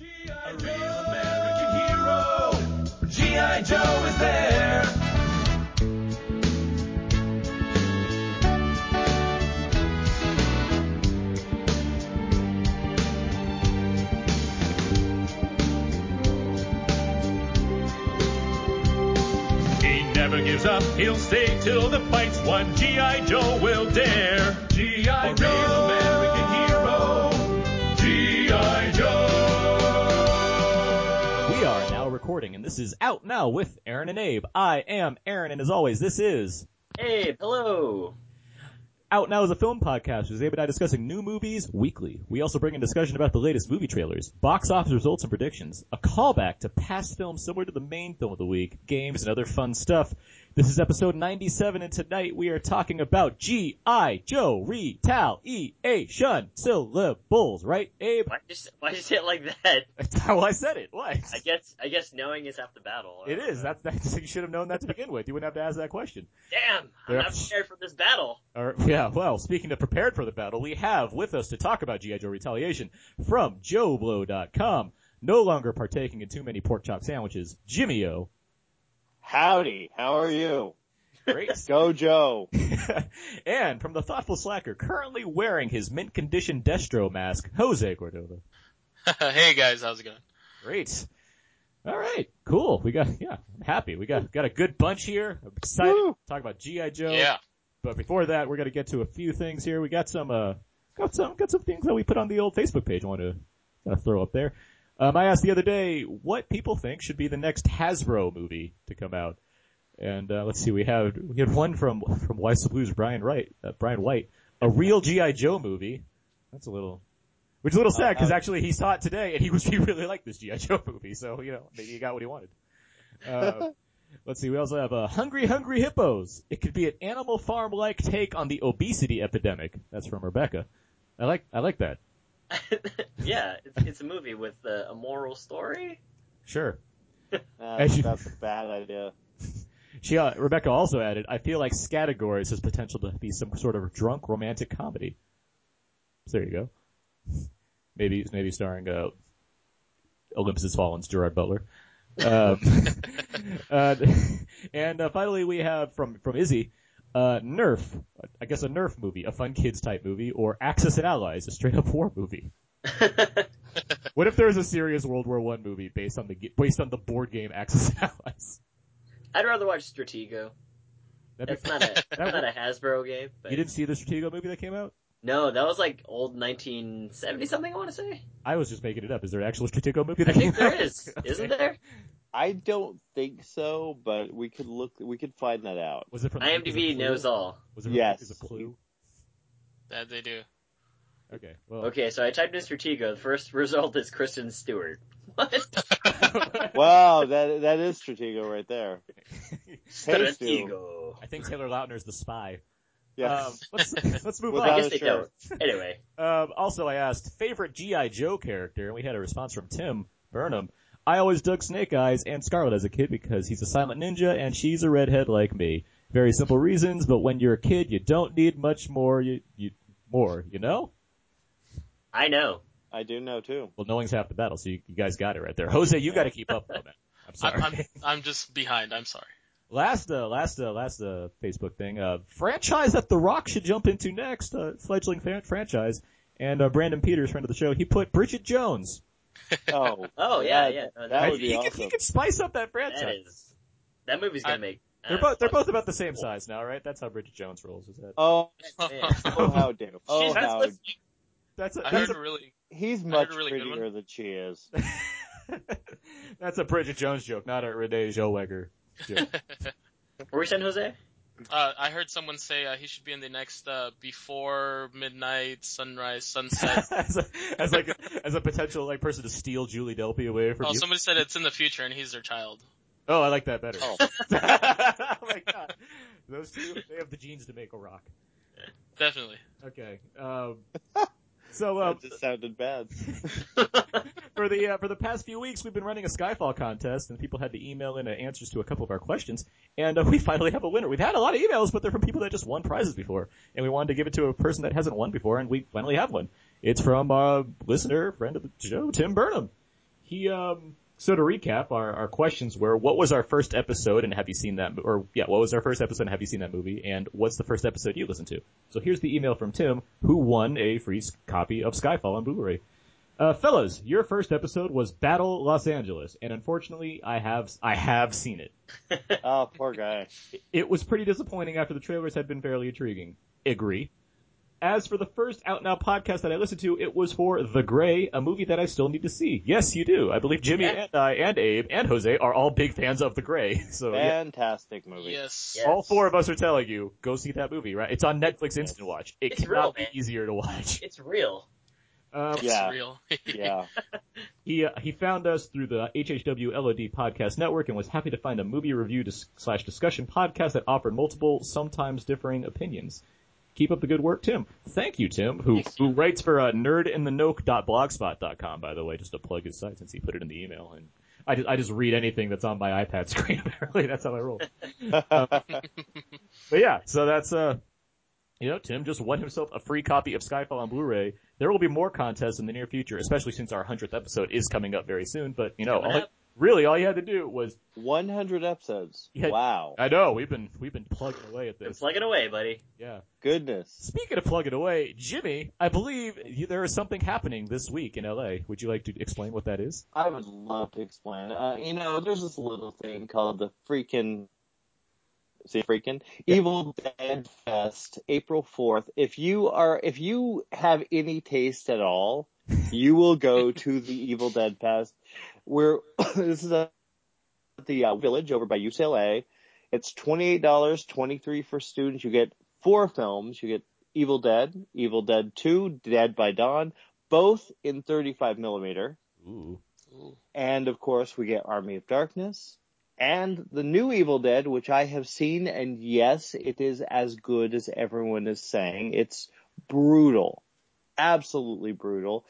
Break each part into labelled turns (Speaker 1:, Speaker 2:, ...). Speaker 1: A real American hero. G.I. Joe is there. He never gives up. He'll stay till the fight's won. G.I. Joe will dare. G.I. A Joe. real American hero. G.I. Joe.
Speaker 2: We are now recording, and this is out now with Aaron and Abe. I am Aaron, and as always, this is
Speaker 3: Hey, hello.
Speaker 2: Out Now is a film podcast with Abe and I discussing new movies weekly. We also bring in discussion about the latest movie trailers, box office results and predictions, a callback to past films similar to the main film of the week, games and other fun stuff. This is episode 97 and tonight we are talking about G.I. Joe Retaliation syllables, right Abe?
Speaker 3: Why just why you say it like that?
Speaker 2: That's how I said it. What?
Speaker 3: I guess I guess knowing is half the battle.
Speaker 2: It is. That's, that's, you should have known that to begin with. You wouldn't have to ask that question.
Speaker 3: Damn, I'm
Speaker 2: Yeah.
Speaker 3: not prepared for this battle.
Speaker 2: All right, yeah, well, speaking of prepared for the battle, we have with us to talk about G.I. Joe Retaliation from JoeBlow.com, no longer partaking in too many pork chop sandwiches, Jimmy O.
Speaker 4: Howdy, how are you?
Speaker 2: Great.
Speaker 4: Go Joe.
Speaker 2: and from the Thoughtful Slacker, currently wearing his mint condition Destro mask, Jose Cordova.
Speaker 5: hey guys, how's it going?
Speaker 2: Great. All right, cool. We got, yeah, I'm happy. We got, got a good bunch here. I'm excited to
Speaker 4: Woo.
Speaker 2: talk about G.I. Joe.
Speaker 5: Yeah.
Speaker 2: But before that, we're gonna get to a few things here. We got some, uh, got some, got some things that we put on the old Facebook page. I want to uh, throw up there. Um, I asked the other day what people think should be the next Hasbro movie to come out, and uh, let's see, we have we had one from from Wise to Blues, Brian Wright, uh, Brian White, a real GI Joe movie. That's a little, which is a little sad because actually he saw it today and he was he really liked this GI Joe movie, so you know maybe he got what he wanted. Uh, Let's see, we also have uh, Hungry Hungry Hippos. It could be an Animal Farm-like take on the obesity epidemic. That's from Rebecca. I like I like that.
Speaker 3: yeah, it's, it's a movie with uh, a moral story.
Speaker 2: Sure.
Speaker 4: That's, that's a bad idea.
Speaker 2: She uh, Rebecca also added, I feel like Scattergories has potential to be some sort of drunk romantic comedy. So there you go. Maybe maybe starring uh, Olympus Has Fallen's Gerard Butler. Um, uh, and uh, finally, we have from from Izzy, uh, Nerf. I guess a Nerf movie, a fun kids type movie, or Axis and Allies, a straight up war movie. what if there was a serious World War One movie based on the ge- based on the board game Axis and Allies?
Speaker 3: I'd rather watch Stratego.
Speaker 2: That'd
Speaker 3: That's
Speaker 2: be-
Speaker 3: not a that's
Speaker 2: would-
Speaker 3: not a Hasbro game. But
Speaker 2: You didn't see the Stratego movie that came out?
Speaker 3: no, that was like old 1970 something. I want to say.
Speaker 2: I was just making it up. Is there an actual Stratego movie
Speaker 3: I
Speaker 2: that
Speaker 3: think
Speaker 2: came out?
Speaker 3: there is, isn't there?
Speaker 4: I don't think so, but we could look. We could find that out.
Speaker 2: Was it from
Speaker 3: IMDb knows all.
Speaker 2: Was it from
Speaker 4: Yes.
Speaker 2: Is a clue?
Speaker 5: That they do.
Speaker 2: Okay. Well,
Speaker 3: Okay, so I typed in Stratego. The first result is Kristen Stewart. What?
Speaker 4: Wow, that that is Stratego right there. Hey, Stu.
Speaker 3: Stratego.
Speaker 2: I think Taylor Lautner's the spy.
Speaker 4: Yes.
Speaker 2: Um, let's let's move
Speaker 4: Without
Speaker 3: I
Speaker 2: on.
Speaker 3: guess
Speaker 4: a
Speaker 3: they
Speaker 4: shirt.
Speaker 3: don't. Anyway,
Speaker 2: Um, also, I asked favorite GI Joe character, and we had a response from Tim Burnham. I always dug Snake Eyes and Scarlet as a kid because he's a silent ninja and she's a redhead like me. Very simple reasons, but when you're a kid, you don't need much more. You you more, you know.
Speaker 3: I know.
Speaker 4: I do know too.
Speaker 2: Well, knowing's half the battle, so you, you guys got it right there. Jose, you got to keep up, though, man. I'm sorry.
Speaker 5: I'm, I'm I'm just behind. I'm sorry.
Speaker 2: Last, uh, last, uh, last, uh, Facebook thing, uh, franchise that The Rock should jump into next, uh, fledgling fan- franchise. And, uh, Brandon Peters, friend of the show, he put Bridget Jones.
Speaker 4: Oh,
Speaker 3: Oh yeah,
Speaker 4: That-
Speaker 3: yeah. No,
Speaker 4: that
Speaker 3: was-
Speaker 4: would be
Speaker 2: he, could,
Speaker 4: awesome.
Speaker 2: he could spice up that
Speaker 3: That
Speaker 2: franchise.
Speaker 3: is. That movie's gonna
Speaker 5: I-
Speaker 3: make. I
Speaker 2: They're
Speaker 3: don't
Speaker 2: both, they're
Speaker 3: know.
Speaker 2: both about the same size now, right? That's how Bridget Jones rolls, is that?
Speaker 4: oh,
Speaker 3: Yeah.
Speaker 4: oh, how dare! Oh,
Speaker 3: She's- that's
Speaker 4: how
Speaker 3: the-
Speaker 2: That's a,
Speaker 5: I
Speaker 2: that's
Speaker 5: heard
Speaker 2: a,
Speaker 5: a really.
Speaker 4: he's
Speaker 5: I heard
Speaker 4: much
Speaker 5: a really good
Speaker 4: prettier than she is.
Speaker 2: that's a Bridget Jones joke, not a Renee Zellweger joke.
Speaker 3: Were we saying Jose?
Speaker 5: Uh, I heard someone say uh, he should be in the next uh, before midnight, sunrise, sunset.
Speaker 2: as, a, as like, a, as a potential, like, person to steal Julie Delpy away from
Speaker 5: oh,
Speaker 2: you.
Speaker 5: somebody said it's in the future and he's their child.
Speaker 2: Oh, I like that better. Oh. my god. Those two, they have the genes to make a rock.
Speaker 5: Definitely.
Speaker 2: Okay. Um, So um,
Speaker 4: That just sounded bad.
Speaker 2: for the uh, for the past few weeks, we've been running a Skyfall contest, and people had to email in uh, answers to a couple of our questions, and uh, we finally have a winner. We've had a lot of emails, but they're from people that just won prizes before, and we wanted to give it to a person that hasn't won before, and we finally have one. It's from uh, listener friend of the show, Tim Burnham. He um. So to recap, our, our questions were, what was our first episode and have you seen that, or yeah, what was our first episode and have you seen that movie, and what's the first episode you listened to? So here's the email from Tim, who won a free s- copy of Skyfall on Blu-ray. Uh, fellas, your first episode was Battle Los Angeles, and unfortunately, I have I have seen it.
Speaker 4: Oh, poor guy.
Speaker 2: It was pretty disappointing after the trailers had been fairly intriguing. Agree. As for the first Out Now podcast that I listened to, it was for The Gray, a movie that I still need to see. Yes, you do. I believe Jimmy
Speaker 5: Yeah.
Speaker 2: and I and Abe and Jose are all big fans of The Gray. So yeah,
Speaker 4: Fantastic movie.
Speaker 5: Yes.
Speaker 3: Yeah.
Speaker 2: all four of us are telling you, go see that movie, right? It's on Netflix Instant Watch. It
Speaker 3: It's
Speaker 2: cannot
Speaker 3: real,
Speaker 2: be
Speaker 3: man.
Speaker 2: easier to watch.
Speaker 3: It's real.
Speaker 2: Um,
Speaker 5: It's
Speaker 4: Yeah.
Speaker 5: real.
Speaker 4: Yeah.
Speaker 2: He uh, he found us through the HHW LOD podcast network and was happy to find a movie review dis- slash discussion podcast that offered multiple, sometimes differing opinions. Keep up the good work, Tim. Thank you, Tim, who
Speaker 5: Thanks,
Speaker 2: who writes for uh, nerdinthenoke.blogspot.com, by the way, just to plug his site since he put it in the email. And I just, I just read anything that's on my iPad screen. Apparently, that's how I roll. But yeah, so that's uh you know, Tim just won himself a free copy of Skyfall on Blu-ray. There will be more contests in the near future, especially since our hundredth episode is coming up very soon. But you know,
Speaker 3: Coming
Speaker 2: all,
Speaker 3: up.
Speaker 2: really, all you had to do was
Speaker 4: 100 episodes.
Speaker 2: Yeah.
Speaker 4: Wow.
Speaker 2: I know we've been we've been plugging away at
Speaker 3: Been
Speaker 2: this.
Speaker 3: plugging away, buddy.
Speaker 2: Yeah.
Speaker 4: Goodness.
Speaker 2: Speaking of plugging away, Jimmy, I believe you, there is something happening this week in LA. Would you like to explain what that is?
Speaker 4: I would love to explain. Uh, you know, there's this little thing called the freaking, see, freaking Evil Dead Fest, April 4th. If you are, if you have any taste at all, you will go to the Evil Dead Fest. Where this is at the uh, village over by UCLA. It's twenty eight dollars twenty three for students. You get four films. You get Evil Dead, Evil Dead Two, Dead by Dawn, both in thirty five millimeter.
Speaker 2: Ooh.
Speaker 4: And of course, we get Army of Darkness and the new Evil Dead, which I have seen. And yes, it is as good as everyone is saying. It's brutal, absolutely brutal.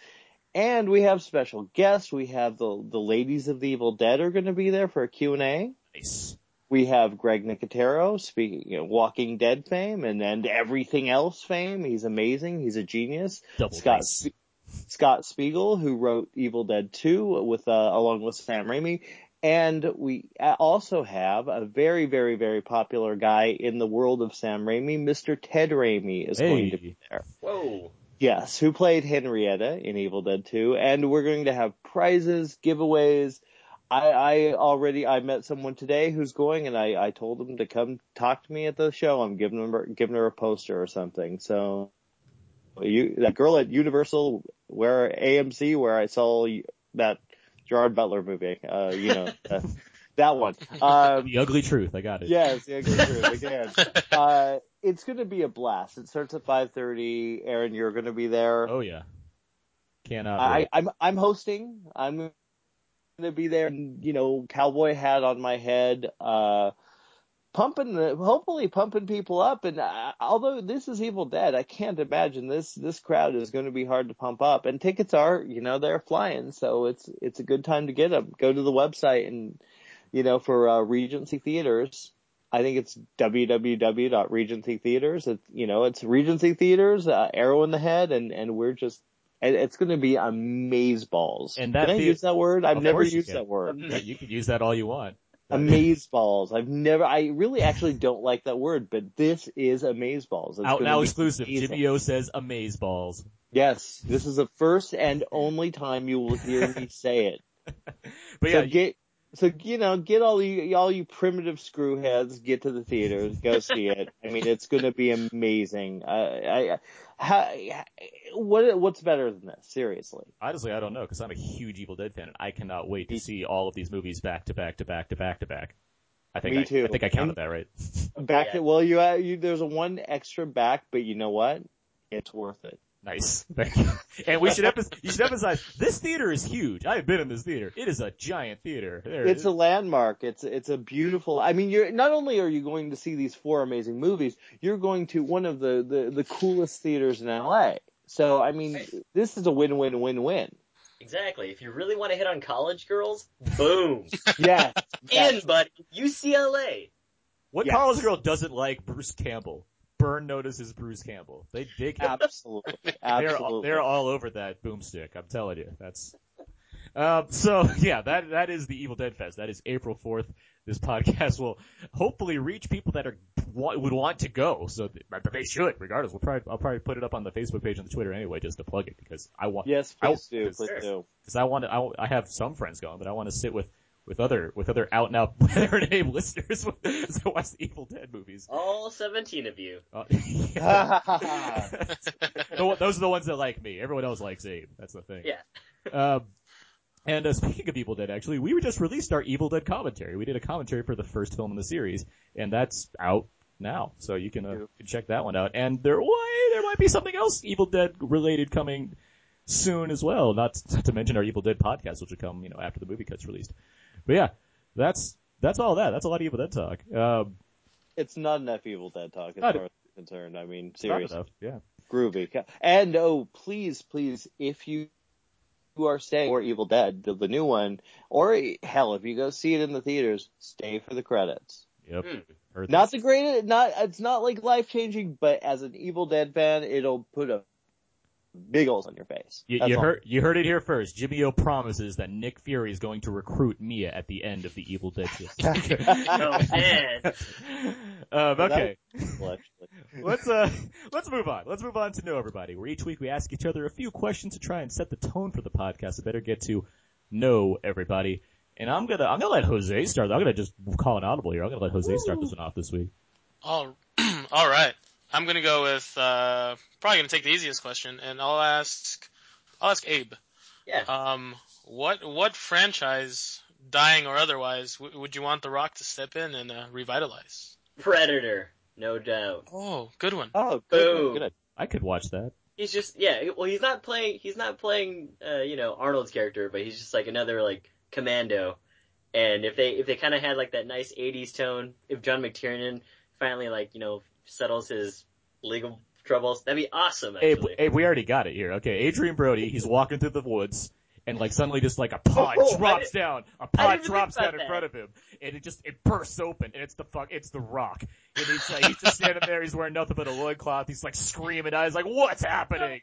Speaker 4: And we have special guests. We have the, the ladies of the Evil Dead are going to be there for a Q&A.
Speaker 2: Nice.
Speaker 4: We have Greg Nicotero speaking, you know, Walking Dead fame and, and everything else fame. He's amazing. He's a genius.
Speaker 2: Double
Speaker 4: Scott,
Speaker 2: nice.
Speaker 4: Sp- Scott Spiegel, who wrote Evil Dead 2 with, uh, along with Sam Raimi. And we a- also have a very, very, very popular guy in the world of Sam Raimi. Mr. Ted Raimi is going to
Speaker 2: Hey.
Speaker 4: be there.
Speaker 3: Whoa.
Speaker 4: Yes, who played Henrietta in Evil Dead 2. And we're going to have prizes, giveaways. I, I already, I met someone today who's going and I, I told them to come talk to me at the show. I'm giving her, giving her a poster or something. So you, that girl at Universal where AMC where I saw you- that Gerard Butler movie, uh, you know, uh, that one. Um,
Speaker 2: The ugly truth. I got it.
Speaker 4: Yes, yeah, go through it again. uh, it's going to be a blast. It starts at five thirty. Aaron, you're going to be there.
Speaker 2: Oh yeah. Cannot.
Speaker 4: I,
Speaker 2: wait.
Speaker 4: I'm I'm hosting. I'm going to be there. You know, cowboy hat on my head. Uh, pumping the hopefully pumping people up. And uh, although this is Evil Dead, I can't imagine this this crowd is going to be hard to pump up. And tickets are you know they're flying, so it's it's a good time to get them. Go to the website and you know for uh, Regency Theaters. I think it's www.regencytheaters. It's, you know, it's Regency Theaters, uh, Arrow in the Head, and, and we're just, and it's going to be amaze balls.
Speaker 2: And that
Speaker 4: can I
Speaker 2: the-
Speaker 4: use that word? I've
Speaker 2: Of
Speaker 4: never
Speaker 2: course you
Speaker 4: used
Speaker 2: can.
Speaker 4: that word.
Speaker 2: Yeah, you can use that all you want.
Speaker 4: Amaze balls. I've never. I really actually don't like that word, but this is amaze balls. It's
Speaker 2: Out
Speaker 4: gonna
Speaker 2: now
Speaker 4: be
Speaker 2: exclusive.
Speaker 4: amazing.
Speaker 2: Jimmy O says amaze balls.
Speaker 4: Yes, this is the first and only time you will hear me say it.
Speaker 2: But
Speaker 4: so
Speaker 2: yeah,
Speaker 4: get. So you know, get all you all you primitive screwheads, get to the theaters, go see it. I mean, it's going to be amazing. Uh, I, I, how, what what's better than this? Seriously,
Speaker 2: honestly, I don't know because I'm a huge Evil Dead fan and I cannot wait to see all of these movies back to back to back to back to back. I think
Speaker 4: Me
Speaker 2: I,
Speaker 4: too.
Speaker 2: I think I counted that right.
Speaker 4: back
Speaker 3: Yeah.
Speaker 4: to well, you, uh, you there's a one extra back, but you know what? It's worth it.
Speaker 2: nice, thank you. And we should emphasis, you should emphasize this theater is huge. I've been in this theater. It is a giant theater. There
Speaker 4: It's a landmark. It's it's a beautiful. I mean, you're not only are you going to see these four amazing movies, you're going to one of the the, the coolest theaters in LA. So I mean, this is a win-win-win-win.
Speaker 3: Exactly. If you really want to hit on college girls, boom.
Speaker 4: Yes,
Speaker 3: In, buddy. UCLA.
Speaker 2: What
Speaker 4: Yes.
Speaker 2: college girl doesn't like Bruce Campbell? Burn notices Bruce Campbell. They dig him.
Speaker 4: absolutely,
Speaker 2: They're all,
Speaker 4: absolutely.
Speaker 2: they're all over that boomstick. I'm telling you. That's. Um, so yeah, that that is the Evil Dead Fest. That is April 4th. This podcast will hopefully reach people that are wa- would want to go. So th- but they should, regardless. We'll probably I'll probably put it up on the Facebook page and the Twitter anyway, just to plug it because I want
Speaker 4: Yes,
Speaker 2: I-
Speaker 4: please do, please
Speaker 3: Sure.
Speaker 4: do.
Speaker 2: because I want to. I, I have some friends going, but I want to sit with with other with other out and out Weather and Abe listeners to watch the Evil Dead movies.
Speaker 3: All 17 of you.
Speaker 2: Uh, yeah. The one- those are the ones that like me. Everyone else likes Abe. That's the thing.
Speaker 3: Yeah.
Speaker 2: Um, and uh, speaking of Evil Dead, actually, we just released our Evil Dead commentary. We did a commentary for the first film in the series, and that's out now, so you can, uh, you can check that one out. And there, why, there might be something else Evil Dead related coming soon as well. Not, not to mention our Evil Dead podcast, which will come you know after the movie cuts released. But yeah, that's that's all that. That's a lot of Evil Dead talk. Um,
Speaker 4: it's not enough Evil Dead talk as
Speaker 2: Not-
Speaker 4: far as I'm concerned. I mean,
Speaker 2: not
Speaker 4: seriously.
Speaker 2: enough. Yeah.
Speaker 4: groovy. And oh, please, please, if you you are staying or Evil Dead, the, the new one, or hell, if you go see it in the theaters, stay for the credits.
Speaker 2: Yep.
Speaker 3: Hmm.
Speaker 2: Heard
Speaker 4: Not
Speaker 2: that.
Speaker 4: the greatest, not it's not like life changing, but as an Evil Dead fan, it'll put a big holes on your face.
Speaker 2: You,
Speaker 4: That's
Speaker 2: you
Speaker 4: all.
Speaker 2: heard you heard it here first. Jimmy O promises that Nick Fury is going to recruit Mia at the end of the Evil Dead. series.
Speaker 3: Oh, man.
Speaker 2: um,
Speaker 4: that
Speaker 2: okay,
Speaker 4: Well, actually.
Speaker 2: let's uh let's move on. Let's move on to know everybody. Where each week we ask each other a few questions to try and set the tone for the podcast. To better get to know everybody. And I'm gonna I'm gonna let Jose start. I'm gonna just call an audible here. I'm gonna let Jose start this one off this week.
Speaker 5: All, all right. I'm gonna go with uh, probably gonna take the easiest question, and I'll ask, I'll ask Abe.
Speaker 3: Yeah.
Speaker 2: Uh,
Speaker 5: Um, what what franchise, dying or otherwise, w- would you want The Rock to step in and uh, revitalize?
Speaker 3: Predator. No doubt.
Speaker 5: Oh, good one.
Speaker 4: Oh, good,
Speaker 3: Boom.
Speaker 4: good, good.
Speaker 2: I could watch that.
Speaker 3: He's just, yeah, well, he's not playing, he's not playing, uh, you know, Arnold's character, but he's just like another, like, commando. And if they, if they kind of had, like, that nice 80s tone, if John McTiernan finally, like, you know, settles his legal troubles, that'd be awesome,
Speaker 2: Abe,
Speaker 3: actually.
Speaker 2: Abe, we already got it here. Okay, Adrian Brody. He's walking through the woods. And like suddenly just like a pod
Speaker 3: Oh, oh, I
Speaker 2: drops
Speaker 3: didn't-
Speaker 2: down, a
Speaker 3: I
Speaker 2: pod
Speaker 3: didn't even
Speaker 2: drops
Speaker 3: think
Speaker 2: down
Speaker 3: about
Speaker 2: in
Speaker 3: that.
Speaker 2: front of him, and it just, it bursts open, and it's the fuck, it's the rock. And he's like, he's just standing there, he's wearing nothing but a loincloth, he's like screaming out, he's like, what's happening?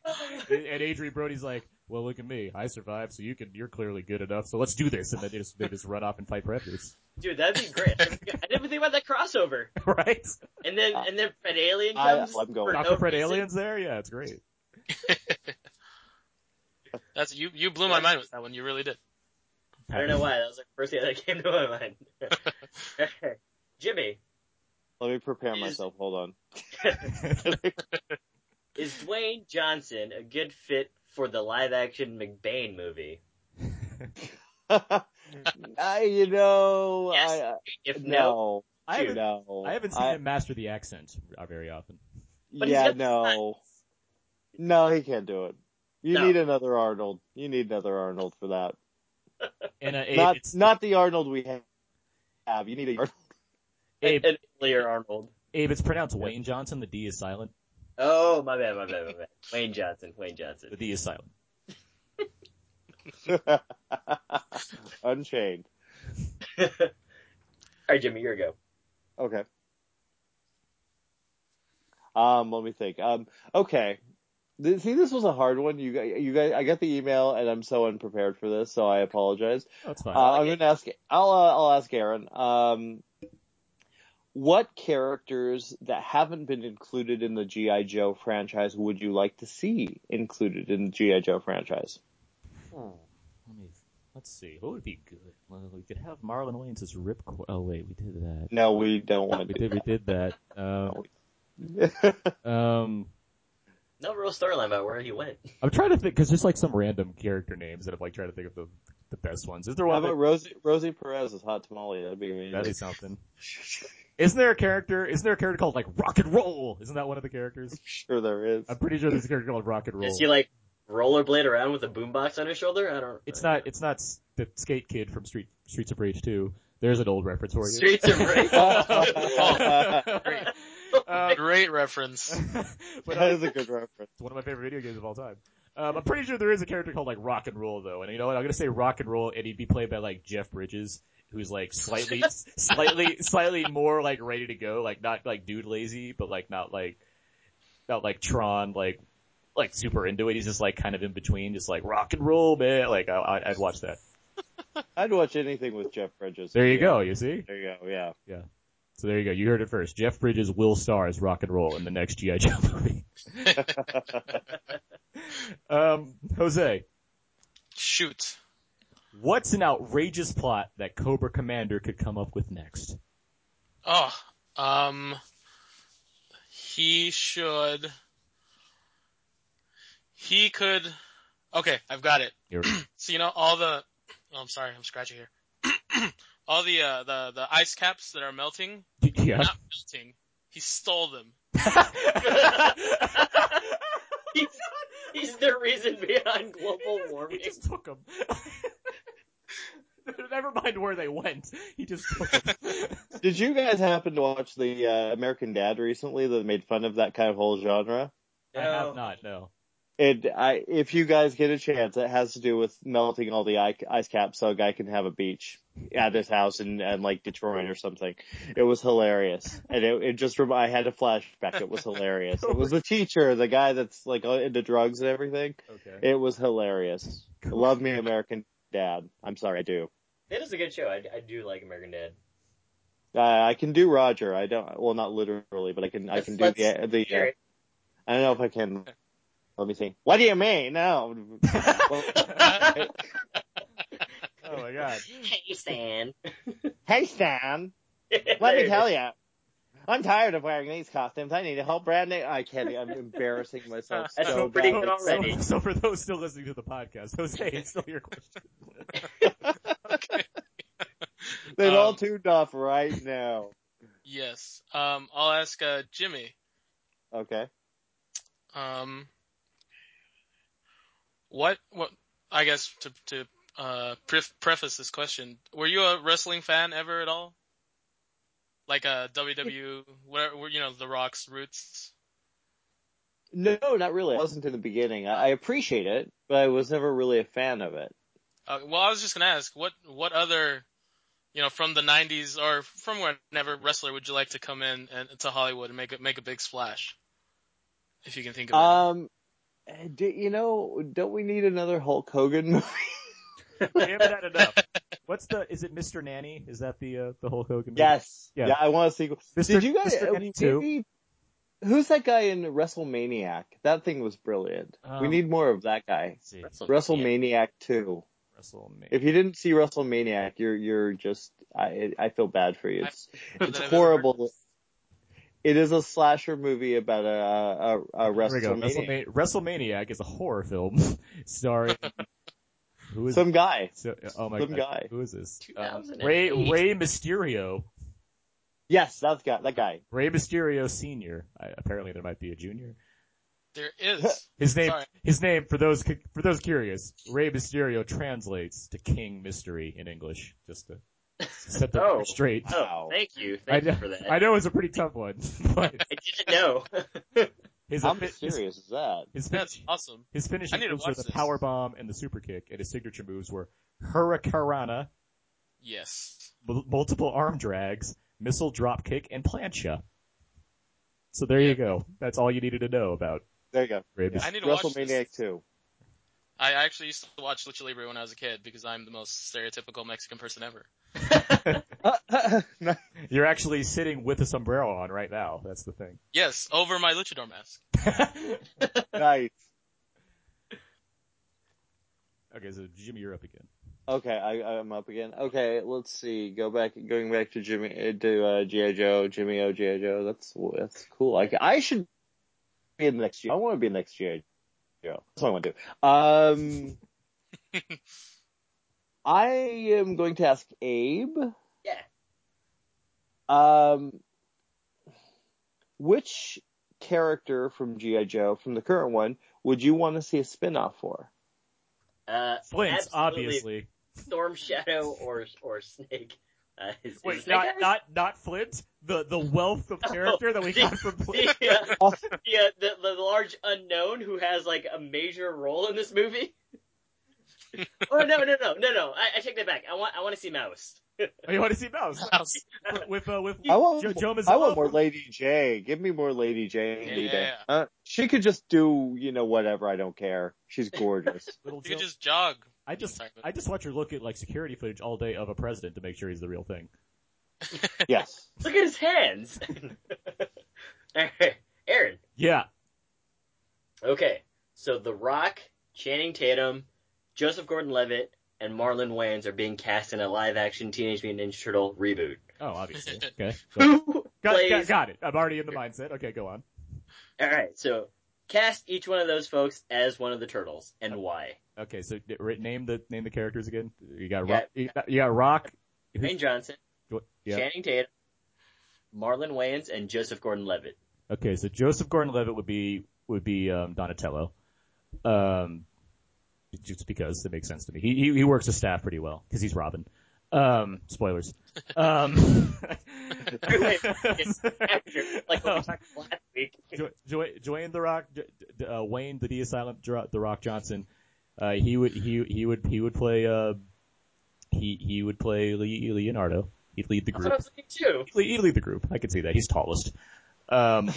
Speaker 2: And and Adrian Brody's like, well look at me, I survived, so you can, you're clearly good enough, so let's do this. And then they just, they just run off and fight predators.
Speaker 3: Dude, that'd be great. I didn't even think about that crossover.
Speaker 2: right?
Speaker 3: And then, and then Fred Alien
Speaker 4: I-
Speaker 3: comes.
Speaker 4: Ah, I'm going.
Speaker 3: for
Speaker 2: Dr.
Speaker 3: no
Speaker 2: Fred
Speaker 3: reason.
Speaker 2: Alien's there? Yeah, it's great.
Speaker 5: That's you. You blew my mind with that one. You really did.
Speaker 3: I don't know why. That was like the first thing that came to my mind. Okay. Jimmy,
Speaker 4: Let me prepare
Speaker 3: Is-
Speaker 4: myself. Hold on.
Speaker 3: is Dwayne Johnson a good fit for the live action McBain movie?
Speaker 4: I, you know,
Speaker 3: Yes.
Speaker 4: I,
Speaker 3: If no,
Speaker 4: no,
Speaker 2: I haven't,
Speaker 4: no.
Speaker 2: I haven't seen him master the accent uh, very often.
Speaker 3: But he's
Speaker 4: yeah,
Speaker 3: got the
Speaker 4: no. No, he can't do it. You
Speaker 3: No.
Speaker 4: need another Arnold. You need another Arnold for that.
Speaker 2: And uh, Abe,
Speaker 4: not
Speaker 2: it's,
Speaker 4: not the Arnold we ha- have. You need a Arnold.
Speaker 2: Abe,
Speaker 3: an earlier Arnold.
Speaker 2: Abe, it's pronounced Wayne Johnson. The D is silent.
Speaker 3: Oh, my bad, my bad, my bad. Wayne Johnson, Wayne
Speaker 2: The
Speaker 3: Johnson.
Speaker 2: D is silent.
Speaker 4: Unchained.
Speaker 3: All right, Jimmy, your go.
Speaker 4: Okay. Um, let me think. Um, okay. Th- See, this was a hard one. You guys, you guys, I got the email, and I'm so unprepared for this, so I apologize.
Speaker 2: Oh, That's fine.
Speaker 4: Uh, I'm going to ask. I'll uh, I'll ask Aaron. Um, what characters that haven't been included in the GI Joe franchise would you like to see included in the GI Joe franchise? Hmm.
Speaker 2: Let me, let's see. What would be good? Well, we could have Marlon Wayans as Rip. Cor- oh wait, we did that.
Speaker 4: No, we don't want
Speaker 2: We
Speaker 4: to
Speaker 2: did. We did that. Um,
Speaker 4: do. That.
Speaker 2: um,
Speaker 3: No real storyline about where he went.
Speaker 2: I'm trying to think because there's like some random character names that I'm like trying to think of the the best ones. Is there
Speaker 4: How
Speaker 2: one?
Speaker 4: about
Speaker 2: That,
Speaker 4: Rosie Rosie Perez as Hot Tamale? That'd be amazing.
Speaker 2: that'd be something. Isn't there a character? Isn't there a character called like Rock and Roll? Isn't that one of the characters?
Speaker 4: sure there is.
Speaker 2: I'm pretty sure there's a character called Rock and Roll.
Speaker 3: Does he like rollerblade around with a boombox on his shoulder? I don't.
Speaker 2: It's not. It's not s- the skate kid from Street Streets of Rage 2. There's an old reference for you.
Speaker 3: Streets of Rage.
Speaker 4: oh,
Speaker 2: uh, Um,
Speaker 5: Great reference.
Speaker 2: but
Speaker 4: That
Speaker 2: I-
Speaker 4: is a good reference.
Speaker 2: It's one of my favorite video games of all time. Um, I'm pretty sure there is a character called like Rock and Roll though, and you know what? I'm gonna say Rock and Roll, and he'd be played by like Jeff Bridges, who's like slightly, slightly, slightly more like ready to go, like not like dude lazy, but like not like, not like Tron, like, like super into it. He's just like kind of in between, just like rock and roll, man. Like I, I- I'd watch that.
Speaker 4: I'd watch anything with Jeff Bridges.
Speaker 2: There you
Speaker 4: Yeah.
Speaker 2: go. You see?
Speaker 4: There you go. Yeah.
Speaker 2: So there you go. You heard it first. Jeff Bridges will star as Rock and Roll in the next GI Joe movie. um, Jose,
Speaker 5: Shoot.
Speaker 2: What's an outrageous plot that Cobra Commander could come up with next?
Speaker 5: Oh, um, he should. He could. Okay, I've got it.
Speaker 2: You're-
Speaker 5: So you know all the. Oh, I'm sorry, I'm scratchy here. all the uh, the the ice caps that are melting,
Speaker 2: yeah.
Speaker 5: not melting. He stole them.
Speaker 3: he's, he's the reason behind global
Speaker 2: He
Speaker 3: warming.
Speaker 2: just took them. Never mind where they went. He just took 'em.
Speaker 4: Did you guys happen to watch the uh, American Dad recently that made fun of that kind of whole genre?
Speaker 2: I have not, no.
Speaker 4: It, I, if you guys get a chance, it has to do with melting all the i- ice caps so a guy can have a beach at his house in, in like Detroit or something. It was hilarious, and it, it just rem- I had a flashback. It was hilarious. It was the teacher, the guy that's like all into drugs and everything.
Speaker 2: Okay.
Speaker 4: It was hilarious. Love me, American Dad. I'm sorry, I do.
Speaker 3: That is a good show. I, I do like American Dad.
Speaker 4: Uh, I can do Roger. I don't. Well, not literally, but I can. I can do the. the uh, I don't know if I can. Let me see. What do you mean? No. well,
Speaker 2: Oh my god.
Speaker 3: Hey, Stan.
Speaker 4: hey, Stan. Let me tell you. I'm tired of wearing these costumes. I need to help brand new. I can't. I'm embarrassing myself
Speaker 3: That's
Speaker 4: so
Speaker 3: pretty
Speaker 4: bad.
Speaker 3: good
Speaker 4: It's so-
Speaker 3: already.
Speaker 2: So, so for those still listening to the podcast, Jose, it's still your question.
Speaker 4: They've all
Speaker 5: Um,
Speaker 4: tuned off right now.
Speaker 5: Yes. Um, I'll ask uh, Jimmy.
Speaker 4: Okay.
Speaker 5: Um, what what? I guess to to uh pref- preface this question, were you a wrestling fan ever at all? Like uh, a WW, E, where were you know the Rock's roots?
Speaker 4: No, not really. I wasn't in the beginning. I, I appreciate it, but I was never really a fan of it.
Speaker 5: Uh, well, I was just gonna ask what what other, you know, from the '90s or from whenever wrestler would you like to come in and to Hollywood and make a, make a big splash, if you can think of it.
Speaker 4: Um, do, you know, don't we need another Hulk Hogan movie?
Speaker 2: We haven't had enough. What's the, is it Mr. Nanny? Is that the, uh, the whole Hogan? movie?
Speaker 4: Yes.
Speaker 2: Yeah.
Speaker 4: Yeah, I want a sequel.
Speaker 2: Mr.
Speaker 4: Did you guys?
Speaker 2: Mr.
Speaker 4: uh,
Speaker 2: Nanny too.
Speaker 4: maybe- who's that guy in WrestleManiac? That thing was brilliant. we
Speaker 2: Um,
Speaker 4: need more of that guy.
Speaker 2: Let's see.
Speaker 4: WrestleManiac two.
Speaker 2: WrestleMania.
Speaker 4: If you didn't see WrestleManiac, you're you're just I I feel bad for you. Um, It's
Speaker 5: That
Speaker 4: it's
Speaker 5: I've ever
Speaker 4: horrible. It is a slasher movie about a a, a, a
Speaker 2: Here we go.
Speaker 4: WrestleMania.
Speaker 2: WrestleMania. WrestleManiac is a horror film starring who is
Speaker 4: Some guy.
Speaker 2: so, oh my
Speaker 4: some
Speaker 2: god
Speaker 4: guy.
Speaker 2: who is this? Um,
Speaker 3: 2008.
Speaker 2: Ray Ray Mysterio.
Speaker 4: Yes, that guy. That guy.
Speaker 2: Ray Mysterio Senior. I, apparently there might be a junior.
Speaker 5: There is.
Speaker 2: His name
Speaker 5: Sorry.
Speaker 2: his name for those cu- for those curious. Ray Mysterio translates to King Mystery in English. Just to set the
Speaker 3: Oh.
Speaker 2: record straight.
Speaker 3: Oh, thank you. Thank
Speaker 2: I
Speaker 3: you
Speaker 2: know,
Speaker 3: for that.
Speaker 2: I
Speaker 3: I,
Speaker 2: know it's a pretty tough one, but
Speaker 3: didn't know.
Speaker 2: his
Speaker 4: How
Speaker 2: his, his,
Speaker 4: mysterious is that?
Speaker 2: his
Speaker 5: That's
Speaker 2: finish-
Speaker 5: awesome.
Speaker 2: His
Speaker 5: I
Speaker 2: finishing
Speaker 5: need to
Speaker 2: moves were
Speaker 5: watch
Speaker 2: the
Speaker 5: this.
Speaker 2: power bomb and the super kick, and his signature moves were Hurricanrana,
Speaker 5: Yes.
Speaker 2: mul- multiple arm drags, missile drop kick, and plancha. So there you go. That's all you needed to know about
Speaker 4: There you go.
Speaker 2: Ray
Speaker 5: I
Speaker 2: Mysterio.
Speaker 5: need to watch this.
Speaker 4: WrestleManiac two.
Speaker 5: I actually used to watch Lucha Libre when I was a kid because I'm the most stereotypical Mexican person ever.
Speaker 2: You're actually sitting with a sombrero on right now. That's the thing.
Speaker 5: Yes, over my luchador mask.
Speaker 4: nice.
Speaker 2: Okay, so Jimmy, you're up again.
Speaker 4: Okay, I, I'm up again. Okay, let's see. Go back, going back to Jimmy uh, to uh, GI Joe, Jimmy O, GI Joe. That's that's cool. I I should be in the next. G- I want to be in the next GI Joe. That's what I want to do. Um, I am going to ask Abe.
Speaker 3: Yeah.
Speaker 4: Um, which character from GI Joe, from the current one, would you want to see a spin off for?
Speaker 3: Uh,
Speaker 2: Flints,
Speaker 3: absolutely
Speaker 2: obviously.
Speaker 3: Storm Shadow or or Snake. Uh, is-
Speaker 2: Wait,
Speaker 3: is that
Speaker 2: not
Speaker 3: guy-
Speaker 2: not not Flint. The the wealth
Speaker 5: Oh,
Speaker 2: of character that we got from Flint.
Speaker 3: the, uh, the, uh, the, the large unknown who has like a major role in this movie. oh no no no no no! I, I take that back. I want I want to see Mouse.
Speaker 2: Oh, you want to see Mouse
Speaker 5: Mouse.
Speaker 2: with uh, with
Speaker 4: I want,
Speaker 2: Joe, Joe
Speaker 4: I want
Speaker 2: Mazzello?
Speaker 4: more Lady J. Give me more Lady J.
Speaker 5: Yeah,
Speaker 4: Anita.
Speaker 5: yeah, yeah.
Speaker 4: Uh, she could just do, you know, whatever. I don't care. She's gorgeous.
Speaker 2: Little
Speaker 5: You could
Speaker 2: Joe-
Speaker 5: just jog.
Speaker 2: I just I just want you to look at like security footage all day of a president to make sure he's the real thing.
Speaker 4: yes.
Speaker 3: Look at his hands. All right, Aaron.
Speaker 2: Yeah,
Speaker 3: Okay, so The Rock, Channing Tatum, Joseph Gordon-Levitt, and Marlon Wayans are being cast in a live-action Teenage Mutant Ninja Turtle reboot.
Speaker 2: Oh, obviously. Okay. Go-
Speaker 3: Who
Speaker 2: Got,
Speaker 3: plays?
Speaker 2: got, got it. I'm already in the mindset. Okay, go on.
Speaker 3: All right, so cast each one of those folks as one of the turtles, and why?
Speaker 2: Okay, so d- re- name the name the characters again. You got
Speaker 3: Yeah.
Speaker 2: Rock. You got, you got Rock. Who-
Speaker 3: Dwayne Johnson,
Speaker 2: what- Yeah.
Speaker 3: Channing Tatum, Marlon Wayans, and Joseph Gordon-Levitt.
Speaker 2: Okay, so Joseph Gordon-Levitt would be would be um, Donatello. Um, just because it makes sense to me. He he, he works the staff pretty well because he's Robin. Um, spoilers. Um,
Speaker 3: Actor, like what we talked about
Speaker 2: Oh.
Speaker 3: last week.
Speaker 2: Jo- Jo- Joanne the Rock, J- J- uh, Wayne the D Silent Dro- the Rock Johnson. Uh, he would he he would he would play uh he he would play Le- Leonardo. He'd lead the
Speaker 3: That's what I
Speaker 2: group.
Speaker 3: was looking too.
Speaker 2: He'd lead, he'd lead the group. I could see that. He's tallest. Um,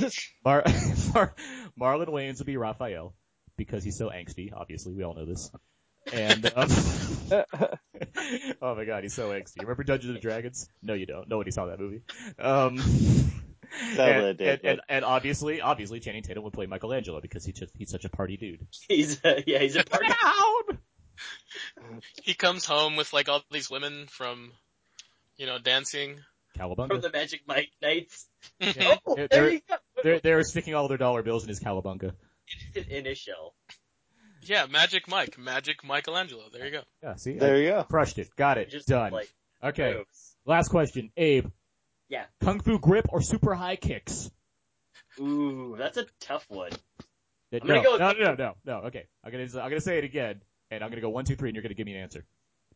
Speaker 2: Mar- Mar- Marlon Wayans would be Raphael because he's so angsty. Obviously, we all know this. And um, oh my god, he's so angsty. Remember Dungeons and Dragons? No, you don't. Nobody saw that movie. Um, and,
Speaker 4: Zelda did,
Speaker 2: and,
Speaker 4: but-
Speaker 2: and, and obviously, obviously, Channing Tatum would play Michelangelo because he just he's such a party dude.
Speaker 3: He's a, yeah, he's a part of
Speaker 2: Down.
Speaker 5: He comes home with like all these women from, you know, dancing.
Speaker 3: from
Speaker 2: Calabunga.
Speaker 3: the Magic Mike Knights.
Speaker 2: Yeah.
Speaker 3: Oh,
Speaker 2: They're-
Speaker 3: there
Speaker 2: they're-
Speaker 3: you go.
Speaker 2: They're they're sticking all their dollar bills in his Calabunga.
Speaker 3: In his shell.
Speaker 5: Yeah, Magic Mike, Magic Michelangelo. There you go.
Speaker 2: Yeah, see, I
Speaker 4: There you go.
Speaker 2: crushed it. Got it.
Speaker 3: Just
Speaker 2: Done.
Speaker 3: like
Speaker 2: okay,
Speaker 3: moves.
Speaker 2: last question, Abe.
Speaker 3: Yeah.
Speaker 2: Kung Fu grip or super high kicks?
Speaker 3: Ooh, that's a tough one.
Speaker 2: That-
Speaker 3: I'm
Speaker 2: no,
Speaker 3: gonna go with-
Speaker 2: no, no, no, no. Okay, I'm gonna I'm gonna say it again, and I'm gonna go one, two, three, and you're gonna give me an answer.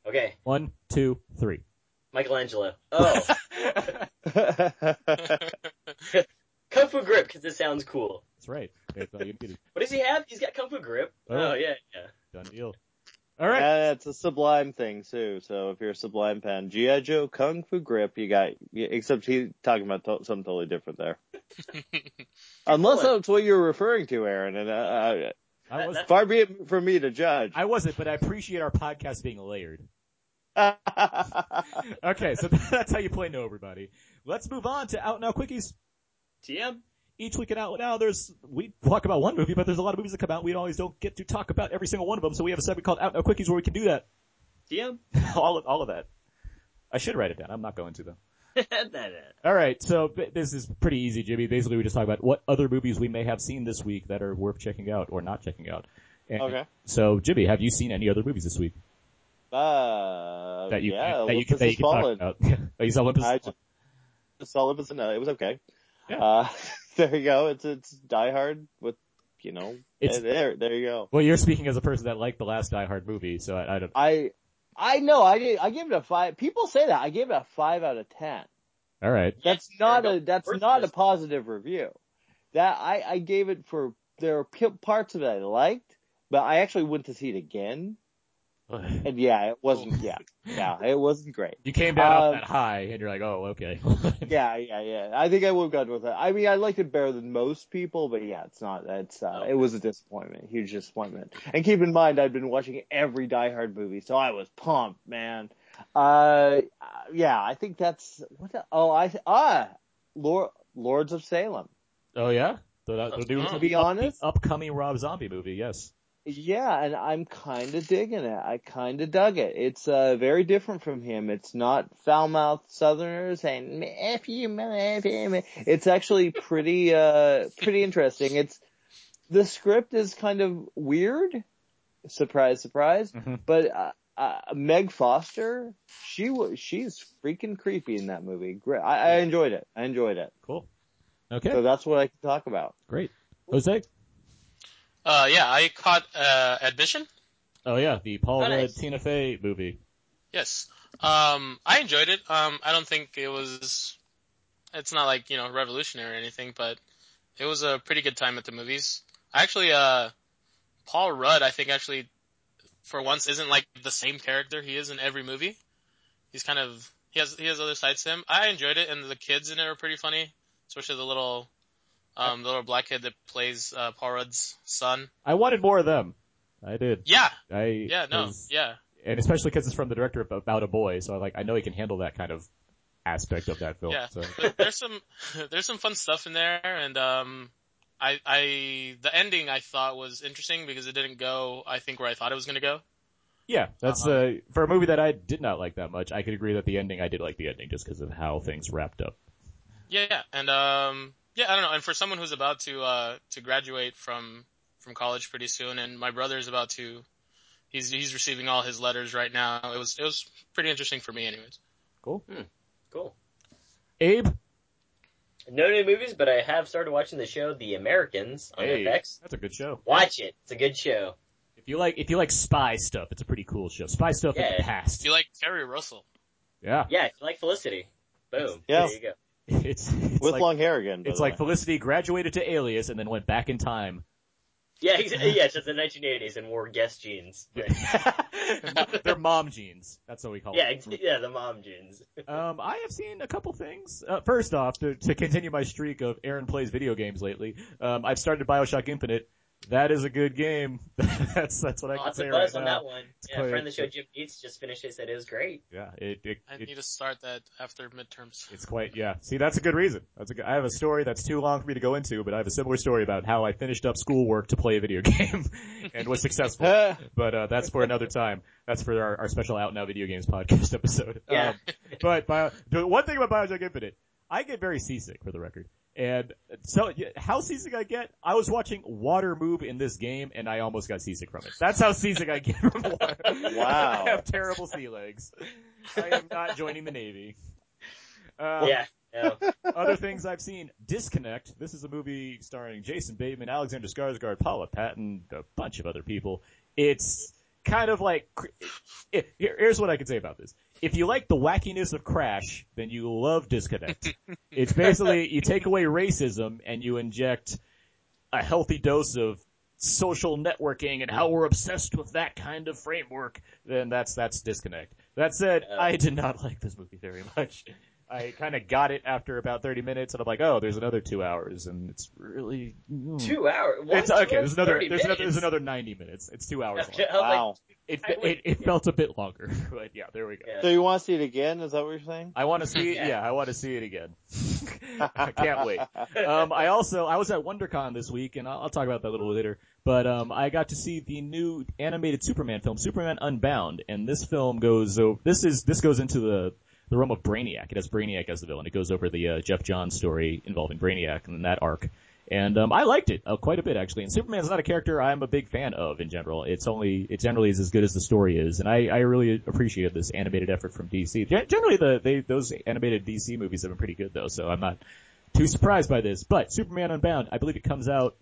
Speaker 3: Okay,
Speaker 2: One, two, three.
Speaker 3: Michelangelo. Oh,
Speaker 2: That's
Speaker 3: kung fu grip because it sounds cool.
Speaker 2: right. That's all you needed.
Speaker 3: What does he have? He's got kung fu grip.
Speaker 2: Oh.
Speaker 3: Oh, yeah, yeah.
Speaker 2: Done deal. All right.
Speaker 4: Yeah, it's a Sublime thing too. So if you're a Sublime fan, GI Joe Kung Fu Grip, you got. yeah, Except he's talking about to- something totally different there. Unless that's what you're referring to, Aaron, and uh,
Speaker 2: I was.
Speaker 3: that-
Speaker 4: far be it for me to judge.
Speaker 2: I wasn't, but I appreciate our podcast being layered. Okay, so that's how you play no everybody. Let's move on to out now quickies.
Speaker 3: TM.
Speaker 2: Each week in out now, there's we talk about one movie, but there's a lot of movies that come out. We always don't get to talk about every single one of them, so we have a segment called out now quickies where we can do that.
Speaker 3: TM.
Speaker 2: all of all of that. I should write it down. I'm not going to though.
Speaker 3: Nah, nah.
Speaker 2: All right, so b- this is pretty easy, Jimmy. Basically, we just talk about what other movies we may have seen this week that are worth checking out or not checking out. And-
Speaker 4: Okay.
Speaker 2: So, Jimmy, have you seen any other movies this week
Speaker 4: Uh,
Speaker 2: that you
Speaker 4: yeah,
Speaker 2: that you,
Speaker 4: Olympus
Speaker 2: that you
Speaker 4: Has
Speaker 2: can talk
Speaker 4: Fallen.
Speaker 2: about? oh, you saw Olympus.
Speaker 4: I
Speaker 2: Has
Speaker 4: just saw Olympus and uh, it was okay.
Speaker 2: Yeah.
Speaker 4: Uh, there you go. It's it's Die Hard with you know
Speaker 2: It's-
Speaker 4: there there you go.
Speaker 2: Well, you're speaking as a person that liked the last Die Hard movie, so I, I don't.
Speaker 4: I I know I did, I gave it a five. People say that I gave it a five out of ten.
Speaker 2: All right.
Speaker 4: That's
Speaker 3: Yes,
Speaker 4: not
Speaker 3: there you
Speaker 4: a
Speaker 3: go.
Speaker 4: that's
Speaker 3: Worth
Speaker 4: not a
Speaker 3: this.
Speaker 4: positive review. That I I gave it for there are p- parts of it I liked, but I actually went to see it again. And yeah, it wasn't. Yeah, yeah, it wasn't great.
Speaker 2: You came down off
Speaker 4: Um,
Speaker 2: that high, and you're like, oh, okay.
Speaker 4: Yeah, yeah, yeah. I think I would have gone with that. I mean, I liked it better than most people, but yeah, it's not. It's uh, it was a disappointment, huge disappointment. And keep in mind, I'd been watching every Die Hard movie, so I was pumped, man. Uh, yeah, I think that's what. The, oh, I ah, Lord, Lords of Salem.
Speaker 2: oh yeah. So that, so do-
Speaker 5: To
Speaker 4: be honest-
Speaker 2: upcoming Rob Zombie movie. Yes.
Speaker 4: Yeah, and I'm kind of digging it. I kind of dug it. It's uh, very different from him. It's not foul-mouthed Southerners and "F you, man, F you, man." It's actually pretty, uh, pretty interesting. It's the script is kind of weird. Surprise, surprise.
Speaker 2: Mhm.
Speaker 4: But uh, uh, Meg Foster, she was, she's freaking creepy in that movie. Great. I, I enjoyed it. I enjoyed it.
Speaker 2: Cool. Okay.
Speaker 4: So that's what I can talk about.
Speaker 2: Great. Jose.
Speaker 5: Uh, yeah, I caught uh, Admission.
Speaker 2: Oh yeah, the Paul Rudd
Speaker 3: Oh, nice.
Speaker 2: Tina Fey movie.
Speaker 5: Yes. Um, I enjoyed it. Um, I don't think it was. It's not like you know revolutionary or anything, but it was a pretty good time at the movies. Actually, uh, Paul Rudd, I think actually, for once, isn't like the same character he is in every movie. He's kind of he has he has other sides to him. I enjoyed it, and the kids in it were pretty funny, especially the little, um, the little black kid that plays uh, Paul Rudd's son.
Speaker 2: I wanted more of them. I did.
Speaker 5: Yeah,
Speaker 2: I
Speaker 5: yeah, no,
Speaker 2: 'cause-
Speaker 5: yeah.
Speaker 2: and especially because it's from the director of About a Boy, so I like I know he can handle that kind of aspect of that film.
Speaker 5: Yeah.
Speaker 2: So.
Speaker 5: There- there's some there's some fun stuff in there, and um, I I the ending I thought was interesting because it didn't go I think where I thought it was gonna go.
Speaker 2: Yeah, that's uh,
Speaker 5: Uh-huh.
Speaker 2: for a movie that I did not like that much. I could agree that the ending I did like the ending just because of how things wrapped up.
Speaker 5: Yeah, yeah, and um, yeah, I don't know. And for someone who's about to uh to graduate from from college pretty soon, and my brother's about to, he's he's receiving all his letters right now. It was it was pretty interesting for me, anyways.
Speaker 3: Cool.
Speaker 2: Abe,
Speaker 3: No new movies, but I have started watching the show The Americans on
Speaker 2: Hey.
Speaker 3: FX.
Speaker 2: that's a good show.
Speaker 3: Watch it. It's a good show.
Speaker 2: If you like if you like spy stuff, it's a pretty cool show. Spy stuff in
Speaker 3: Yeah.
Speaker 2: the past.
Speaker 5: Do you like Kerry Russell?
Speaker 2: Yeah,
Speaker 3: Yeah, if you like Felicity. Boom.
Speaker 4: Yeah.
Speaker 3: There you go.
Speaker 2: it's, it's
Speaker 4: with
Speaker 2: like,
Speaker 4: long hair again. by
Speaker 2: it's
Speaker 4: the
Speaker 2: like
Speaker 4: way.
Speaker 2: Felicity graduated to Alias and then went back in time.
Speaker 3: Yeah, ex- yeah, to the 1980s and wore guest jeans. Right.
Speaker 2: They're mom jeans. That's what we call
Speaker 3: Yeah,
Speaker 2: it.
Speaker 3: ex- yeah, the mom jeans.
Speaker 2: Um, I have seen a couple things. Uh, first off, to, to continue my streak of Aaron plays video games lately, um, I've started Bioshock Infinite. That is a good game. that's that's what I can
Speaker 3: Lots
Speaker 2: say
Speaker 3: of
Speaker 2: right
Speaker 3: buzz
Speaker 2: now.
Speaker 3: on that one. Yeah,
Speaker 2: quite-
Speaker 3: a friend of the show, Jim Eats, just finished it. Said it was great.
Speaker 2: Yeah, it, it,
Speaker 5: I
Speaker 2: it-
Speaker 5: need to start that after midterms.
Speaker 2: it's quite yeah. See, that's a good reason. That's a good, I have a story that's too long for me to go into, but I have a similar story about how I finished up schoolwork to play a video game and was successful.
Speaker 4: Ah,
Speaker 2: but uh, that's for another time. That's for our, our special Out Now Video Games podcast episode.
Speaker 3: Yeah.
Speaker 2: Um, but bio, the one thing about Bioshock Infinite, I get very seasick for the record. And so, yeah, how seasick I get? I was watching water move in this game, and I almost got seasick from it. That's how seasick I get from water.
Speaker 4: Wow.
Speaker 2: I have terrible sea legs. I am not joining the Navy. Uh,
Speaker 3: Yeah. No.
Speaker 2: other things I've seen, Disconnect. This is a movie starring Jason Bateman, Alexander Skarsgård, Paula Patton, a bunch of other people. It's kind of like, it, here- here's what I can say about this. If you like the wackiness of Crash, then you love Disconnect. it's basically, you take away racism and you inject a healthy dose of social networking and how we're obsessed with that kind of framework, then that's, that's Disconnect. That said, I did not like this movie very much. I kind of got it after about 30 minutes, and I'm like, oh, there's another two hours, and it's really mm.
Speaker 3: Two hours. What?
Speaker 2: It's okay. There's another.
Speaker 3: 30
Speaker 2: There's another. There's
Speaker 3: minutes?
Speaker 2: another 90 minutes. It's two hours long.
Speaker 3: Okay, I was
Speaker 4: wow.
Speaker 2: It
Speaker 3: I would-
Speaker 2: it, it felt a bit longer, but yeah, there we go.
Speaker 3: like,
Speaker 4: so
Speaker 3: yeah.
Speaker 4: you want to see it again? Is that what you're saying?
Speaker 2: I want to see.
Speaker 3: Yeah.
Speaker 2: Yeah, I want to see it again. I can't wait. Um, I also I was at WonderCon this week, and I'll, I'll talk about that a little later. But um, I got to see the new animated Superman film, Superman Unbound, and this film goes over. This is this goes into the the realm of Brainiac. It has Brainiac as the villain. It goes over the uh, Jeff Johns story involving Brainiac and then that arc. And um, I liked it uh, quite a bit actually. And Superman's not a character I'm a big fan of in general. It's only it generally is as good as the story is, and I, I really appreciated this animated effort from DC. Gen- Generally, the they, those animated DC movies have been pretty good though, so I'm not too surprised by this. But Superman Unbound, I believe it comes out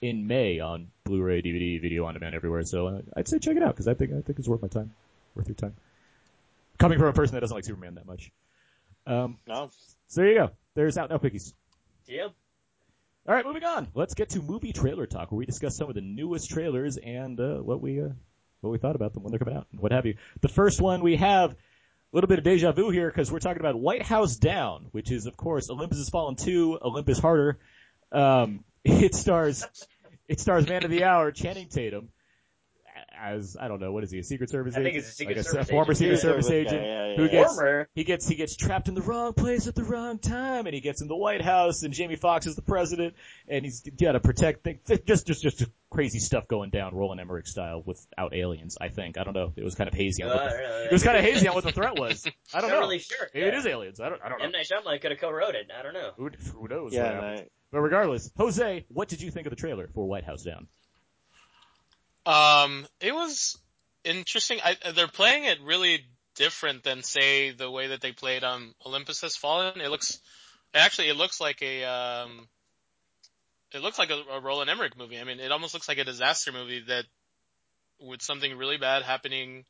Speaker 2: in May on Blu-ray, DVD, video on demand everywhere. So uh, I'd say check it out because I think I think it's worth my time, worth your time. Coming from a person that doesn't like Superman that much. Um,
Speaker 4: No.
Speaker 2: so there you go. There's out now pickies.
Speaker 3: Yeah.
Speaker 2: All right, moving on. Let's get to movie trailer talk, where we discuss some of the newest trailers and uh, what we uh, what we thought about them when they're coming out and what have you. The first one we have a little bit of deja vu here because we're talking about White House Down, which is of course Olympus Has Fallen Two, Olympus Harder. Um, it stars it stars Man of the Hour Channing Tatum as I don't know what is he a Secret Service
Speaker 3: I
Speaker 2: agent?
Speaker 3: think he's a Secret
Speaker 2: Like
Speaker 3: Service
Speaker 2: former
Speaker 3: agent.
Speaker 2: Secret
Speaker 3: Yeah.
Speaker 2: Service
Speaker 4: Service guy,
Speaker 2: agent
Speaker 4: yeah, yeah,
Speaker 2: who
Speaker 4: yeah.
Speaker 2: gets
Speaker 3: Former.
Speaker 2: he gets he gets trapped in the wrong place at the wrong time, and he gets in the White House, and Jamie Foxx is the president, and he's got to protect things. Just just just crazy stuff going down, Roland Emmerich style, without aliens. I think I don't know. It was kind of hazy. On
Speaker 3: Uh,
Speaker 2: what
Speaker 3: I
Speaker 2: the,
Speaker 3: don't know.
Speaker 2: it was kind of hazy on what the threat was. I don't
Speaker 3: Not
Speaker 2: know.
Speaker 3: really sure.
Speaker 2: Maybe it
Speaker 3: Yeah.
Speaker 2: is aliens. I don't. I don't
Speaker 3: M
Speaker 2: know.
Speaker 3: Night Shyamalan could have co-wrote it. I don't know.
Speaker 2: Who, who knows? what
Speaker 4: Yeah. and
Speaker 2: happened.
Speaker 4: I-
Speaker 2: But regardless, Jose, what did you think of the trailer for White House Down?
Speaker 5: Um, it was interesting. I, they're playing it really different than say the way that they played um Olympus Has Fallen. It looks actually it looks like a um it looks like a, a Roland Emmerich movie. I mean, it almost looks like a disaster movie that with something really bad happening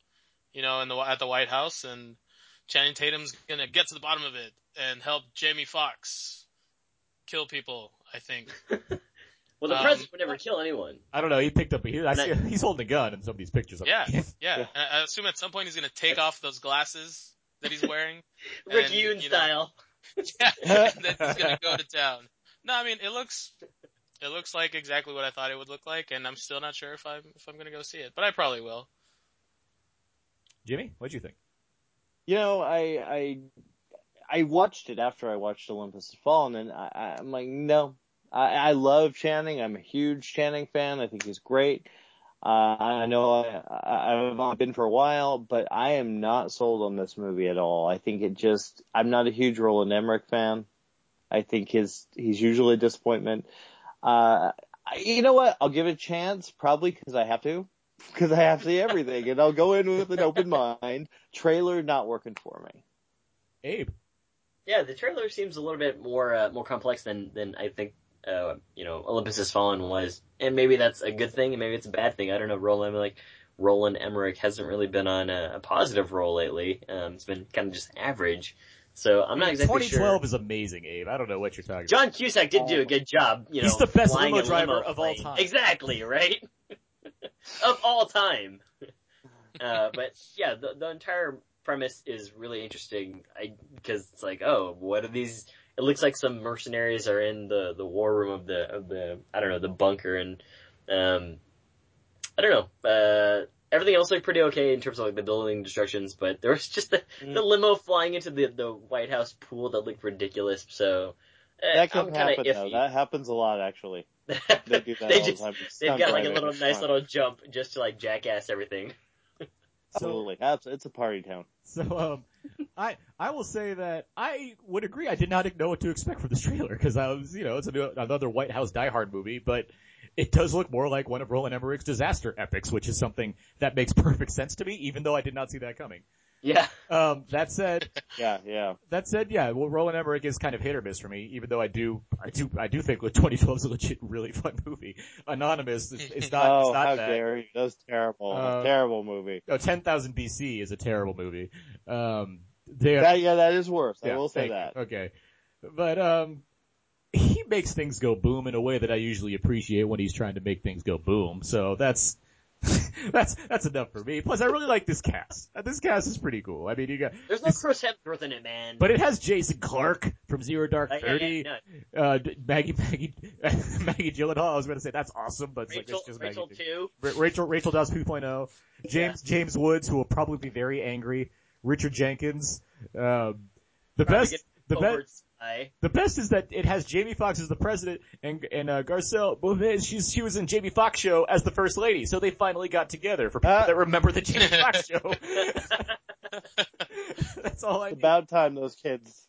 Speaker 5: you know, in the at the White House, and Channing Tatum's gonna get to the bottom of it and help Jamie Fox kill people. I think.
Speaker 3: Well, the
Speaker 5: Um,
Speaker 3: president would never kill anyone.
Speaker 2: I don't know. He picked up. A, he, I see,
Speaker 3: And
Speaker 2: he's holding a gun in some of these pictures.
Speaker 5: Yeah, yeah. And I I assume at some point he's gonna take off those glasses that he's wearing.
Speaker 3: Rick
Speaker 5: And,
Speaker 3: Yoon
Speaker 5: you know-
Speaker 3: style.
Speaker 5: yeah, and then he's gonna go to town. No, I mean it looks, it looks like exactly what I thought it would look like, and I'm still not sure if I'm if I'm gonna go see it, but I probably will.
Speaker 2: Jimmy, what'd you think?
Speaker 4: You know, I I I watched it after I watched Olympus Has Fallen, and I, I- I'm like, no, I, I love Channing. I'm a huge Channing fan. I think he's great. Uh, I know I, I, I've not been for a while, but I am not sold on this movie at all. I think it just I'm not a huge Roland Emmerich fan. I think his he's usually a disappointment. Uh, I, you know what? I'll give it a chance, probably because I have to, because I have to see everything, and I'll go in with an open mind trailer not working for me.
Speaker 2: Abe.
Speaker 3: Yeah, the trailer seems a little bit more uh, more complex than than I think. Uh, you know, Olympus Has Fallen was, and maybe that's a good thing, and maybe it's a bad thing. I don't know. Roland like Roland Emmerich hasn't really been on a, a positive role lately. Um, it's been kind of just average. So I'm not exactly
Speaker 2: 2012
Speaker 3: sure.
Speaker 2: is amazing, Abe. I don't know what you're talking
Speaker 3: John Cusack did do a good job. You know,
Speaker 2: He's the best
Speaker 3: flying
Speaker 2: limo
Speaker 3: a
Speaker 2: driver of all
Speaker 3: plane.
Speaker 2: time.
Speaker 3: Exactly right. of all time. uh, but yeah, the, the entire premise is really interesting. I because it's like, oh, what are these? It looks like some mercenaries are in the the war room of the of the I don't know the bunker and um I don't know. Uh, everything else looked pretty okay in terms of like the building destructions, but there was just the, the limo flying into the the White House pool that looked ridiculous. So uh,
Speaker 4: That can
Speaker 3: I'm kind
Speaker 4: happen
Speaker 3: of
Speaker 4: though.
Speaker 3: iffy.
Speaker 4: That happens a lot actually. They do that
Speaker 3: They
Speaker 4: all
Speaker 3: just-
Speaker 4: the time. It's
Speaker 3: They've
Speaker 4: stunt
Speaker 3: got like a
Speaker 4: driving.
Speaker 3: little
Speaker 4: It's
Speaker 3: nice
Speaker 4: fun.
Speaker 3: little jump just to like jackass everything.
Speaker 2: about. So-
Speaker 4: Absolutely, That's, it's a party town.
Speaker 2: So um, I I will say that I would agree. I did not know what to expect from this trailer because I was you know it's a new, another White House Die Hard movie, but it does look more like one of Roland Emmerich's disaster epics, which is something that makes perfect sense to me, even though I did not see that coming.
Speaker 3: Yeah.
Speaker 2: Um, that said,
Speaker 4: Yeah, yeah.
Speaker 2: that said, yeah, well, Roland Emmerich is kind of hit or miss for me, even though I do I do I do think 2012 is a legit really fun movie. Anonymous is, is not
Speaker 4: oh,
Speaker 2: it's not
Speaker 4: how
Speaker 2: that.
Speaker 4: dare you! That was terrible.
Speaker 2: Uh,
Speaker 4: terrible movie.
Speaker 2: Oh, 10,000 BC is a terrible movie. Um, they are-
Speaker 4: That, yeah, that is worse. I
Speaker 2: Yeah,
Speaker 4: will say
Speaker 2: thank
Speaker 4: that.
Speaker 2: you. Okay. But um he makes things go boom in a way that I usually appreciate when he's trying to make things go boom. So that's that's that's enough for me. Plus I really like this cast. Uh, This cast is pretty cool. I mean you got
Speaker 3: There's no Chris Hemsworth in it, man.
Speaker 2: but it has Jason Clark from Zero Dark
Speaker 3: Like, yeah,
Speaker 2: Thirty,
Speaker 3: yeah,
Speaker 2: uh, d- Maggie, Maggie, Maggie Gyllenhaal. I was gonna say that's awesome, but it's
Speaker 3: Rachel,
Speaker 2: like, it's just
Speaker 3: Rachel
Speaker 2: Maggie.
Speaker 3: too.
Speaker 2: Ra- Rachel Rachel Dawes 2.0, James James Woods, who will probably be very angry, Richard Jenkins. Um, the best,
Speaker 3: get
Speaker 2: the best,
Speaker 3: Overt Spy.
Speaker 2: the best is that it has Jamie Foxx as the president and and uh, Garcelle Beauvais. She's she was in Jamie Foxx show as the first lady, so they finally got together for people
Speaker 4: Ah.
Speaker 2: that remember the Jamie Foxx show. That's all I
Speaker 4: It's
Speaker 2: need.
Speaker 4: about time those kids.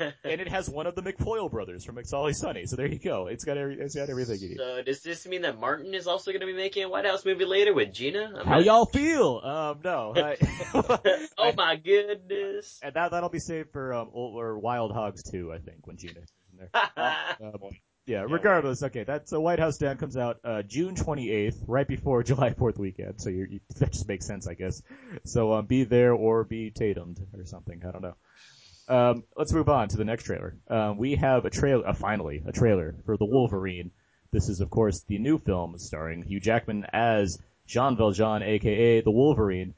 Speaker 2: and it has one of the McFoyle brothers from It's Always Sunny. So there you go. It's got every, it's got everything you need.
Speaker 3: So does this mean that Martin is also going to be making a White House movie later with Gina? I'm
Speaker 2: How
Speaker 3: not-
Speaker 2: y'all feel? Um, no. I-
Speaker 3: oh my goodness.
Speaker 2: and that that'll be saved for um old, or Wild Hogs too, I think, when Gina is in there. Uh, yeah, regardless. Okay, that's so White House Down comes out uh June 28th, right before July 4th weekend. So you're, you that just makes sense, I guess. So um, be there or be Tatumed or something. I don't know. Um, let's move on to the next trailer. Um, we have a trailer, uh, finally, a trailer for The Wolverine. This is, of course, the new film starring Hugh Jackman as Jean Valjean, aka The Wolverine.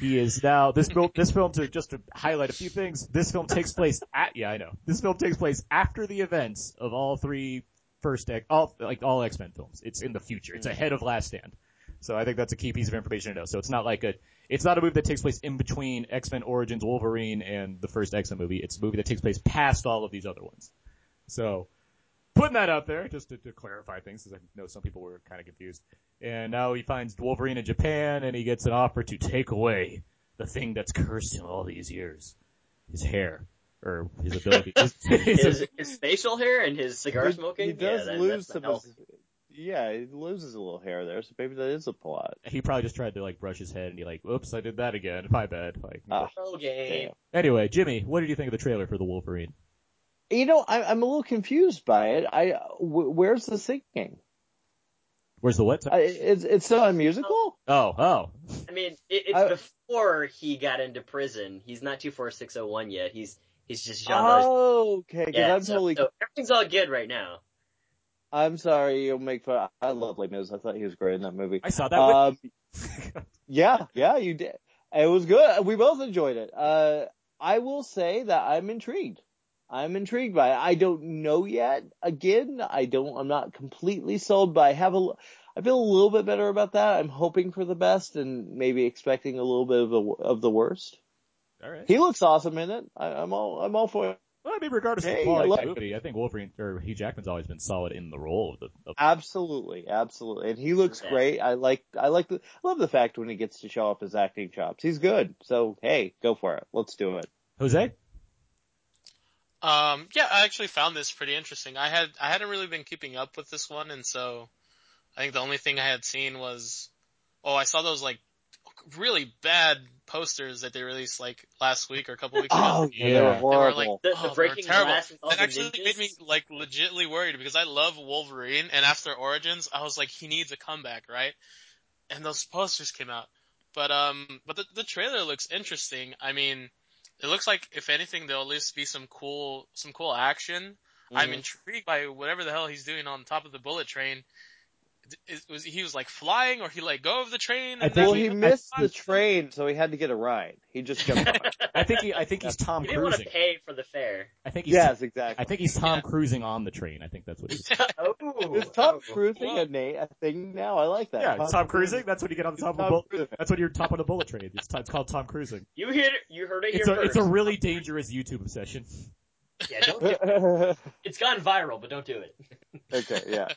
Speaker 2: He is now this film. This film to just to highlight a few things. This film takes place at yeah, I know. This film takes place after the events of all three first X, all like all X Men films. It's in the future. It's ahead of Last Stand. So I think that's a key piece of information to know. So it's not like a, it's not a movie that takes place in between X-Men Origins Wolverine and the first X-Men movie. It's a movie that takes place past all of these other ones. So putting that out there just to, to clarify things because I know some people were kind of confused. And now he finds Wolverine in Japan and he gets an offer to take away the thing that's cursed him all these years. His hair. Or his ability. his-
Speaker 3: His, his facial hair and his cigar
Speaker 4: He-
Speaker 3: smoking.
Speaker 4: He does
Speaker 3: yeah, that-
Speaker 4: lose
Speaker 3: that's
Speaker 4: some.
Speaker 3: not
Speaker 4: Of
Speaker 3: healthy.
Speaker 4: his, yeah, he loses a little hair there, so maybe that is a plot.
Speaker 2: he probably just tried to like brush his head and he like, oops, I did that again. My bad. Like,
Speaker 4: Ah.
Speaker 3: Oh, game.
Speaker 2: Anyway, Jimmy, what did you think of the trailer for the Wolverine?
Speaker 4: You know, I, I'm a little confused by it. I w- where's the singing?
Speaker 2: Where's the what?
Speaker 4: I, it's it's not a musical.
Speaker 2: Oh, oh.
Speaker 3: I mean, it, it's
Speaker 4: I-
Speaker 3: before he got into prison. He's not two four six zero one yet. He's he's just Jean. Valjean.
Speaker 4: Oh, okay. 'cause
Speaker 3: yeah,
Speaker 4: I'm
Speaker 3: so,
Speaker 4: totally.
Speaker 3: so everything's all good right now.
Speaker 4: I'm sorry. You'll make fun. I love Les Mis. I thought he was great in that movie.
Speaker 2: I saw that. with-
Speaker 4: Um, yeah, yeah, you did. It was good. We both enjoyed it. Uh, I will say that I'm intrigued. I'm intrigued by it. I don't know yet. Again, I don't. I'm not completely sold, but I have a. l- I feel a little bit better about that. I'm hoping for the best and maybe expecting a little bit of the of the worst.
Speaker 2: all right.
Speaker 4: He looks awesome in it. I, I'm all. I'm all for it.
Speaker 2: Well, I mean, regardless of
Speaker 4: Hey,
Speaker 2: the
Speaker 4: I
Speaker 2: quality of
Speaker 4: love
Speaker 2: the
Speaker 4: it.
Speaker 2: movie, I think Wolverine or Hugh Jackman's always been solid in the role of the. Of,
Speaker 4: Absolutely, absolutely, and he looks
Speaker 3: Yeah.
Speaker 4: great. I like, I like, the, I love the fact when he gets to show off his acting chops. He's good. So hey, go for it. Let's do it.
Speaker 2: Jose.
Speaker 5: Um, yeah, I actually found this pretty interesting. I had I hadn't really been keeping up with this one, and so I think the only thing I had seen was oh, I saw those like really bad posters that they released like last week or a couple weeks ago.
Speaker 4: Oh, yeah,
Speaker 2: Yeah.
Speaker 4: they
Speaker 2: They were
Speaker 4: were
Speaker 2: like-
Speaker 4: horrible.
Speaker 3: The,
Speaker 5: Oh,
Speaker 3: the
Speaker 5: they were
Speaker 3: breaking
Speaker 5: terrible.
Speaker 3: glass with all
Speaker 5: That
Speaker 3: the
Speaker 5: actually
Speaker 3: ninjas.
Speaker 5: made me like legitly worried because I love Wolverine and after Origins I was like he needs a comeback, right? And those posters came out. But um but the the trailer looks interesting. I mean, it looks like if anything there'll at least be some cool some cool action. I'm
Speaker 3: Mm-hmm.
Speaker 4: Mhm.
Speaker 5: intrigued by whatever the hell he's doing on top of the bullet train. D- Is, was he was like flying or he let go of the train?
Speaker 2: I think
Speaker 5: and that
Speaker 4: Well,
Speaker 2: he-
Speaker 4: he
Speaker 2: I-
Speaker 4: missed the train, so he had to get a ride. He just jumped. on.
Speaker 2: I think he, I think he's Tom
Speaker 3: He didn't want to
Speaker 2: Cruising.
Speaker 3: pay for the fare.
Speaker 2: I think he's
Speaker 4: yes,
Speaker 2: I
Speaker 4: exactly.
Speaker 2: think he's Tom Cruising on the train. I think that's what he's.
Speaker 3: Oh,
Speaker 4: Is Tom Cruising a, na- a thing now? I like that.
Speaker 2: Yeah, Tom Cruising. That's when you get on the
Speaker 4: It's
Speaker 2: top of a
Speaker 4: Tom
Speaker 2: bullet.
Speaker 4: Cruising.
Speaker 2: That's when you're top of the bullet train. It's, it's called Tom Cruising.
Speaker 3: You heard it. You heard it here
Speaker 2: It's a
Speaker 3: first.
Speaker 2: it's a really dangerous YouTube obsession.
Speaker 3: yeah, don't do it.
Speaker 4: okay,
Speaker 3: It's gone viral, but don't do it.
Speaker 4: yeah.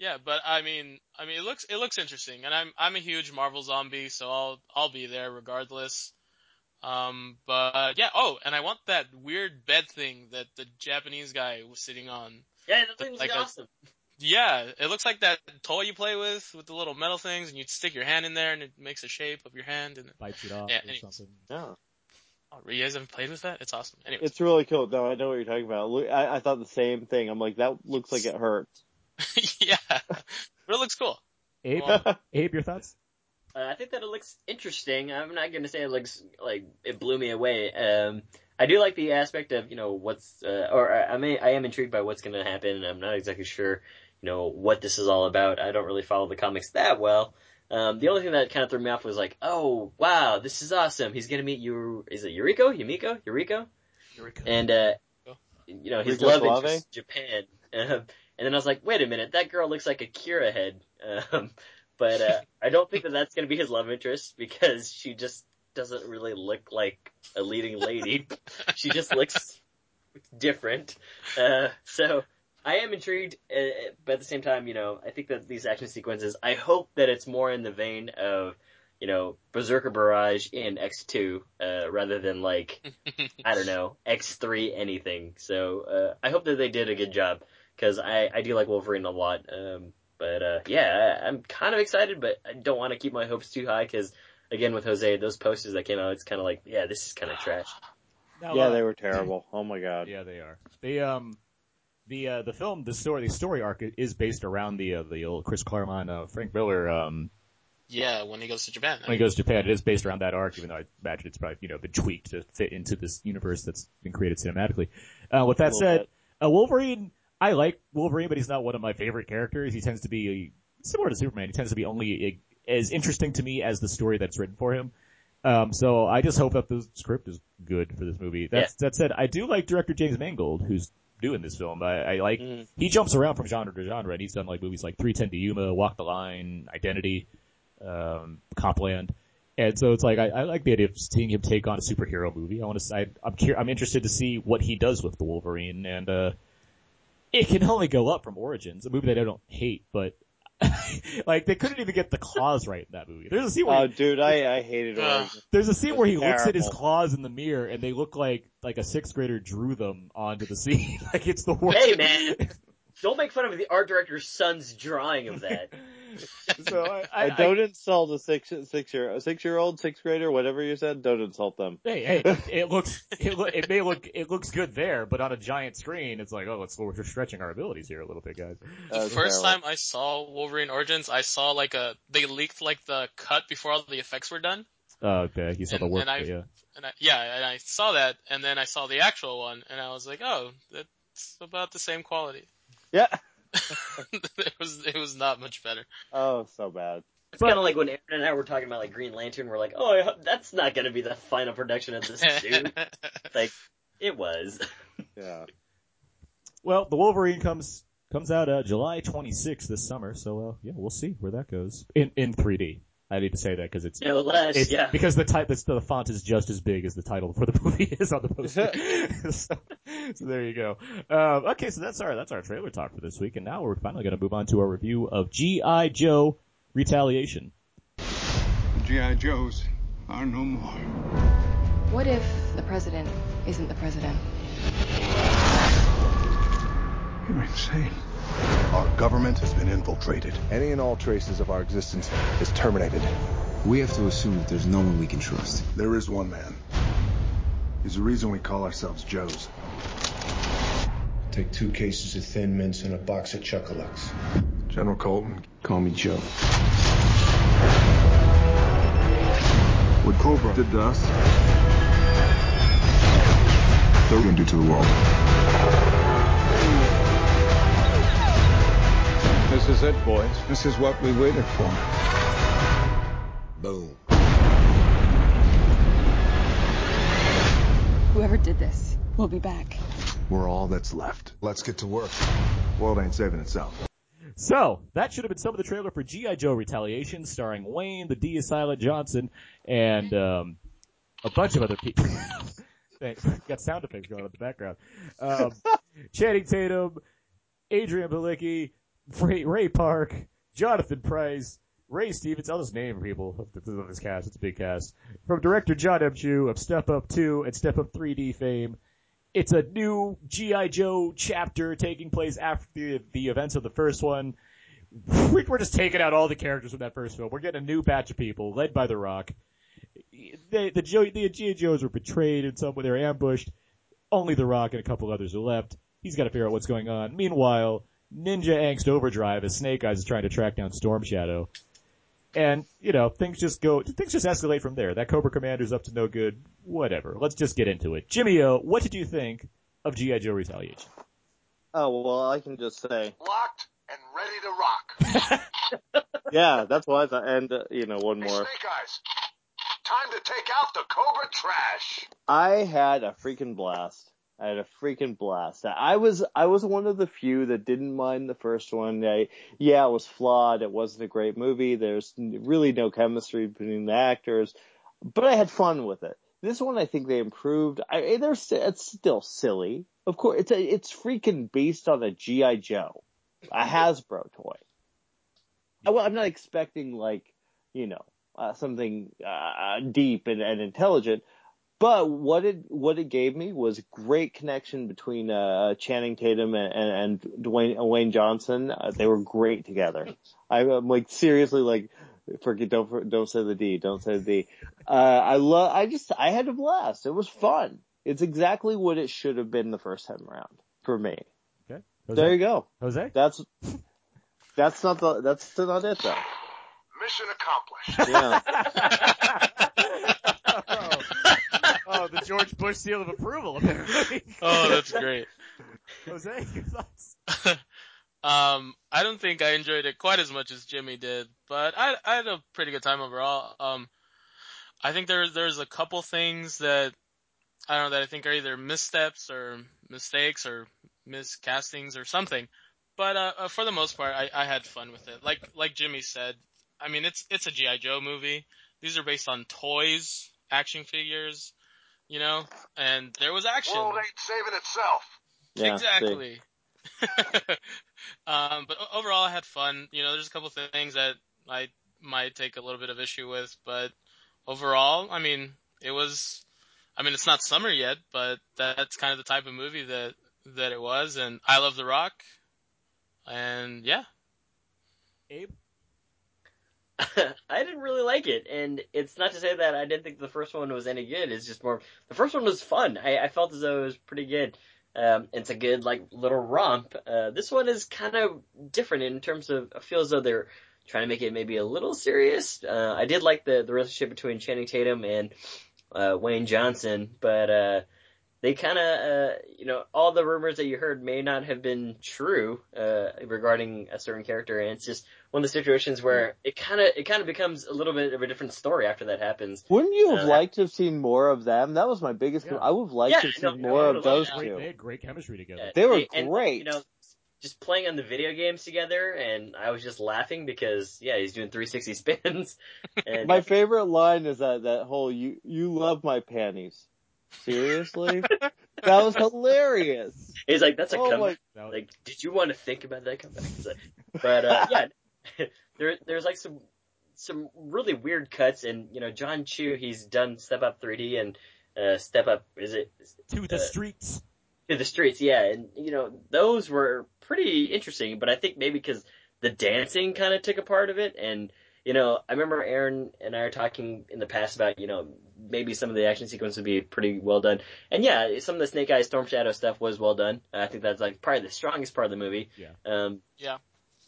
Speaker 5: Yeah, but I mean, I mean, it looks it looks interesting, and I'm I'm a huge Marvel zombie, so I'll I'll be there regardless. Um, but yeah. Oh, and I want that weird bed thing that the Japanese guy was sitting on.
Speaker 3: Yeah, that thing's
Speaker 5: Like a-
Speaker 3: awesome.
Speaker 5: Yeah, it looks like that toy you play with with the little metal things, and you stick your hand in there, and it makes a shape of your hand. And
Speaker 2: Bites it off
Speaker 5: Yeah,
Speaker 2: or
Speaker 5: anyways.
Speaker 2: something.
Speaker 4: No,
Speaker 5: oh, you guys haven't played with that? It's awesome. Anyways,
Speaker 4: it's really cool. No, I know what you're talking about. Look, I, I thought the same thing. I'm like, that looks like it hurt.
Speaker 5: yeah, but it looks cool.
Speaker 2: Abe, Abe, your thoughts?
Speaker 3: Uh, I think that it looks interesting. I'm not gonna say it looks like it blew me away. Um, I do like the aspect of you know what's uh, or I, I may I am intrigued by what's gonna happen. I'm not exactly sure you know what this is all about. I don't really follow the comics that well. Um, the only thing that kind of threw me off was like, oh wow, this is awesome. He's gonna meet you. Is it Yuriko? Yumiko? Yuriko? And uh, you know his
Speaker 4: Yuriko
Speaker 3: love
Speaker 4: Suave?
Speaker 3: interest Japan. Um, and then I was like, wait a minute, that girl looks like a Kira head. Um, but uh, I don't think that that's going to be his love interest because she just doesn't really look like a leading lady. she just looks different. Uh, so I am intrigued, uh, but at the same time, you know, I think that these action sequences, I hope that it's more in the vein of, you know, Berserker Barrage in X2, uh, rather than like, I don't know, X3 anything. So, uh, I hope that they did a good job, cause I, I do like Wolverine a lot. Um, but, uh, yeah, I, I'm kind of excited, but I don't want to keep my hopes too high, cause again, with Jose, those posters that came out, it's kind of like, yeah, this is kind of trash.
Speaker 2: Now,
Speaker 4: yeah,
Speaker 2: uh,
Speaker 4: they were terrible. Oh my god.
Speaker 2: Yeah, they are. They um, the uh, the film, the story, the story arc i- is based around the uh, the old Chris Claremont, uh, Frank Miller. Um,
Speaker 5: Yeah, when he goes to Japan.
Speaker 2: when he goes to Japan, it is based around that arc. Even though I imagine it's probably you know been tweaked to fit into this universe that's been created cinematically. Uh, with that
Speaker 4: little
Speaker 2: said, uh, Wolverine, I like Wolverine, but he's not one of my favorite characters. He tends to be similar to Superman. He tends to be only uh, as interesting to me as the story that's written for him. Um, so I just hope that the script is good for this movie. That's, That said, I do like director James Mangold, who's doing this film. I, I like, he jumps around from genre to genre, and he's done like movies like 310 to Yuma, Walk the Line, Identity, um, Copland. And so it's like, I, I like the idea of seeing him take on a superhero movie. I want to, I, I'm cur- I'm interested to see what he does with the Wolverine, and, uh, it can only go up from Origins, a movie that I don't hate, but, like, they couldn't even get the claws right in that movie. There's a scene where he-
Speaker 4: Oh, dude, I, I hated
Speaker 5: Ugh.
Speaker 4: Origins.
Speaker 2: there's a scene where he looks at his
Speaker 4: Terrible.
Speaker 2: claws in the mirror and they look like, like a sixth grader drew them onto the scene. like it's the worst.
Speaker 3: Hey man, don't make fun of the art director's son's drawing of that.
Speaker 2: So I, I,
Speaker 4: And Uh, don't insult a six six year a six year old sixth grader whatever you said. Don't insult them.
Speaker 2: Hey, hey, it looks, it, lo- it may look, it looks good there, but on a giant screen, it's like, oh, let's, we're stretching our abilities here a little bit, guys.
Speaker 4: That
Speaker 5: The
Speaker 4: was
Speaker 5: first
Speaker 4: terrible.
Speaker 5: time I saw Wolverine Origins, I saw like a they leaked like the cut before all the effects were done,
Speaker 2: Oh, okay, you saw
Speaker 5: And-
Speaker 2: the uh, work,
Speaker 5: and I-
Speaker 2: but yeah.
Speaker 5: and I, yeah, and I saw that, and then I saw the actual one, and I was like, oh, that's about the same quality.
Speaker 4: Yeah.
Speaker 5: it was it was not much better.
Speaker 4: Oh, so bad.
Speaker 3: It's kind of like when Aaron and I were talking about like Green Lantern. We're like, oh, I hope- that's not going to be the final production of this suit. like, it was.
Speaker 4: Yeah.
Speaker 2: Well, the Wolverine comes, comes out, uh, July 26th this summer, so, uh, yeah, we'll see where that goes. In, in 3D. I need to say that because it's,
Speaker 3: No less.
Speaker 2: it's-
Speaker 3: yeah.
Speaker 2: because the type, the, the font is just as big as the title for the movie is on the poster. so, so there you go. Um, okay, so that's our that's our trailer talk for this week, and now we're finally going to move on to our review of GI Joe Retaliation.
Speaker 6: G.I. Joes are no more.
Speaker 7: What if the president isn't the president?
Speaker 6: You're insane.
Speaker 8: Our government has been infiltrated. Any and all traces of our existence is terminated. We have to assume that there's no one we can trust.
Speaker 6: There is one man. There's a reason we call ourselves Joes.
Speaker 8: Take two cases of Thin Mints and a box of Chuckalux.
Speaker 6: General Colton
Speaker 8: Call me Joe.
Speaker 6: What Cobra did to us, they're going to do to the world. This is it, boys. This is what we waited for.
Speaker 9: Boom.
Speaker 7: Whoever did this will be back.
Speaker 8: We're all that's left.
Speaker 9: Let's get to work.
Speaker 6: World ain't saving itself.
Speaker 2: So that should have been some of the trailer for GI Joe Retaliation, starring Wayne, the D is Silent Johnson, and um, a bunch of other people. Thanks. Got sound effects going on in the background. Um, Channing Tatum, Adrian Balicki, Ray, Ray Park, Jonathan Price, Ray Stevens. I'll just name people of th- of this cast. It's a big cast. From director John M. Chu of Step Up 2 and Step Up 3D fame. It's a new G.I. Joe chapter taking place after the, the events of the first one. We- We're just taking out all the characters from that first film. We're getting a new batch of people led by The Rock. They, the, Joe, the G.I. Joes were betrayed in some way. They were ambushed. Only The Rock and a couple others are left. He's got to figure out what's going on. Meanwhile, Ninja Angst Overdrive as Snake Eyes is trying to track down Storm Shadow. And, you know, things just go, things just escalate from there. That Cobra Commander's up to no good. Whatever. Let's just get into it. Jimmy O, what did you think of G.I. Joe Retaliation?
Speaker 4: Oh well, I can just say,
Speaker 8: Locked and ready to rock.
Speaker 4: yeah, that's what I thought. And uh, you know, one more.
Speaker 8: Eyes, time to take out the Cobra trash.
Speaker 4: I had a freaking blast. I had a freaking blast. I was I was one of the few that didn't mind the first one. I, yeah, it was flawed. It wasn't a great movie. There's n- really no chemistry between the actors, but I had fun with it. This one, I think they improved. I, eh, they're s- it's still silly, of course. It's a, it's freaking based on a GI Joe, a Hasbro toy. I, well, I'm not expecting like you know uh, something uh, deep and, and intelligent. But what it what it gave me was great connection between uh, Channing Tatum and and, and Dwayne uh, Wayne Johnson. Uh, they were great together. I, I'm like seriously like forget don't don't say the D, don't say the D. Uh, I love. I just I had a blast. It was fun. It's exactly what it should have been the first time around for me.
Speaker 2: Okay.
Speaker 4: There you go.
Speaker 2: Jose?
Speaker 4: That's that's not the that's not it though.
Speaker 8: Mission accomplished.
Speaker 4: Yeah.
Speaker 2: Oh, the George Bush seal of approval, apparently.
Speaker 5: Oh, that's great.
Speaker 2: Jose, your thoughts?
Speaker 5: Um, I don't think I enjoyed it quite as much as Jimmy did, but I, I had a pretty good time overall. Um, I think there there's a couple things that I don't know that I think are either missteps or mistakes or miscastings or something. But uh, uh, for the most part, I, I had fun with it. Like like Jimmy said, I mean it's it's a GI Joe movie. These are based on toys, action figures, you know, and there was action.
Speaker 8: saving itself.
Speaker 4: Yeah, see.
Speaker 5: Exactly. um, but o- overall, I had fun. You know, there's a couple things that I might take a little bit of issue with, but overall, I mean, it was. I mean, it's not summer yet, but that's kind of the type of movie that that it was. And I love The Rock. And yeah,
Speaker 2: Abe.
Speaker 3: I didn't really like it, and it's not to say that I didn't think the first one was any good. It's just more the first one was fun. I, I felt as though it was pretty good. Um, it's a good like little romp. Uh, this one is kind of different in terms of I feel as though they're trying to make it maybe a little serious. Uh, I did like the the relationship between Channing Tatum and uh, Wayne Johnson, but uh, they kind of, uh, you know, all the rumors that you heard may not have been true uh, regarding a certain character, and it's just one of the situations where it kind of it kind of becomes a little bit of a different story after that happens.
Speaker 4: Wouldn't you have
Speaker 3: Uh,
Speaker 4: liked to have seen more of them? That was my biggest.
Speaker 2: Yeah.
Speaker 4: I would have liked
Speaker 3: Yeah,
Speaker 4: to have
Speaker 3: no,
Speaker 4: seen
Speaker 3: I
Speaker 4: more
Speaker 3: would've
Speaker 4: of those
Speaker 3: liked
Speaker 2: Great, they
Speaker 4: two.
Speaker 2: had great chemistry together.
Speaker 3: Uh,
Speaker 4: They were
Speaker 3: and,
Speaker 4: great.
Speaker 3: you know, just playing on the video games together, and I was just laughing because yeah, he's doing 360 spins. And
Speaker 4: My favorite line is that that whole "you you love my panties." Seriously, that was hilarious.
Speaker 3: he's like, "That's a
Speaker 4: oh
Speaker 3: comeback."
Speaker 4: my
Speaker 2: That was-
Speaker 3: like, did you want to think about that comeback? It's like- but uh, yeah, there, there's like some some really weird cuts, and you know, John Chu, he's done Step Up 3D and uh, Step Up is it
Speaker 2: to the
Speaker 3: uh,
Speaker 2: streets.
Speaker 3: to the streets? Yeah, and you know, those were pretty interesting, but I think maybe because the dancing kind of took a part of it, and you know, I remember Aaron and I were talking in the past about you know maybe some of the action sequence would be pretty well done, and yeah, some of the Snake Eyes Storm Shadow stuff was well done. I think that's like probably the strongest part of the movie.
Speaker 2: Yeah.
Speaker 3: Um,
Speaker 5: Yeah.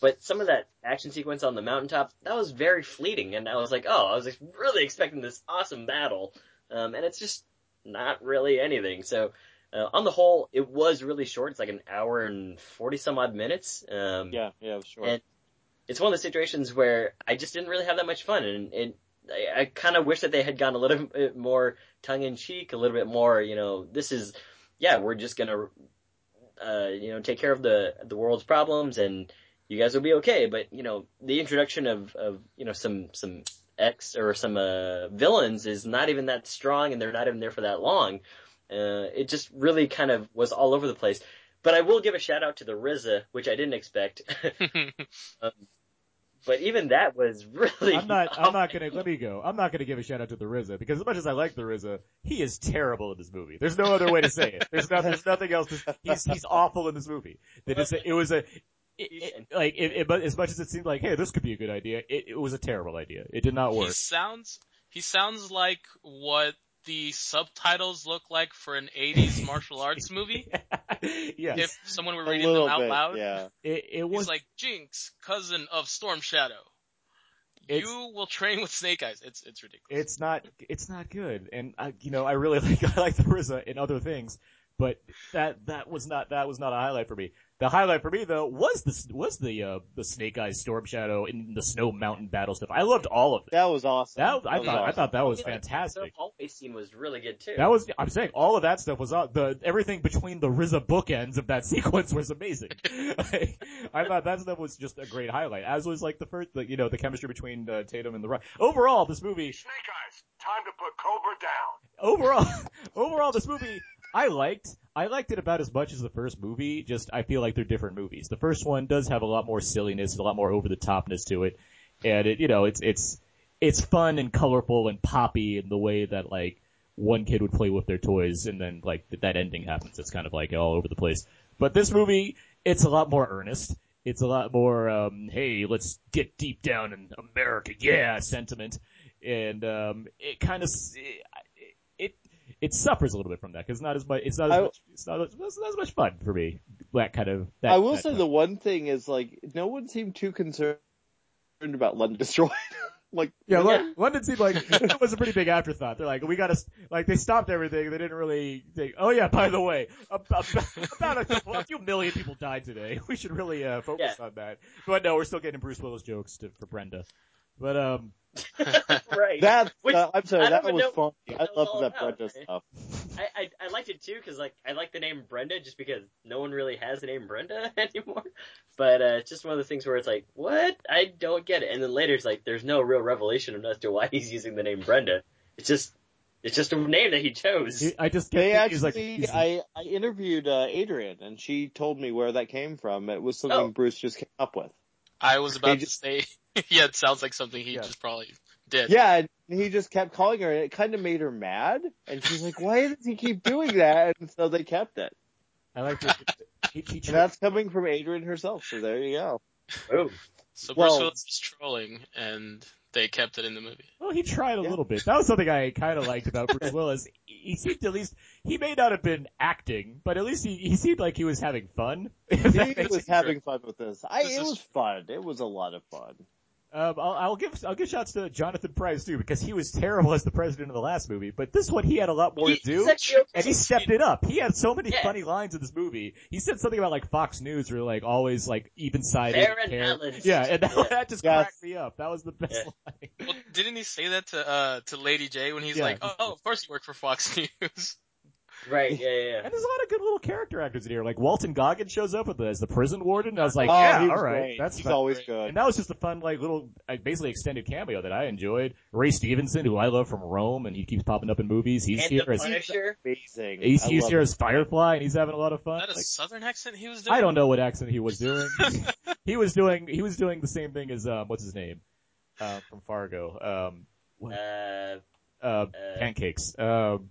Speaker 3: But some of that action sequence on the mountaintop, that was very fleeting, and I was like, oh, I was like, really expecting this awesome battle, um, and it's just not really anything. So, uh, on the whole, it was really short. It's like an hour and forty some odd minutes. Um,
Speaker 4: Yeah, yeah, sure.
Speaker 3: And- it's one of the situations where I just didn't really have that much fun, and it, I, I kind of wish that they had gone a little bit more tongue in cheek, a little bit more, you know, this is, yeah, we're just gonna, uh, you know, take care of the the world's problems, and you guys will be okay. But you know, the introduction of of you know some some ex or some uh, villains is not even that strong, and they're not even there for that long. Uh, it just really kind of was all over the place. But I will give a shout out to the RZA, which I didn't expect. But even that was really.
Speaker 2: I'm not. I'm not gonna. Let me go. I'm not gonna give a shout out to the RZA because as much as I like the RZA, he is terrible in this movie. There's no other way to say it. There's not. There's nothing else. To, he's he's awful in this movie. That is. It was a. It, it, like it, it, but as much as it seemed like, hey, this could be a good idea, it, it was a terrible idea. It did not
Speaker 5: he
Speaker 2: work.
Speaker 5: sounds he sounds like what the subtitles look like for an 80s martial arts movie.
Speaker 2: yeah,
Speaker 5: If someone were
Speaker 4: a
Speaker 5: reading them
Speaker 4: little
Speaker 5: out
Speaker 4: bit,
Speaker 5: loud,
Speaker 4: yeah.
Speaker 2: it, it
Speaker 5: he's
Speaker 2: was
Speaker 5: like Jinx, cousin of Storm Shadow.
Speaker 2: It's-
Speaker 5: you will train with Snake Eyes. It's it's ridiculous.
Speaker 2: it's not it's not good. And I you know I really like I like the RZA in other things, but that that was not that was not a highlight for me. The highlight for me though was the was the uh, the Snake Eyes Storm Shadow in the Snow Mountain battle stuff. I loved all of it.
Speaker 4: That was awesome.
Speaker 2: That I
Speaker 4: was
Speaker 2: thought I
Speaker 4: awesome.
Speaker 2: thought that was
Speaker 3: The
Speaker 2: fantastic.
Speaker 3: hallway scene was really good too.
Speaker 2: That was I'm saying all of that stuff was aw- the everything between the RZA bookends of that sequence was amazing. Like, I thought that stuff was just a great highlight. As was like the first, the, you know, the chemistry between uh, Tatum and the Rock. Overall, this movie
Speaker 6: Snake Eyes, time to put Cobra down.
Speaker 2: overall, overall, this movie I liked. I liked it about as much as the first movie. Just I feel like they're different movies. The first one does have a lot more silliness, a lot more over the topness to it, and it you know it's it's it's fun and colorful and poppy in the way that like one kid would play with their toys, and then like th- that ending happens. It's kind of like all over the place. But this movie, it's a lot more earnest. It's a lot more, um, hey, let's get deep down in America, yeah, sentiment, and um, it kind of it it suffers a little bit from that because not as much it's not as
Speaker 4: I-
Speaker 2: much it's not, as- it's not as much fun for me that kind of that,
Speaker 4: I will
Speaker 2: that
Speaker 4: say the one thing is like no one seemed too concerned about London Destroyed. like
Speaker 2: yeah,
Speaker 4: no-
Speaker 2: Lon- London seemed like it was a pretty big afterthought. They're like, we gotta s- like they stopped everything. They didn't really think. Oh yeah, by the way, about, about a, couple, a few million people died today. We should really uh, focus on that. But no, we're still getting Bruce Willis jokes to, for Brenda. But um,
Speaker 3: right.
Speaker 4: That's
Speaker 3: Which
Speaker 4: uh, I'm
Speaker 3: I
Speaker 4: sorry,
Speaker 3: don't
Speaker 4: that
Speaker 3: even
Speaker 4: was
Speaker 3: know
Speaker 4: fun. I
Speaker 3: what that was
Speaker 4: loved
Speaker 3: all
Speaker 4: that
Speaker 3: about.
Speaker 4: Brenda stuff.
Speaker 3: I, I I liked it too because like I like the name Brenda just because no one really has the name Brenda anymore. But uh, it's just one of the things where it's like, what? I don't get it. And then later it's like, there's no real revelation as to why he's using the name Brenda. It's just it's just a name that he chose.
Speaker 2: he- I just
Speaker 4: They
Speaker 2: kept-
Speaker 4: actually,
Speaker 2: he's like, he's-
Speaker 4: I, I interviewed uh, Adrian, and she told me where that came from. It was something
Speaker 3: Oh.
Speaker 4: Bruce just came up with.
Speaker 5: I was about
Speaker 4: just-
Speaker 5: to say, yeah, it sounds like something he
Speaker 2: Yeah.
Speaker 5: just probably did.
Speaker 4: Yeah, and he just kept calling her, and it kind of made her mad. And she's like, "Why does he keep doing that?" And so they kept it.
Speaker 2: I like the,
Speaker 4: And that's coming from Adrian herself. So there you go.
Speaker 3: Oh.
Speaker 5: So Bruce
Speaker 4: Well-
Speaker 5: Willis was trolling, and they kept it in the movie.
Speaker 2: Well, he tried a little bit. That was something I kind of liked about Bruce Willis. He seemed at least, he may not have been acting, but at least he, he seemed like he was having fun. If that
Speaker 4: He
Speaker 2: makes
Speaker 4: was
Speaker 2: sense.
Speaker 4: having fun with this. I,
Speaker 5: This
Speaker 4: it
Speaker 5: is-
Speaker 4: was fun. It was a lot of fun.
Speaker 2: Um, I'll, I'll give I'll give shots to Jonathan Price too because he was terrible as the president in the last movie, but this one he had a lot more
Speaker 3: He-
Speaker 2: to do,
Speaker 3: he's actually okay.
Speaker 2: and he stepped it up. He had so many
Speaker 3: Yeah.
Speaker 2: funny lines in this movie. He said something about like Fox News were like always like even sided.
Speaker 3: Fair and balanced.
Speaker 2: Yeah, and that,
Speaker 3: Yeah.
Speaker 2: that just
Speaker 4: Yes.
Speaker 2: cracked me up. That was the best line.
Speaker 5: Well, didn't he say that to uh to Lady J when he's
Speaker 2: Yeah.
Speaker 5: like, oh, oh, of course you work for Fox News.
Speaker 3: Right, yeah, yeah, yeah.
Speaker 2: And there's a lot of good little character actors in here. Like Walton Goggins shows up with the, as the prison warden. I was like,
Speaker 4: oh,
Speaker 2: yeah,
Speaker 4: he was
Speaker 2: all right,
Speaker 4: great.
Speaker 2: that's
Speaker 4: he's
Speaker 2: fun.
Speaker 4: always
Speaker 2: And
Speaker 4: good.
Speaker 2: that was just a fun, like, little, like, basically extended cameo that I enjoyed. Ray Stevenson, who I love from Rome, and he keeps popping up in movies. He's
Speaker 3: and
Speaker 2: here
Speaker 3: the
Speaker 2: as
Speaker 3: Punisher.
Speaker 4: Amazing.
Speaker 2: He's,
Speaker 4: I
Speaker 2: he's
Speaker 4: love
Speaker 2: here
Speaker 4: it.
Speaker 2: as Firefly, and he's having a lot of fun.
Speaker 5: Is that a
Speaker 2: Like,
Speaker 5: southern accent he was doing?
Speaker 2: I don't know what accent he was doing. he was doing he was doing the same thing as um, what's his name uh, from Fargo, um,
Speaker 3: Uh,
Speaker 2: uh, Pancakes. Um,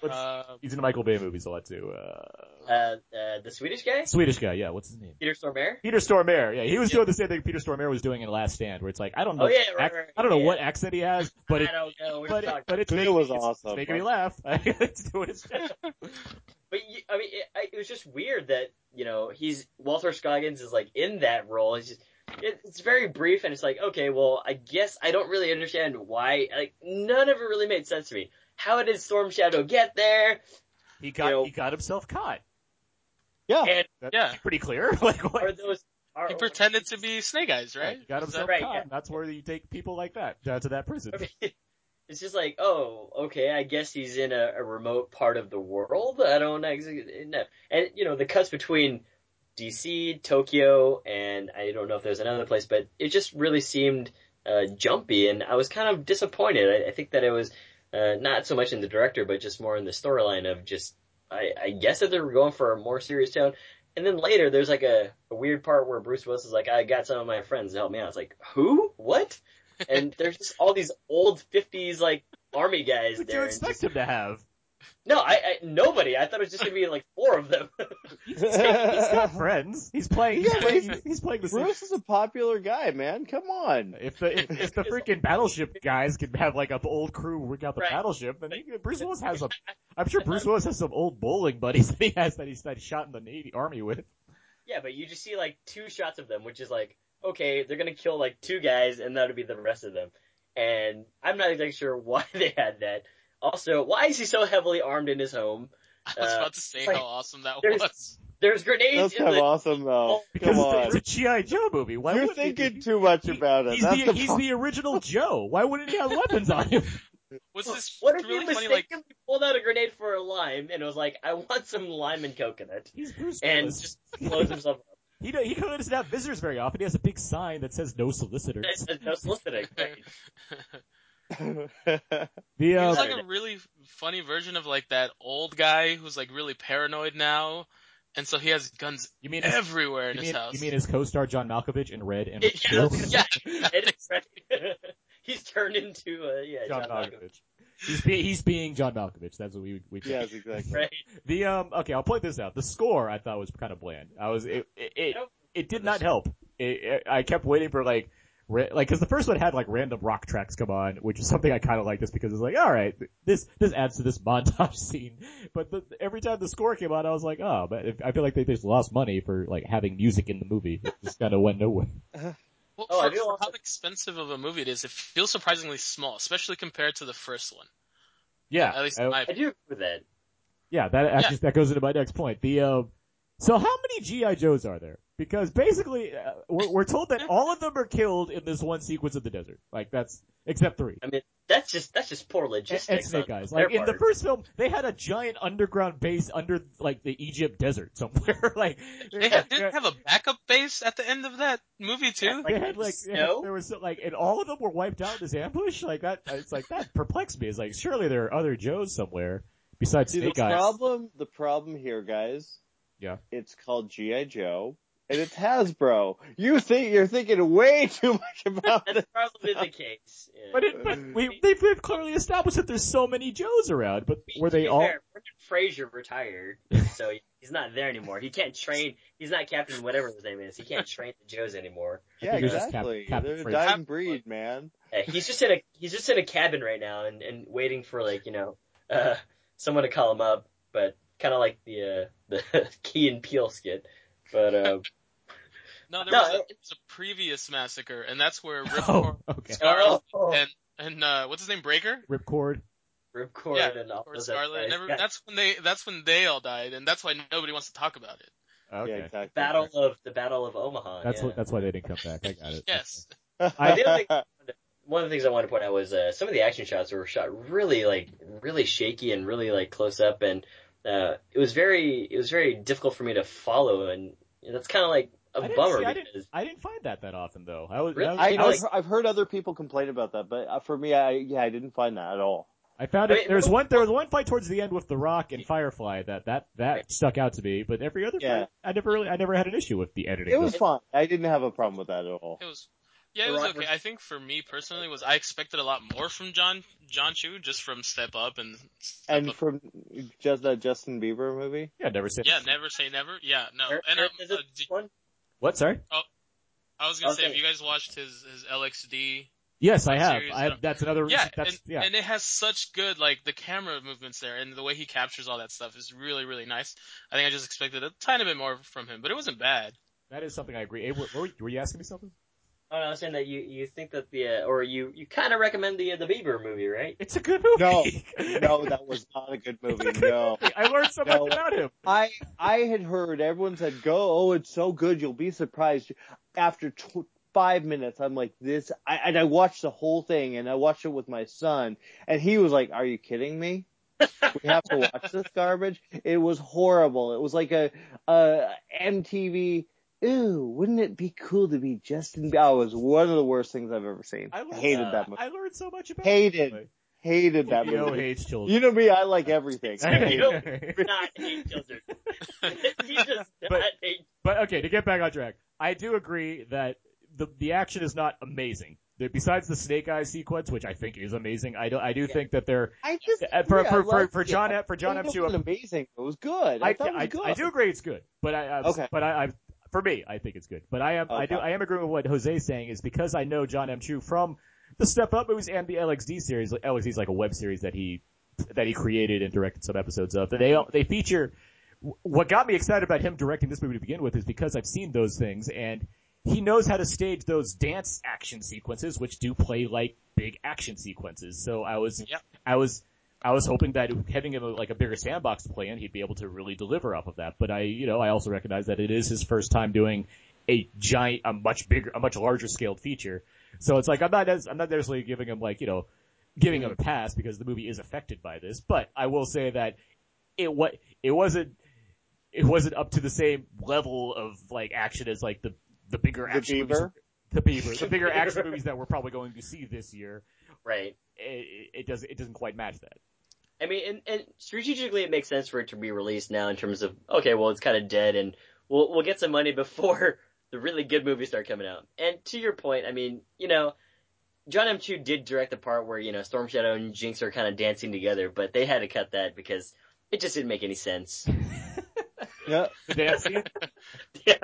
Speaker 2: what's-
Speaker 5: Uh,
Speaker 2: he's in Michael Bay movies a lot too. Uh,
Speaker 3: uh, uh, the Swedish guy?
Speaker 2: Swedish guy, yeah. What's his name?
Speaker 3: Peter Stormare?
Speaker 2: Peter Stormare, yeah, he was doing the same thing Peter Stormare was doing in Last Stand, where it's like I don't know,
Speaker 3: Oh, yeah, right,
Speaker 2: ac-
Speaker 3: right,
Speaker 2: I don't know
Speaker 3: yeah.
Speaker 2: what accent he has, but it,
Speaker 3: I don't know. We're
Speaker 2: but,
Speaker 3: talking.
Speaker 2: it, but it's
Speaker 4: It
Speaker 2: making,
Speaker 4: was
Speaker 2: it's-
Speaker 4: awesome,
Speaker 2: it's making me
Speaker 4: but-
Speaker 2: laugh. it's doing his
Speaker 3: But you, I mean, it, I, it was just weird that you know he's Walter Scoggins is like in that role. It's just it, it's very brief, and it's like okay, well, I guess I don't really understand why. Like none of it really made sense to me. How did Storm Shadow get there?
Speaker 2: He got
Speaker 3: You know-
Speaker 2: he got himself caught.
Speaker 4: Yeah.
Speaker 3: And
Speaker 2: That's
Speaker 5: Yeah.
Speaker 2: pretty clear. Like what?
Speaker 3: are those? Are,
Speaker 5: He pretended to be Snake Eyes, right?
Speaker 2: You got
Speaker 5: Is that-
Speaker 2: himself
Speaker 3: Oh. right,
Speaker 2: caught.
Speaker 3: yeah.
Speaker 2: and That's where you take people like that down to that prison.
Speaker 3: It's just like, oh, okay, I guess he's in a, a remote part of the world. I don't ex- know. And, you know, the cuts between DC, Tokyo, and I don't know if there's another place, but it just really seemed uh, jumpy, and I was kind of disappointed. I, I think that it was uh, not so much in the director, but just more in the storyline of just, I, I guess that they were going for a more serious tone. And then later, there's like a, a weird part where Bruce Willis is like, I got some of my friends to help me out. It's like, who? What? and there's just all these old fifties like army guys
Speaker 2: What do you
Speaker 3: there. and
Speaker 2: expect
Speaker 3: just-
Speaker 2: him to have?
Speaker 3: no, I, I nobody. I thought it was just gonna be like four of them.
Speaker 2: He's got friends. He's playing. He's
Speaker 4: Yeah,
Speaker 2: playing,
Speaker 4: but he's-
Speaker 2: he's playing the same.
Speaker 4: Bruce is a popular guy, man. Come on.
Speaker 2: If the if, if the freaking battleship guys can have like an old crew work out the
Speaker 3: Right.
Speaker 2: battleship, then he, Bruce Willis has a. I'm sure Bruce Willis has some old bowling buddies that he has that he's that he shot in the navy army with.
Speaker 3: yeah, but you just see like two shots of them, which is like okay, they're gonna kill like two guys, and that'll be the rest of them. And I'm not exactly sure why they had that. Also, why is he so heavily armed in his home?
Speaker 5: I was
Speaker 3: Uh,
Speaker 5: about to say
Speaker 3: like,
Speaker 5: how awesome that
Speaker 3: there's-
Speaker 5: was.
Speaker 3: There's grenades
Speaker 4: That's
Speaker 3: in
Speaker 4: kind of
Speaker 3: the.
Speaker 4: awesome, though.
Speaker 2: Because
Speaker 4: Come
Speaker 2: it's
Speaker 4: on.
Speaker 2: a, it's a GI Joe movie. Why
Speaker 4: You're
Speaker 2: wouldn't he-
Speaker 4: thinking too much
Speaker 2: he-
Speaker 4: about it.
Speaker 2: He's,
Speaker 4: That's
Speaker 2: the,
Speaker 4: the
Speaker 2: he's
Speaker 4: problem.
Speaker 2: the original Joe. Why wouldn't he have weapons on him?
Speaker 5: Was this
Speaker 3: What if
Speaker 5: really
Speaker 3: he
Speaker 5: funny? Like,
Speaker 3: mistakenly pulled out a grenade for a lime and was like, "I want some lime and coconut,"
Speaker 2: He's Bruce
Speaker 3: and
Speaker 2: Willis.
Speaker 3: just blows himself up?
Speaker 2: He don't, he kind of doesn't have visitors very often. He has a big sign that says no solicitors.
Speaker 3: That's no soliciting.
Speaker 2: The
Speaker 5: he
Speaker 2: uh,
Speaker 5: was like a really funny version of like that old guy who's like really paranoid now, and so he has guns
Speaker 2: you mean his,
Speaker 5: everywhere in
Speaker 2: you
Speaker 5: his
Speaker 2: mean,
Speaker 5: house.
Speaker 2: you mean his co-star John Malkovich in Red and
Speaker 3: Yeah, I
Speaker 2: Blue?
Speaker 3: was gonna say, It is right. He's turned into uh, yeah,
Speaker 2: John
Speaker 3: John, Malkovich.
Speaker 2: Malkovich. He's, be, he's being John Malkovich. That's what we we.
Speaker 4: yes, exactly.
Speaker 3: Right.
Speaker 2: The um okay, I'll point this out. The score I thought was kind of bland. I was it it it, it did not help. It, it, I kept waiting for like ra- like because the first one had like random rock tracks come on, which is something I kind of like this because it's like all right, this this adds to this montage scene. But the, every time the score came on, I was like, oh, but if, I feel like they just lost money for like having music in the movie. It just kind of went nowhere.
Speaker 5: Well,
Speaker 3: Oh, I
Speaker 5: for,
Speaker 3: do
Speaker 5: for
Speaker 3: also-
Speaker 5: how expensive of a movie it is, it feels surprisingly small, especially compared to the first one.
Speaker 2: Yeah,
Speaker 5: At least
Speaker 2: I-
Speaker 5: in my
Speaker 3: I do agree with that.
Speaker 2: Yeah, that actually that goes into my next point. The uh, so how many GI Joes are there? Because basically, uh, we're, we're told that all of them are killed in this one sequence of the desert. Like that's except three.
Speaker 3: I mean, that's just that's just poor
Speaker 2: And,
Speaker 3: logistics.
Speaker 2: and Snake
Speaker 3: on
Speaker 2: Eyes.
Speaker 3: their
Speaker 2: Like in the
Speaker 3: part.
Speaker 2: first film, they had a giant underground base under like the Egypt desert somewhere. like
Speaker 5: They had, didn't have a backup base at the end of that movie too.
Speaker 2: they had like they had-
Speaker 3: snow?
Speaker 2: there was like and all of them were wiped out in this ambush. Like that, it's like that perplexed me. It's like surely there are other Joes somewhere besides
Speaker 4: See, the
Speaker 2: Snake Eyes.
Speaker 4: problem, the problem here, guys.
Speaker 2: Yeah.
Speaker 4: It's called GI Joe, and it's Hasbro. You think you're thinking way too much about
Speaker 3: That's
Speaker 4: this.
Speaker 3: probably the case. Yeah.
Speaker 4: Uh,
Speaker 2: But, it, but we, they've, they've clearly established that there's so many Joes around, but were
Speaker 3: To
Speaker 2: they
Speaker 3: be
Speaker 2: all?
Speaker 3: fair, we're Frazier retired, so he's not there anymore. He can't train. He's not Captain whatever his name is. He can't train the Joes anymore.
Speaker 4: Yeah,
Speaker 2: think it was just Cap-
Speaker 4: exactly.
Speaker 2: Captain
Speaker 4: They're a
Speaker 2: Freedom.
Speaker 4: dying breed, man.
Speaker 3: Yeah, he's just in a he's just in a cabin right now and, and waiting for like you know uh, someone to call him up, but kind of like the uh, the Key and Peel skit. But uh,
Speaker 5: No, there
Speaker 3: No,
Speaker 5: was, a,
Speaker 3: it-
Speaker 5: there was a previous massacre, and that's where Rip
Speaker 2: Oh, okay.
Speaker 5: Scarlet
Speaker 3: Oh.
Speaker 5: and and uh, what's his name, Breaker,
Speaker 2: Ripcord.
Speaker 3: Ripcord
Speaker 5: yeah,
Speaker 3: and all
Speaker 5: or
Speaker 3: those
Speaker 5: Scarlet. And
Speaker 3: guys.
Speaker 5: every, that's when they that's when they all died, and that's why nobody wants to talk about it.
Speaker 2: Okay.
Speaker 4: Yeah, exactly.
Speaker 3: Battle of the Battle of Omaha.
Speaker 2: That's
Speaker 3: yeah.
Speaker 2: what, that's why they didn't come back. I got it.
Speaker 5: Yes,
Speaker 3: I did think- one of the things I want to point out was uh, some of the action shots were shot really like really shaky and really like close up, and uh, it was very it was very difficult for me to follow, and that's kind of like a
Speaker 2: I didn't,
Speaker 3: bummer
Speaker 2: see- I, didn't,
Speaker 3: because
Speaker 2: I didn't find that that often though. I was,
Speaker 3: Really?
Speaker 2: I, was-
Speaker 4: I,
Speaker 2: I was-
Speaker 4: I've, I've heard other people complain about that, but uh, for me, I yeah, I didn't find that at all.
Speaker 2: I found it.
Speaker 3: Wait,
Speaker 2: There's
Speaker 3: no.
Speaker 2: one. There was one fight towards the end with The Rock and Firefly that that that stuck out to me. But every other
Speaker 4: Yeah.
Speaker 2: fight, I never really, I never had an issue with the editing.
Speaker 4: It was
Speaker 2: though.
Speaker 4: fun. I didn't have a problem with that at all.
Speaker 5: it was. Yeah,
Speaker 3: The
Speaker 5: it was
Speaker 3: Rock was-
Speaker 5: okay. I think for me personally was I expected a lot more from John John Chu just from Step Up and Step
Speaker 4: And
Speaker 5: Up.
Speaker 4: from just that Justin Bieber movie,
Speaker 2: yeah, never said.
Speaker 5: yeah, never say never. Yeah, no.
Speaker 3: Eric-
Speaker 5: And um,
Speaker 3: Eric, is it
Speaker 5: uh, d-
Speaker 3: one?
Speaker 2: What? Sorry.
Speaker 5: I was gonna say,
Speaker 3: Okay.
Speaker 5: have you guys watched his his LXD?
Speaker 2: Yes, I have.
Speaker 5: Series,
Speaker 2: I
Speaker 5: though.
Speaker 2: have. That's another.
Speaker 5: Yeah,
Speaker 2: That's
Speaker 5: and,
Speaker 2: yeah.
Speaker 5: and it has such good like the camera movements there, and the way he captures all that stuff is really really nice. I think I just expected a tiny bit more from him, but it wasn't bad.
Speaker 2: that is something I agree. Hey, what- what were, you, were you asking me something?
Speaker 3: Oh, no, I was saying that you you think that the uh, or you you kind of recommend the uh, the Bieber movie, right?
Speaker 2: It's a good movie.
Speaker 4: no, that was not a good movie. No,
Speaker 2: I learned so
Speaker 4: No.
Speaker 2: much about him.
Speaker 4: I I had heard everyone said go. Oh, it's so good. You'll be surprised. After tw- five minutes, I'm like this. I, and I watched the whole thing, and I watched it with my son, and he was like, "Are you kidding me? We have to watch this garbage." It was horrible. It was like a, a MTV. Ooh, wouldn't it be cool to be Justin? Bieber? Oh, it was one of the worst things I've ever seen.
Speaker 2: I learned,
Speaker 4: hated that movie.
Speaker 2: I learned so much about
Speaker 4: Hated.
Speaker 2: him.
Speaker 4: hated that
Speaker 2: You know,
Speaker 4: movie.
Speaker 2: hates children.
Speaker 4: You know me. I like everything. I hate it.
Speaker 3: Not hate children. he does not
Speaker 2: But-
Speaker 3: hate.
Speaker 2: But okay, to get back on track, I do agree that the the action is not amazing. The- Besides the snake eye sequence, which I think is amazing, I do I do think that they're
Speaker 4: I just
Speaker 2: Uh, for-
Speaker 4: yeah,
Speaker 2: for-
Speaker 4: I
Speaker 2: for-
Speaker 4: liked
Speaker 2: for
Speaker 4: it.
Speaker 2: John F- for John
Speaker 4: It
Speaker 2: F. Chu,
Speaker 4: wasn't
Speaker 2: I'm-
Speaker 4: amazing. It was good. I,
Speaker 2: I,
Speaker 4: thought it was
Speaker 2: I,
Speaker 4: good.
Speaker 2: I do agree it's good, but I, I
Speaker 4: Okay.
Speaker 2: but I, I for me I think it's good. But I am I do
Speaker 4: Okay.
Speaker 2: I am agreeing with what Jose's saying is because I know John M. Chu from the Step Up movies and the LXD series. LXD is like a web series that he that he created and directed some episodes of. They they feature what got me excited about him directing this movie to begin with is because I've seen those things and he knows how to stage those dance action sequences, which do play like big action sequences. So I was,
Speaker 5: Yep.
Speaker 2: I was, I was hoping that having him like a bigger sandbox to play in, he'd be able to really deliver off of that. But I, you know, I also recognize that it is his first time doing a giant, a much bigger, a much larger scaled feature. So it's like I'm not, as, I'm not necessarily giving him like you know, giving him a pass because the movie is affected by this. But I will say that it what it wasn't it wasn't up to the same level of like action as like the the bigger
Speaker 4: The
Speaker 2: action movies,
Speaker 4: Beaver?
Speaker 2: the Beaver, the bigger action movies that we're probably going to see this year.
Speaker 3: Right.
Speaker 2: It, it doesn't it doesn't quite match that.
Speaker 3: I mean, and, and strategically, it makes sense for it to be released now in terms of okay, well, it's kind of dead, and we'll we'll get some money before the really good movies start coming out. And to your point, I mean, you know, John M. Chu did direct the part where you know Storm Shadow and Jinx are kind of dancing together, but they had to cut that because it just didn't make any sense.
Speaker 4: Yeah.
Speaker 2: The dance scene
Speaker 3: yeah,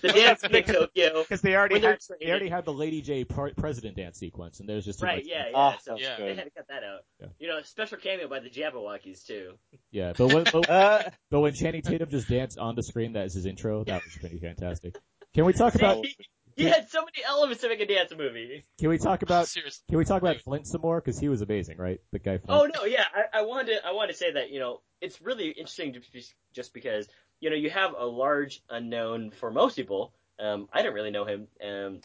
Speaker 3: the dance in Tokyo.
Speaker 2: because they already
Speaker 3: When they're
Speaker 2: had they already had the Lady J par- president dance sequence, and there's just too
Speaker 3: Right,
Speaker 2: much-
Speaker 3: yeah, yeah.
Speaker 4: Ah,
Speaker 3: so
Speaker 5: yeah.
Speaker 3: they had to cut that out.
Speaker 2: Yeah.
Speaker 3: You know, a special cameo by the Jabberwockies too.
Speaker 2: yeah. But when but,
Speaker 4: Uh,
Speaker 2: but when Channing Tatum just danced on the screen, that is his intro. That was pretty fantastic. Can we talk about
Speaker 3: he, he had so many elements to make a dance movie.
Speaker 2: Can we talk about
Speaker 5: Seriously,
Speaker 2: Can we talk about Flint some more? Because he was amazing, right? The guy. Flint.
Speaker 3: Oh no, yeah, I, I wanted to, I wanted to say that you know it's really interesting to, just because you know you have a large unknown for most people. Um, I didn't really know him, um,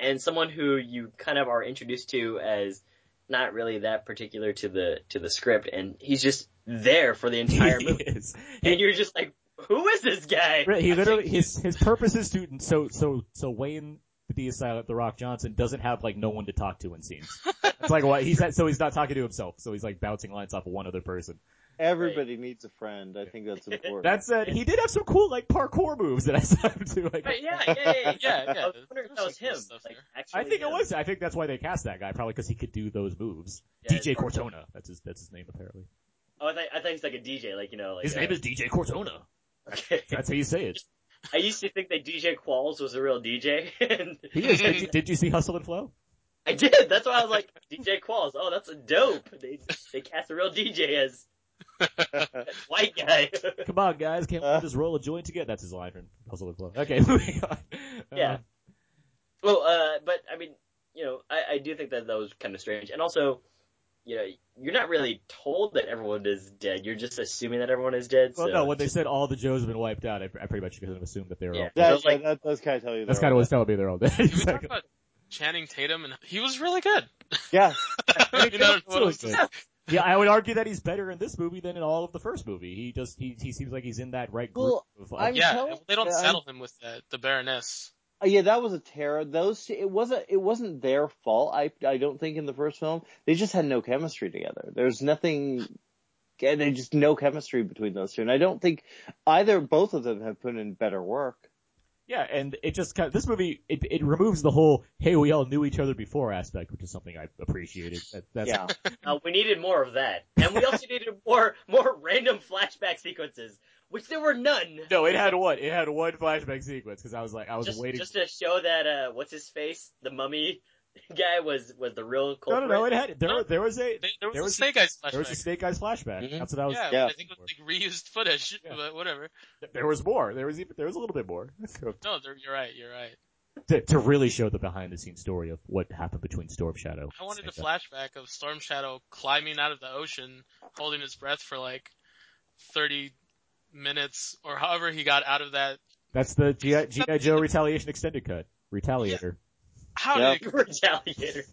Speaker 3: and someone who you kind of are introduced to as not really that particular to the to the script, and he's just there for the entire
Speaker 2: he
Speaker 3: movie,
Speaker 2: is.
Speaker 3: and you're just like, who is this guy?
Speaker 2: Right, He literally his his purpose is to so so so Wayne the D Silent the Rock Johnson doesn't have like no one to talk to in scenes. It's like why he's at, so he's not talking to himself, so he's like bouncing lines off of one other person.
Speaker 4: everybody needs a friend. I think that's important.
Speaker 2: That said, he did have some cool like parkour moves that I saw him do. Like,
Speaker 3: Right, yeah, yeah, yeah, yeah.
Speaker 5: Yeah, yeah.
Speaker 3: I was wondering if that
Speaker 5: There's some
Speaker 3: was
Speaker 5: cool
Speaker 3: him.
Speaker 5: stuff
Speaker 3: Like,
Speaker 5: there.
Speaker 3: actually, um,
Speaker 2: I think it
Speaker 3: him.
Speaker 2: was. I think that's why they cast that guy, probably because he could do those moves.
Speaker 3: Yeah,
Speaker 2: DJ
Speaker 3: it's-
Speaker 2: Cortona, that's his that's his name apparently.
Speaker 3: Oh, I, th- I think it's like a DJ, like you know, like
Speaker 2: His
Speaker 3: uh,
Speaker 2: name is DJ Cortona. That's how you say it.
Speaker 3: I used to think that DJ Qualls was a real DJ. and
Speaker 2: He is. Did you, did you see Hustle and Flow?
Speaker 3: I did. That's why I was like DJ Qualls. Oh, that's dope. They they cast a real DJ as white guy.
Speaker 2: Come on, guys, can't we just roll a joint together? That's his line from Hustle and Flow. Okay, moving on. Uh,
Speaker 3: yeah. Well, uh, but I mean, you know, I, I do think that that was kind of strange, and also, you know, you're not really told that everyone is dead. You're just assuming that everyone is dead.
Speaker 2: Well,
Speaker 3: so
Speaker 2: no, when they said all the Joes have been wiped out, I, I pretty much couldn't assume that they were all.
Speaker 3: Yeah.
Speaker 2: dead.
Speaker 4: That, that, that's kind of telling you.
Speaker 2: That's kind of what's telling me they're all dead. Exactly.
Speaker 5: Channing Tatum, and he was really good.
Speaker 4: Yeah.
Speaker 5: you know, what else to say?
Speaker 2: yeah, I would argue that he's better in this movie than in all of the first movie. He just he he seems like he's in that right group.
Speaker 4: Well,
Speaker 2: of,
Speaker 4: I'm
Speaker 5: yeah,
Speaker 4: telling-
Speaker 5: they don't
Speaker 4: I'm-
Speaker 5: settle him with that, the Baroness.
Speaker 4: Uh, yeah, that was a terror. Those two, it wasn't it wasn't their fault. I I don't think in the first film they just had no chemistry together. There's nothing. yeah, They just no chemistry between those two, and I don't think either both of them have put in better work.
Speaker 2: yeah, and it just kind of, this movie it it removes the whole hey we all knew each other before aspect, which is something I appreciated. That, that's
Speaker 4: Yeah,
Speaker 3: Uh, we needed more of that, and we also needed more more random flashback sequences, which there were none.
Speaker 2: no, it had one it had one flashback sequence because I was like I was
Speaker 3: just,
Speaker 2: waiting.
Speaker 3: just to show that uh, what's his face, the mummy guy was was the real
Speaker 2: no,
Speaker 3: culprit.
Speaker 2: no, no, it had there there was a
Speaker 5: They, there was
Speaker 2: There
Speaker 5: a
Speaker 2: was-
Speaker 5: Snake Eyes flashback.
Speaker 2: there was a Snake Eyes flashback.
Speaker 4: Mhm.
Speaker 2: That's what I was.
Speaker 5: yeah,
Speaker 4: yeah.
Speaker 5: I think it was like reused footage,
Speaker 2: Yeah.
Speaker 5: but whatever.
Speaker 2: There was more. There was even there was a little bit more.
Speaker 5: No, they're- you're right. You're right.
Speaker 2: to, to really show the behind the scenes story of what happened between Storm Shadow.
Speaker 5: I wanted a
Speaker 2: and Snake Eyes.
Speaker 5: flashback of Storm Shadow climbing out of the ocean, holding his breath for like 30 minutes or however he got out of that.
Speaker 2: That's the GI, G.I. Joe Retaliation Extended Cut. Retaliator.
Speaker 5: How
Speaker 4: Yeah.
Speaker 5: did it,
Speaker 3: retaliator.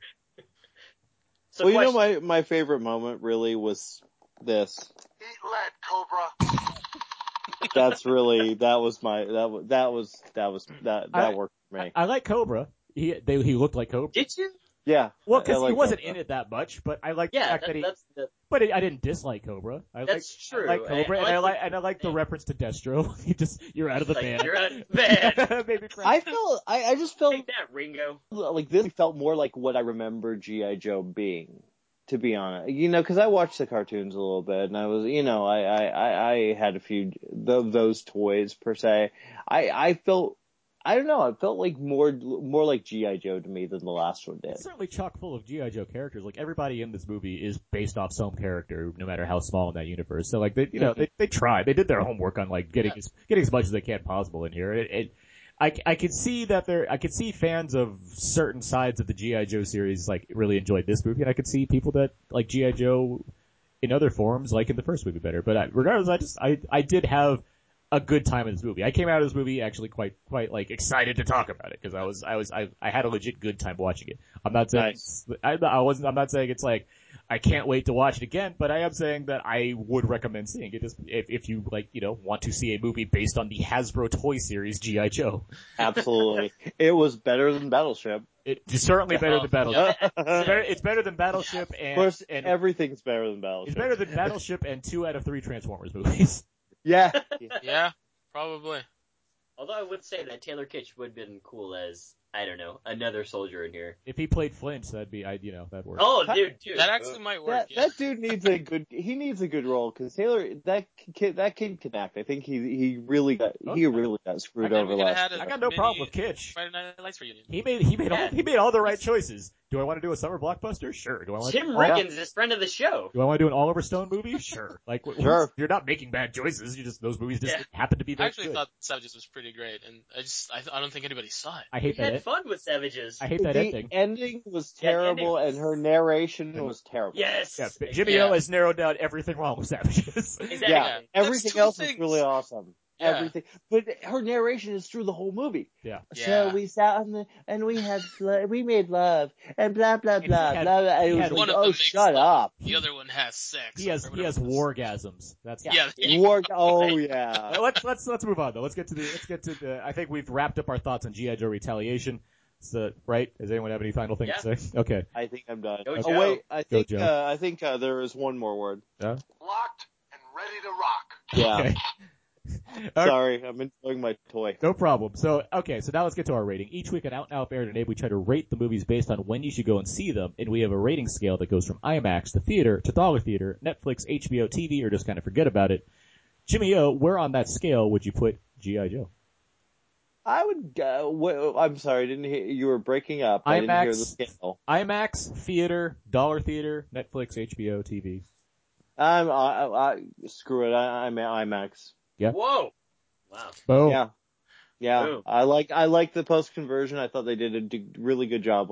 Speaker 3: So
Speaker 4: well, you know
Speaker 3: question-
Speaker 4: my my favorite moment really was this. Eat lead, Cobra. That's really that was my that was that was that was that that
Speaker 2: I-
Speaker 4: worked for me.
Speaker 2: I, I like Cobra. He they, he looked like Cobra.
Speaker 3: did you?
Speaker 4: yeah.
Speaker 2: Well,
Speaker 4: I
Speaker 2: because
Speaker 4: like
Speaker 2: he wasn't
Speaker 4: Cobra.
Speaker 2: in it that much, but I like the
Speaker 3: Yeah,
Speaker 2: fact
Speaker 3: that,
Speaker 2: that, he.
Speaker 3: that's the,
Speaker 2: But I didn't dislike Cobra. I
Speaker 3: That's
Speaker 2: like,
Speaker 3: true.
Speaker 2: I like Cobra,
Speaker 3: I- I
Speaker 2: and I
Speaker 3: like
Speaker 2: like and I like the
Speaker 3: yeah.
Speaker 2: reference to Destro. he just you're out of the
Speaker 3: like,
Speaker 2: band.
Speaker 3: you're a man.
Speaker 2: Maybe Frank-
Speaker 4: I felt I, I just felt
Speaker 3: Take that, Ringo.
Speaker 4: like this felt more like what I remember GI Joe being, to be honest. You know, because I watched the cartoons a little bit, and I was, you know, I I I, I had a few th- those toys per se. I I felt. I don't know. I felt like more more like GI Joe to me than the last one did.
Speaker 2: It's certainly chock full of GI Joe characters. Like everybody in this movie is based off some character, no matter how small in that universe. So like they, you
Speaker 3: Mm-hmm.
Speaker 2: know, they they tried. They did their homework on like getting as getting as much as they can possible in here. It, it I I could see that there I could see fans of certain sides of the GI Joe series like really enjoyed this movie, and I could see people that like GI Joe in other forms like in the first movie better. But I, regardless, I just I I did have a good time in this movie. I came out of this movie actually quite, quite like excited to talk about it because I was, I was, I, I had a legit good time watching it. I'm not saying,
Speaker 4: Nice.
Speaker 2: I, I wasn't, I'm not saying it's like, I can't wait to watch it again, but I am saying that I would recommend seeing it just, if, if you like, you know, want to see a movie based on the Hasbro toy series G.I. Joe.
Speaker 4: Absolutely, it was better than Battleship.
Speaker 2: It's certainly better than Battleship. It's, better,
Speaker 4: of
Speaker 2: it's better than Battleship and,
Speaker 4: course,
Speaker 2: and
Speaker 4: everything's better than
Speaker 2: it's
Speaker 4: Battleship.
Speaker 2: better than Battleship and two out of three Transformers movies.
Speaker 4: yeah,
Speaker 5: yeah, probably.
Speaker 3: Although I would say that Taylor Kitsch would have been cool as I don't know another soldier in here.
Speaker 2: If he played Flinch, that'd be, I, you know, that'd work.
Speaker 3: Oh, dude, dude.
Speaker 2: uh,
Speaker 5: That actually might work.
Speaker 4: that
Speaker 5: yeah.
Speaker 4: that dude needs a good he needs a good role because Taylor that kid that kid can act. I think he he really got
Speaker 2: Oh,
Speaker 4: he
Speaker 2: yeah.
Speaker 4: really got screwed
Speaker 5: I mean,
Speaker 4: over
Speaker 5: we could've
Speaker 4: last.
Speaker 5: had
Speaker 4: year.
Speaker 2: I got no problem with Kitsch.
Speaker 5: Friday Night Lights reunion.
Speaker 2: He made he made all
Speaker 3: Yeah.
Speaker 2: he made all the right choices. Do I want to do a summer blockbuster? Sure. Do I want
Speaker 3: Tim
Speaker 2: to,
Speaker 3: Riggins is friend of the show.
Speaker 2: do I want to do an Oliver Stone movie? Sure. Like what-
Speaker 4: Sure.
Speaker 2: you're not making bad choices. You just those movies just
Speaker 3: Yeah.
Speaker 2: happen to be
Speaker 5: I
Speaker 2: very
Speaker 5: actually
Speaker 2: good.
Speaker 5: thought Savages was pretty great, and I just I, I don't think anybody saw it.
Speaker 2: I
Speaker 3: We
Speaker 2: hate that.
Speaker 3: had
Speaker 2: End,
Speaker 3: fun with savages.
Speaker 2: I hate that
Speaker 4: the
Speaker 2: ending.
Speaker 4: ending was
Speaker 3: Yeah, the
Speaker 4: terrible,
Speaker 3: ending was-
Speaker 4: and her narration was terrible.
Speaker 3: Yes.
Speaker 2: Yeah, but Jimmy
Speaker 5: Yeah.
Speaker 2: O has narrowed down everything wrong with Savages.
Speaker 3: Exactly.
Speaker 4: yeah.
Speaker 5: That's
Speaker 4: Everything
Speaker 5: two
Speaker 4: else was
Speaker 5: things.
Speaker 4: really awesome.
Speaker 5: Yeah.
Speaker 4: Everything, but her narration is through the whole movie.
Speaker 2: Yeah.
Speaker 5: Yeah.
Speaker 4: So we sat on the and we had fl- we made love and blah blah
Speaker 2: he
Speaker 4: blah
Speaker 2: had-
Speaker 4: blah. blah. And
Speaker 2: he
Speaker 4: it was
Speaker 2: had-
Speaker 4: like,
Speaker 5: One of them
Speaker 4: oh,
Speaker 5: makes
Speaker 4: shut
Speaker 5: love.
Speaker 4: up.
Speaker 5: The other one has sex.
Speaker 2: He has
Speaker 5: or
Speaker 2: he
Speaker 5: whatever
Speaker 2: has
Speaker 5: it was.
Speaker 2: wargasms. That's
Speaker 5: Yeah.
Speaker 4: You worked. Oh yeah.
Speaker 2: Uh, let's let's let's move on though. Let's get to the let's get to the. I think we've wrapped up our thoughts on GI Joe Retaliation. So right? Does anyone have any final thing to say? Okay.
Speaker 4: I think I'm done.
Speaker 3: Go,
Speaker 4: oh
Speaker 3: Joe.
Speaker 4: wait, I
Speaker 2: Go,
Speaker 4: think
Speaker 2: Joe.
Speaker 4: uh, I think uh, there is one more word.
Speaker 2: Yeah.
Speaker 4: Yeah.
Speaker 2: Okay.
Speaker 4: Sorry, I'm enjoying my toy.
Speaker 2: No problem. So, okay, so now let's get to our rating. Each week on Out and Out Baird and Abe, we try to rate the movies based on when you should go and see them, and we have a rating scale that goes from IMAX to theater to dollar theater, Netflix, HBO, TV, or just kind of forget about it. Jimmy O, where on that scale would you put G.I. Joe?
Speaker 4: I would. Uh, wh- I'm sorry, I didn't hear you were breaking up. I didn't hear the
Speaker 2: IMAX,
Speaker 4: scale.
Speaker 2: IMAX, theater, dollar theater, Netflix, HBO, TV.
Speaker 4: I'm. I, I, I screw it. I, I'm at IMAX.
Speaker 3: Whoa! Wow.
Speaker 2: Boom.
Speaker 4: Yeah, yeah.
Speaker 3: Boom.
Speaker 4: I like. I like the post conversion. I thought they did a d- really good job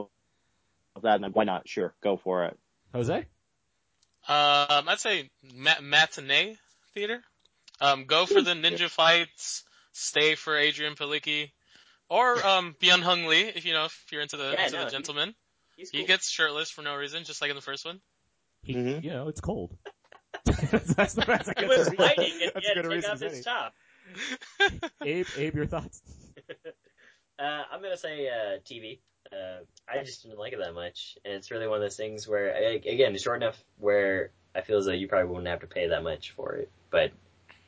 Speaker 4: of that. And why not? Sure, go for it.
Speaker 2: Jose?
Speaker 5: Um, I'd say ma- matinee theater. Um, go for the ninja fights. Stay for Adrian Palicki, or um, Byun Hung Lee if you know if you're into the
Speaker 3: Yeah,
Speaker 5: into
Speaker 3: no,
Speaker 5: the
Speaker 3: he-
Speaker 5: gentleman.
Speaker 3: He's
Speaker 5: He
Speaker 3: cool.
Speaker 5: gets shirtless for no reason, just like in the first one.
Speaker 2: He,
Speaker 4: Mhm.
Speaker 2: You know, it's cold. that's the best I
Speaker 3: Mm-hmm. He
Speaker 2: can
Speaker 3: was
Speaker 2: do.
Speaker 3: fighting and
Speaker 2: That's
Speaker 3: he
Speaker 2: good
Speaker 3: had to take
Speaker 2: reason
Speaker 3: off
Speaker 2: as any.
Speaker 3: his top.
Speaker 2: Abe, Abe, your thoughts?
Speaker 3: Uh, I'm gonna say uh, TV. Uh, I just didn't like it that much, and it's really one of those things where, I, again, it's short enough where I feel as though you probably wouldn't have to pay that much for it, but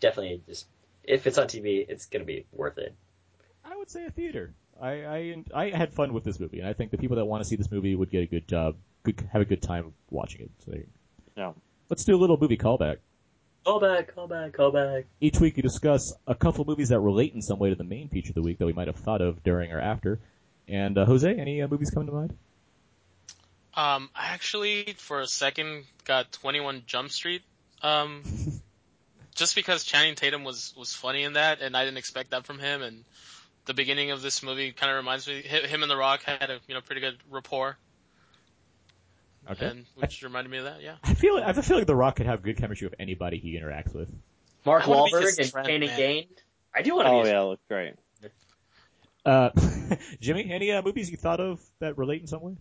Speaker 3: definitely just if it's on TV, it's gonna be worth it.
Speaker 2: I would say a theater. I, I I had fun with this movie, and I think the people that want to see this movie would get a good job, good, have a good time watching it. So there you go.
Speaker 4: No.
Speaker 2: Let's do a little movie callback.
Speaker 3: Call back, call back, call back.
Speaker 2: Each week we discuss a couple movies that relate in some way to the main feature of the week that we might have thought of during or after. And uh, Jose, any uh, movies coming to mind?
Speaker 5: Um, I actually for a second got 21 Jump Street. Um, just because Channing Tatum was was funny in that, and I didn't expect that from him. And the beginning of this movie kind of reminds me hi- him and The Rock had a you know pretty good rapport, and which reminded me of that. Yeah,
Speaker 2: I feel I have a feeling The Rock could have good chemistry with anybody he interacts with.
Speaker 3: Mark
Speaker 5: I wanna be his
Speaker 3: Wahlberg and
Speaker 5: friend,
Speaker 3: Kane
Speaker 5: man.
Speaker 3: Gain. I do want to
Speaker 4: Oh
Speaker 3: be. His,
Speaker 4: yeah, it looked great.
Speaker 2: Uh, Jimmy, any uh, movies you thought of that relate in some way?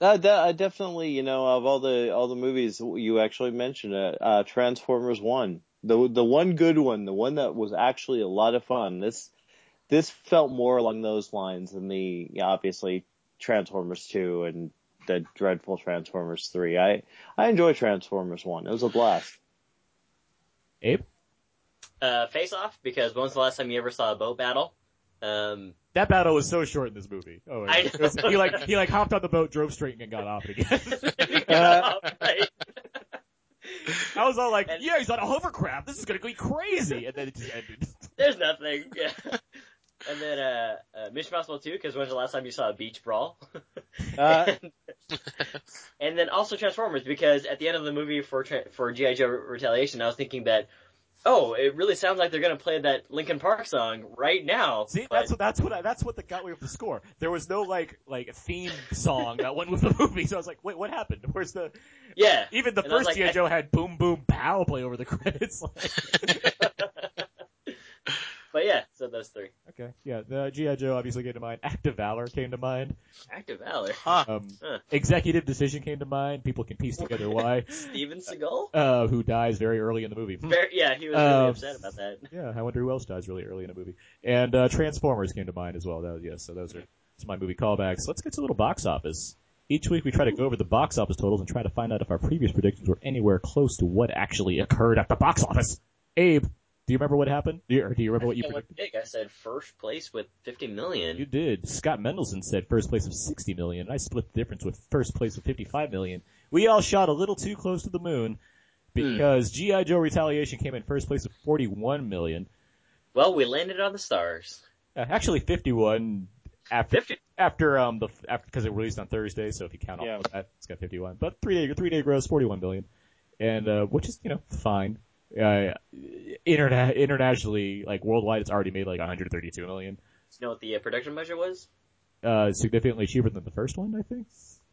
Speaker 4: Uh, de- uh, definitely, you know, of all the all the movies you actually mentioned, uh, uh, Transformers One, the the one good one, the one that was actually a lot of fun. This this felt more along those lines than the yeah, obviously Transformers Two and the dreadful Transformers Three. I I enjoy Transformers One. It was a blast.
Speaker 2: Abe,
Speaker 3: uh, face off because when was the last time you ever saw a boat battle? Um,
Speaker 2: that battle was so short in this movie. Oh, my
Speaker 3: I
Speaker 2: God. It was- he like he like hopped on the boat, drove straight, and got off it again.
Speaker 3: right.
Speaker 2: I was all like,
Speaker 3: And-
Speaker 2: "Yeah, he's on a hovercraft. This is gonna be crazy," and then it just ended.
Speaker 3: There's nothing. Yeah. And then uh, uh Mission Impossible 2 because when's the last time you saw a beach brawl?
Speaker 4: Uh,
Speaker 3: and then also Transformers because at the end of the movie for Tran- for GI Joe Retaliation, I was thinking that oh, it really sounds like they're gonna play that Linkin Park song right now.
Speaker 2: See,
Speaker 3: but
Speaker 2: that's what that's what I, that's what that got me with the score. There was no like like theme song that went with the movie, so I was like, "Wait, what happened? Where's the?"
Speaker 3: yeah.
Speaker 2: Even the
Speaker 3: And I was
Speaker 2: first
Speaker 3: like,
Speaker 2: GI
Speaker 3: I-
Speaker 2: Joe had "Boom Boom Pow" play over the credits.
Speaker 3: But yeah, so those three.
Speaker 2: okay, yeah, the GI Joe obviously came to mind. Act of Valor came to mind.
Speaker 3: Active Valor.
Speaker 2: Um,
Speaker 3: Huh.
Speaker 2: Executive Decision came to mind. People can piece together why.
Speaker 3: Steven Seagal?
Speaker 2: Uh, who dies very early in the movie? Hmm.
Speaker 3: Very, yeah, he was
Speaker 2: Uh,
Speaker 3: really upset about that.
Speaker 2: Yeah, I wonder who else dies really early in a movie. And uh, Transformers came to mind as well. That was, yes, so those are it's my movie callbacks. Let's get to a little box office. Each week we try to go over the box office totals and try to find out if our previous predictions were anywhere close to what actually occurred at the box office. Abe, do you remember what happened? Do you, or do you remember what you
Speaker 3: I went
Speaker 2: predicted?
Speaker 3: big. I said first place with 50 million.
Speaker 2: You did. Scott Mendelson said first place of 60 million, and I split the difference with first place of 55 million. We all shot a little too close to the moon because G.I. Joe Retaliation came in first place of 41 million.
Speaker 3: Well, we landed on the stars.
Speaker 2: Uh, actually, 51 after
Speaker 3: 50.
Speaker 2: after um the after because it released on Thursday, so if you count all
Speaker 4: Yeah.
Speaker 2: of that, it's got 51. But three day three day gross 41 billion, and uh, which is you know fine. Uh, interna- internationally, like worldwide, it's already made like 132 million.
Speaker 3: You know what the uh, production budget was?
Speaker 2: Uh, significantly cheaper than the first one, I think.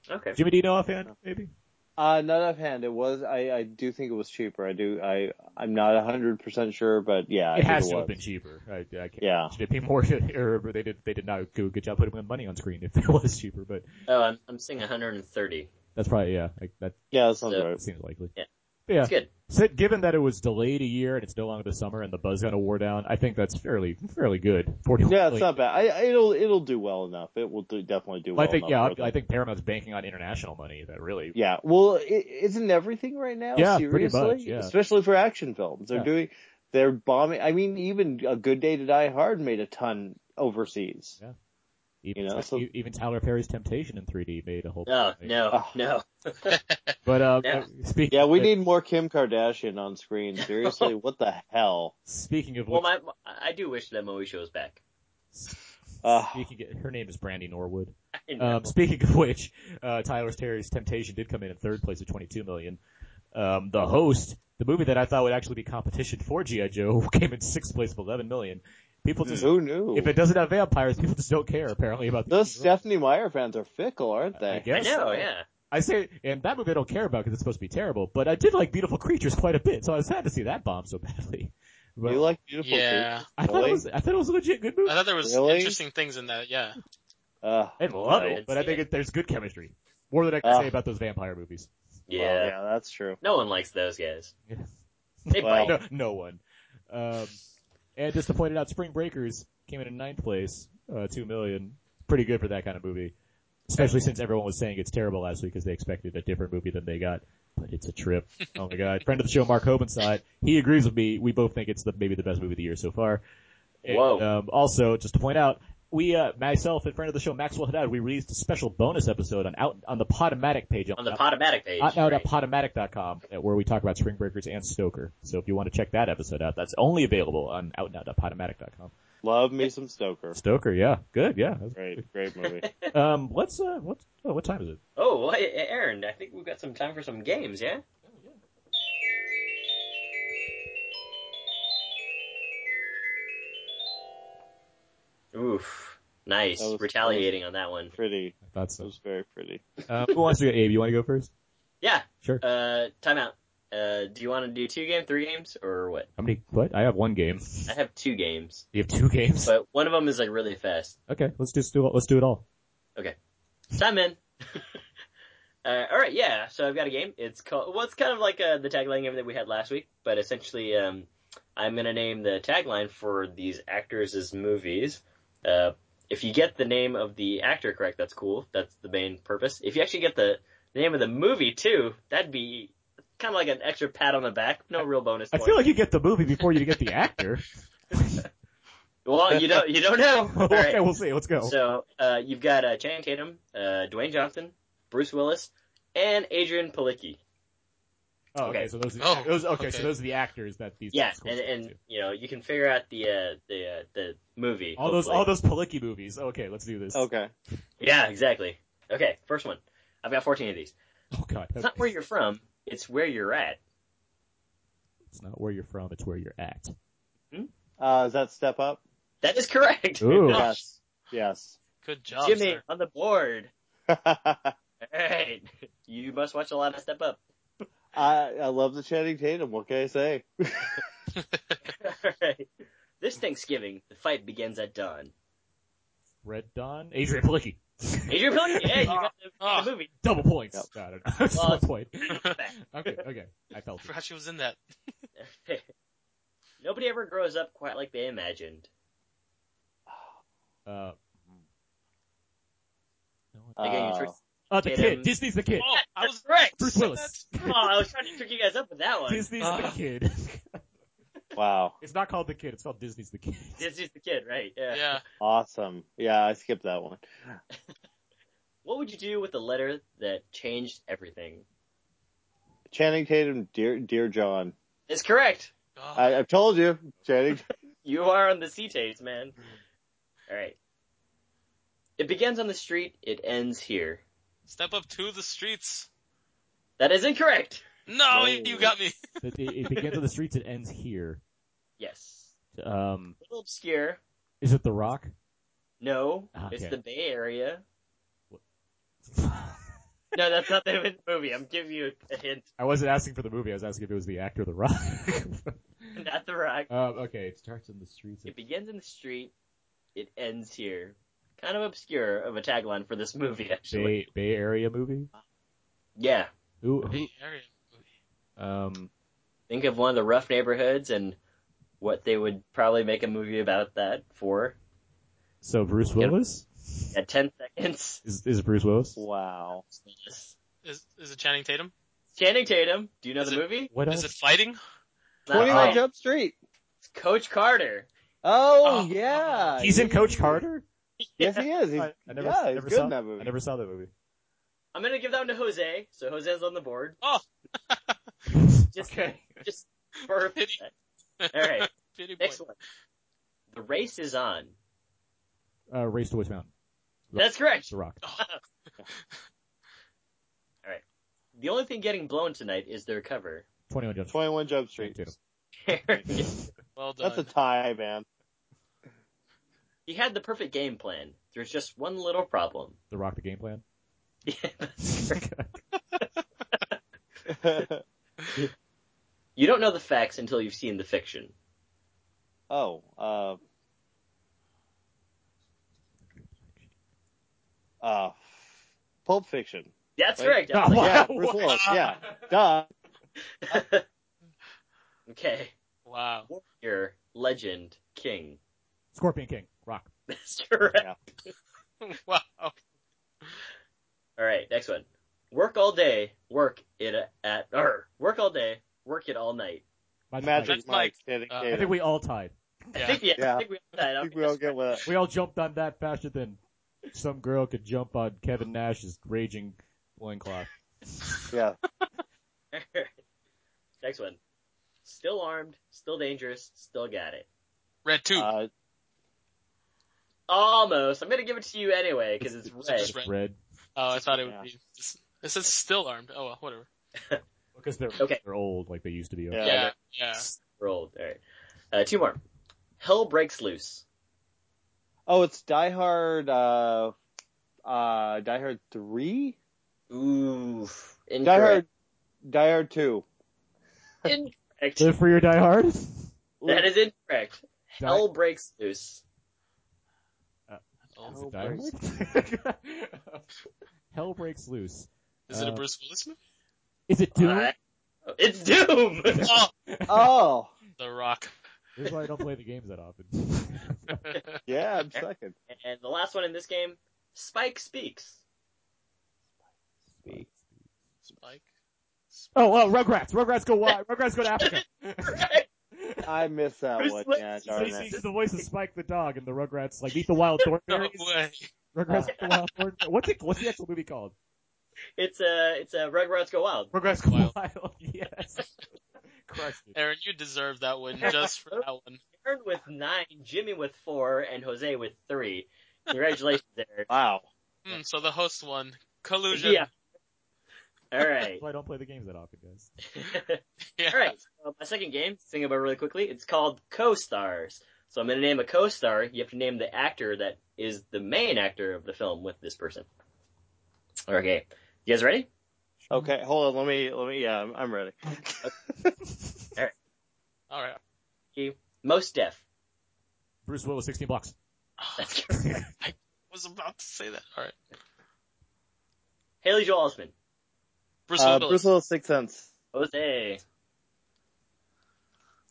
Speaker 3: Okay.
Speaker 2: Jimmy, do you know offhand? Maybe.
Speaker 4: uh, not offhand. It was. I, I do think it was cheaper. I do. I I'm not hundred percent sure, but yeah, I
Speaker 2: it
Speaker 4: think
Speaker 2: has to
Speaker 4: was.
Speaker 2: have been cheaper. I, I can't,
Speaker 4: Yeah.
Speaker 2: Should it be more? Or they did. They did not do a good job putting money on screen if it was cheaper. But
Speaker 3: Oh, I'm, I'm seeing 130.
Speaker 2: that's probably yeah. Like that
Speaker 4: Yeah, that sounds
Speaker 3: So-
Speaker 4: right.
Speaker 2: seems likely.
Speaker 3: Yeah.
Speaker 2: But yeah.
Speaker 3: It's good.
Speaker 2: So given that it was delayed a year and it's no longer the summer and the buzz kind of wore down, I think that's fairly fairly good. Forty.
Speaker 4: Yeah, it's not bad. I, I- it'll it'll do well enough. It will do, definitely do well.
Speaker 2: I think yeah,
Speaker 4: enough for
Speaker 2: I, I
Speaker 4: them.
Speaker 2: think Paramount's banking on international money. That really.
Speaker 4: Yeah, well, i isn't everything right now
Speaker 2: Yeah, pretty
Speaker 4: seriously?
Speaker 2: much, yeah.
Speaker 4: Especially for action films, they're
Speaker 2: Yeah.
Speaker 4: doing They're bombing. I mean, even A Good Day to Die Hard made a ton overseas.
Speaker 2: Yeah. Even,
Speaker 4: You know, so-
Speaker 2: e- even Tyler Perry's Temptation in 3D made a whole.
Speaker 3: No, Oh, no, no.
Speaker 2: But um,
Speaker 3: Yeah.
Speaker 2: speaking
Speaker 4: Yeah, we need more Kim Kardashian on screen. Seriously, what the hell?
Speaker 2: speaking of
Speaker 3: Well,
Speaker 2: which,
Speaker 3: my, my- I do wish that Moe shows back.
Speaker 4: Uh,
Speaker 2: speaking her name is Brandy Norwood.
Speaker 3: I know.
Speaker 2: Um, speaking of which, uh, Tyler Terry's Temptation did come in in third place at 22 million. Um, the host, the movie that I thought would actually be competition for GI Joe, came in sixth place with 11 million. People just
Speaker 4: who knew?
Speaker 2: if it doesn't have vampires, people just don't care apparently about
Speaker 4: Those
Speaker 2: the.
Speaker 4: Stephanie Meyer fans are fickle, aren't
Speaker 2: I
Speaker 4: they?
Speaker 3: I
Speaker 2: guess.
Speaker 3: know, yeah.
Speaker 2: I say, and that movie I don't care about because it's supposed to be terrible. But I did like Beautiful Creatures quite a bit, so I was sad to see that bomb so badly. But
Speaker 4: You like beautiful
Speaker 5: Yeah.
Speaker 4: creatures,
Speaker 2: I thought
Speaker 4: really?
Speaker 2: it was, I thought it was a legit good movie.
Speaker 5: I thought there was
Speaker 4: Really?
Speaker 5: interesting things in that. Yeah.
Speaker 4: Uh,
Speaker 2: I didn't love it,
Speaker 3: didn't
Speaker 2: but I
Speaker 3: see
Speaker 2: think
Speaker 3: it.
Speaker 2: it, there's good chemistry. More than I can
Speaker 4: Ah.
Speaker 2: say about those vampire movies.
Speaker 3: Yeah.
Speaker 4: well, yeah, that's true.
Speaker 3: No one likes those guys.
Speaker 2: Yeah.
Speaker 3: They
Speaker 4: Well,
Speaker 3: bite.
Speaker 2: No, no one. Um, and just to point it out, Spring Breakers came in in ninth place, uh, two million. Pretty good for that kind of movie. Especially since everyone was saying it's terrible last week because they expected a different movie than they got. But it's a trip. Oh my god. Friend of the show, Mark Hoban saw it. He agrees with me. We both think it's the, maybe the best movie of the year so far. And,
Speaker 3: Whoa.
Speaker 2: Um, also, just to point out, we, uh, myself and friend of the show, Maxwell Haddad, we released a special bonus episode on out, on the Potomatic page
Speaker 3: On the
Speaker 2: out-
Speaker 3: Potomatic page.
Speaker 2: out
Speaker 3: right.
Speaker 2: at potomatic.com uh, where we talk about Spring Breakers and Stoker. So if you want to check that episode out, that's only available on outnow.potomatic.com.
Speaker 4: Love me some Stoker.
Speaker 2: Stoker, yeah. Good, yeah.
Speaker 4: Great, great movie.
Speaker 2: Um, what's, uh, what, oh, what time is it?
Speaker 3: oh, well, hey, Aaron, I think we've got some time for some games, yeah? Oof. Nice.
Speaker 4: That was-
Speaker 3: Retaliating on that one.
Speaker 4: pretty.
Speaker 2: I thought
Speaker 4: It
Speaker 2: so.
Speaker 4: was very pretty.
Speaker 2: Um, who wants to go? Abe, you want to go first?
Speaker 3: Yeah.
Speaker 2: Sure.
Speaker 3: Uh, timeout. Uh, do you want to do two game, three games, or what?
Speaker 2: How many, what? I have one game.
Speaker 3: I have two games,
Speaker 2: You have two games?
Speaker 3: but one of them is like really fast.
Speaker 2: Okay, let's just do, let's do it all.
Speaker 3: Time in. uh, all right, yeah. So I've got a game. It's called. Well, it's kind of like uh, the tagline game that we had last week, but essentially, um, I'm gonna name the tagline for these actors' movies. Uh, if you get the name of the actor correct, that's cool. That's the main purpose. If you actually get the name of the movie too, that'd be kind of like an extra pat on the back. No real bonus.
Speaker 2: I
Speaker 3: Point.
Speaker 2: feel like you get the movie before you get the actor.
Speaker 3: Well, you don't. You don't know. All
Speaker 2: okay,
Speaker 3: right.
Speaker 2: we'll see. Let's go.
Speaker 3: So uh, you've got uh, Channing Tatum, uh, Dwayne Johnson, Bruce Willis, and Adrian Palicki.
Speaker 2: oh, okay,
Speaker 3: okay.
Speaker 2: so those, are the,
Speaker 5: Oh,
Speaker 2: those okay, so
Speaker 5: okay.
Speaker 2: those are the actors that these
Speaker 3: Yeah,
Speaker 2: scores
Speaker 3: and,
Speaker 2: go
Speaker 3: and
Speaker 2: to.
Speaker 3: you know you can figure out the uh, the uh, the movie.
Speaker 2: all those,
Speaker 3: hopefully.
Speaker 2: all those Palicki movies. Okay, let's do this.
Speaker 4: Okay.
Speaker 3: Yeah, exactly. Okay, first one. I've got fourteen of these.
Speaker 2: Oh god.
Speaker 3: It's not where you're from; it's where you're at.
Speaker 2: It's not where you're from, it's where you're at.
Speaker 4: Uh, is that Step Up?
Speaker 3: That is correct.
Speaker 2: Ooh.
Speaker 4: Yes. Yes.
Speaker 5: Good job,
Speaker 3: Jimmy
Speaker 5: Oh, sir.
Speaker 3: on the board.
Speaker 4: I,
Speaker 3: All right, you must watch a lot of Step Up.
Speaker 4: I love the Channing Tatum. What can I say?
Speaker 3: All right. This Thanksgiving, the fight begins at dawn.
Speaker 2: Red Dawn? Adrian Palicki.
Speaker 3: Adrian Palicki. Yeah, you got the,
Speaker 5: Ah.
Speaker 3: the movie.
Speaker 2: Double points.
Speaker 4: Yep.
Speaker 2: I don't know. Just
Speaker 3: Well,
Speaker 2: one point.
Speaker 3: Fact.
Speaker 2: Okay, okay. I felt it.
Speaker 5: forgot she was in that.
Speaker 3: Nobody ever grows up quite like they imagined.
Speaker 2: Uh,
Speaker 3: Again,
Speaker 4: Uh,
Speaker 3: you first-
Speaker 2: uh, the
Speaker 3: Get
Speaker 2: kid.
Speaker 3: him.
Speaker 2: Disney's the kid.
Speaker 5: Oh, I was
Speaker 3: That's correct.
Speaker 2: Bruce Willis.
Speaker 3: Oh, I was trying to trick you guys up with that one.
Speaker 2: Disney's the kid.
Speaker 4: Uh, wow.
Speaker 2: it's not called the kid, it's called Disney's the kid.
Speaker 3: Disney's the kid, right? Yeah.
Speaker 5: Yeah.
Speaker 4: Awesome. Yeah, I skipped that one.
Speaker 3: What would you do with the letter that changed everything?
Speaker 4: Channing Tatum, dear, dear John.
Speaker 3: It's correct.
Speaker 5: Oh,
Speaker 4: I, I've told you, Channing.
Speaker 3: You are on the sea tapes, man. All right. It begins on the street. It ends here.
Speaker 5: Step up to the streets.
Speaker 3: That is incorrect.
Speaker 5: No,
Speaker 4: No.
Speaker 5: you you got me.
Speaker 2: It, it- it begins on the streets, it ends here.
Speaker 3: Yes.
Speaker 2: Um,
Speaker 3: A little obscure.
Speaker 2: is it The Rock?
Speaker 3: No.
Speaker 2: Okay.
Speaker 3: It's the Bay Area.
Speaker 2: I
Speaker 3: No, that's not the movie. I'm giving you a hint.
Speaker 2: wasn't asking for the movie, I was asking if it was the actor The Rock.
Speaker 3: Not the rock.
Speaker 2: um, okay, it starts on the streets.
Speaker 3: It begins in the street. It ends here. Kind of obscure of a tagline for this movie, actually.
Speaker 2: Bay, Bay Area movie?
Speaker 3: Yeah.
Speaker 2: Who,
Speaker 5: Bay
Speaker 2: who,
Speaker 5: Area.
Speaker 2: um,
Speaker 3: Think of one of the rough neighborhoods and what they would probably make a movie about that for.
Speaker 2: so Bruce
Speaker 3: Get him.
Speaker 2: Willis?
Speaker 3: At 10 seconds.
Speaker 2: Is, is it Bruce Willis?
Speaker 4: Wow.
Speaker 5: Is is it Channing Tatum?
Speaker 3: Channing Tatum. Do you know
Speaker 5: Is
Speaker 3: the
Speaker 5: it-
Speaker 3: movie?
Speaker 2: What
Speaker 5: Is
Speaker 2: else?
Speaker 5: it fighting?
Speaker 3: Not
Speaker 4: 21
Speaker 3: right.
Speaker 4: Jump Street.
Speaker 3: Coach Carter.
Speaker 4: Oh, yeah,
Speaker 2: He's in Coach Carter.
Speaker 4: Yes, he is. He's,
Speaker 2: I, I never,
Speaker 4: yeah, he's
Speaker 2: never
Speaker 4: good
Speaker 2: saw
Speaker 4: in that movie.
Speaker 2: I never saw that movie.
Speaker 3: I'm gonna give that one to Jose. So Jose's on the board.
Speaker 5: Oh.
Speaker 3: just
Speaker 2: Okay.
Speaker 3: just burp. All right.
Speaker 5: Pity point.
Speaker 3: Next one. The race is on.
Speaker 2: Uh, Race to Witch Mountain.
Speaker 3: That's correct.
Speaker 2: The Rock.
Speaker 3: The only thing getting blown tonight is their cover.
Speaker 2: Twenty One Jump Street.
Speaker 4: 21 Jump Street.
Speaker 2: Tatum.
Speaker 5: Well done.
Speaker 4: That's a tie, man.
Speaker 3: he had the perfect game plan. There's just one little problem.
Speaker 2: The Rock. The game plan.
Speaker 3: you don't know the facts until you've seen the fiction.
Speaker 4: oh, uh, uh, Pulp Fiction.
Speaker 3: That's
Speaker 4: Right.
Speaker 3: correct. I
Speaker 2: Oh,
Speaker 3: was
Speaker 4: Yeah,
Speaker 2: wow.
Speaker 4: Bruce Willis. Yeah, duh.
Speaker 3: like, okay.
Speaker 5: Wow.
Speaker 3: Warrior, legend, king.
Speaker 2: Scorpion King. Rock.
Speaker 3: That's correct.
Speaker 5: Wow.
Speaker 3: All right, next one. Work all day, work it at or work all day, work it all night.
Speaker 2: Magic Mike.
Speaker 4: Magic
Speaker 5: That's Mike.
Speaker 4: Mike. Channing
Speaker 5: Uh, I
Speaker 2: I
Speaker 4: Tatum.
Speaker 2: think we all tied.
Speaker 3: I
Speaker 5: Yeah.
Speaker 3: think, yeah,
Speaker 4: Yeah.
Speaker 3: I think we all died.
Speaker 4: I think we all get with
Speaker 2: We all jumped on that faster than some girl could jump on Kevin Nash's raging loincloth.
Speaker 4: it. Yeah.
Speaker 3: Next one. Still armed, still dangerous, still got it.
Speaker 5: Red two.
Speaker 4: Uh,
Speaker 3: Almost. I'm gonna give it to you anyway because it's
Speaker 5: It's
Speaker 3: red.
Speaker 5: just red.
Speaker 2: Red.
Speaker 5: Oh, I thought it would
Speaker 4: Yeah.
Speaker 5: be. It says still armed. Oh well, whatever.
Speaker 2: Because they're,
Speaker 3: Okay.
Speaker 2: they're old like they used to be.
Speaker 4: Yeah.
Speaker 5: Yeah, yeah.
Speaker 3: Rolled. All right. Uh, two more. Hell breaks loose.
Speaker 4: oh, it's Die Hard. Uh, uh, Die Hard three. Die
Speaker 3: Ooh.
Speaker 4: Hard.
Speaker 3: Incorrect.
Speaker 4: Die Hard two.
Speaker 3: Incorrect.
Speaker 2: Live for your die hard?
Speaker 3: That is incorrect.
Speaker 2: Die-
Speaker 3: Hell breaks loose.
Speaker 5: Oh,
Speaker 2: Is
Speaker 4: Hell
Speaker 2: it Die Hard? Hell breaks loose.
Speaker 5: Is it a
Speaker 2: Uh,
Speaker 5: Bruce Willis movie?
Speaker 2: Is it Doom?
Speaker 3: I- Uh, It's Doom.
Speaker 5: Oh,
Speaker 4: Oh,
Speaker 5: The Rock.
Speaker 2: This is why I don't play the games that often.
Speaker 4: yeah. I'm second.
Speaker 3: and the last one in this game, Spike speaks.
Speaker 5: Spike.
Speaker 2: oh, well, Rugrats. Rugrats go wild. Rugrats go to Africa.
Speaker 4: I missed that one. Yeah, darn
Speaker 2: He's
Speaker 4: it.
Speaker 2: the voice of Spike the dog, and the Rugrats like eat the wild
Speaker 5: No
Speaker 2: thornberries.
Speaker 5: way.
Speaker 2: Rugrats eat the wild thornberries. What's it? What's the actual movie called?
Speaker 3: It's a it's a Rugrats Go Wild.
Speaker 2: Rugrats Go
Speaker 5: Wild.
Speaker 2: Wild. Yes. Crushed it.
Speaker 5: Aaron, you deserve that one just for that one.
Speaker 3: Aaron with nine, Jimmy with four, and Jose with three. Congratulations, Aaron.
Speaker 4: Wow.
Speaker 5: Hmm, so the host won. Collusion.
Speaker 3: Yeah. All right.
Speaker 2: That's why I don't play the games that often, guys.
Speaker 5: Yeah.
Speaker 3: All right. So my second game, think about really quickly. It's called co-stars. So I'm going to name a co-star. You have to name the actor that is the main actor of the film with this person. Okay. You guys ready?
Speaker 4: Okay, hold on. Let me. Let me. Yeah, I'm, I'm ready.
Speaker 5: All right.
Speaker 3: Most deaf.
Speaker 2: Bruce Willis, 16 blocks.
Speaker 3: That's correct.
Speaker 5: I was about to say that. All right.
Speaker 3: Haley Joel Osment.
Speaker 5: Bruce
Speaker 4: Uh,
Speaker 5: Willis.
Speaker 4: Bruce Willis, Sixth Sense.
Speaker 3: Jose.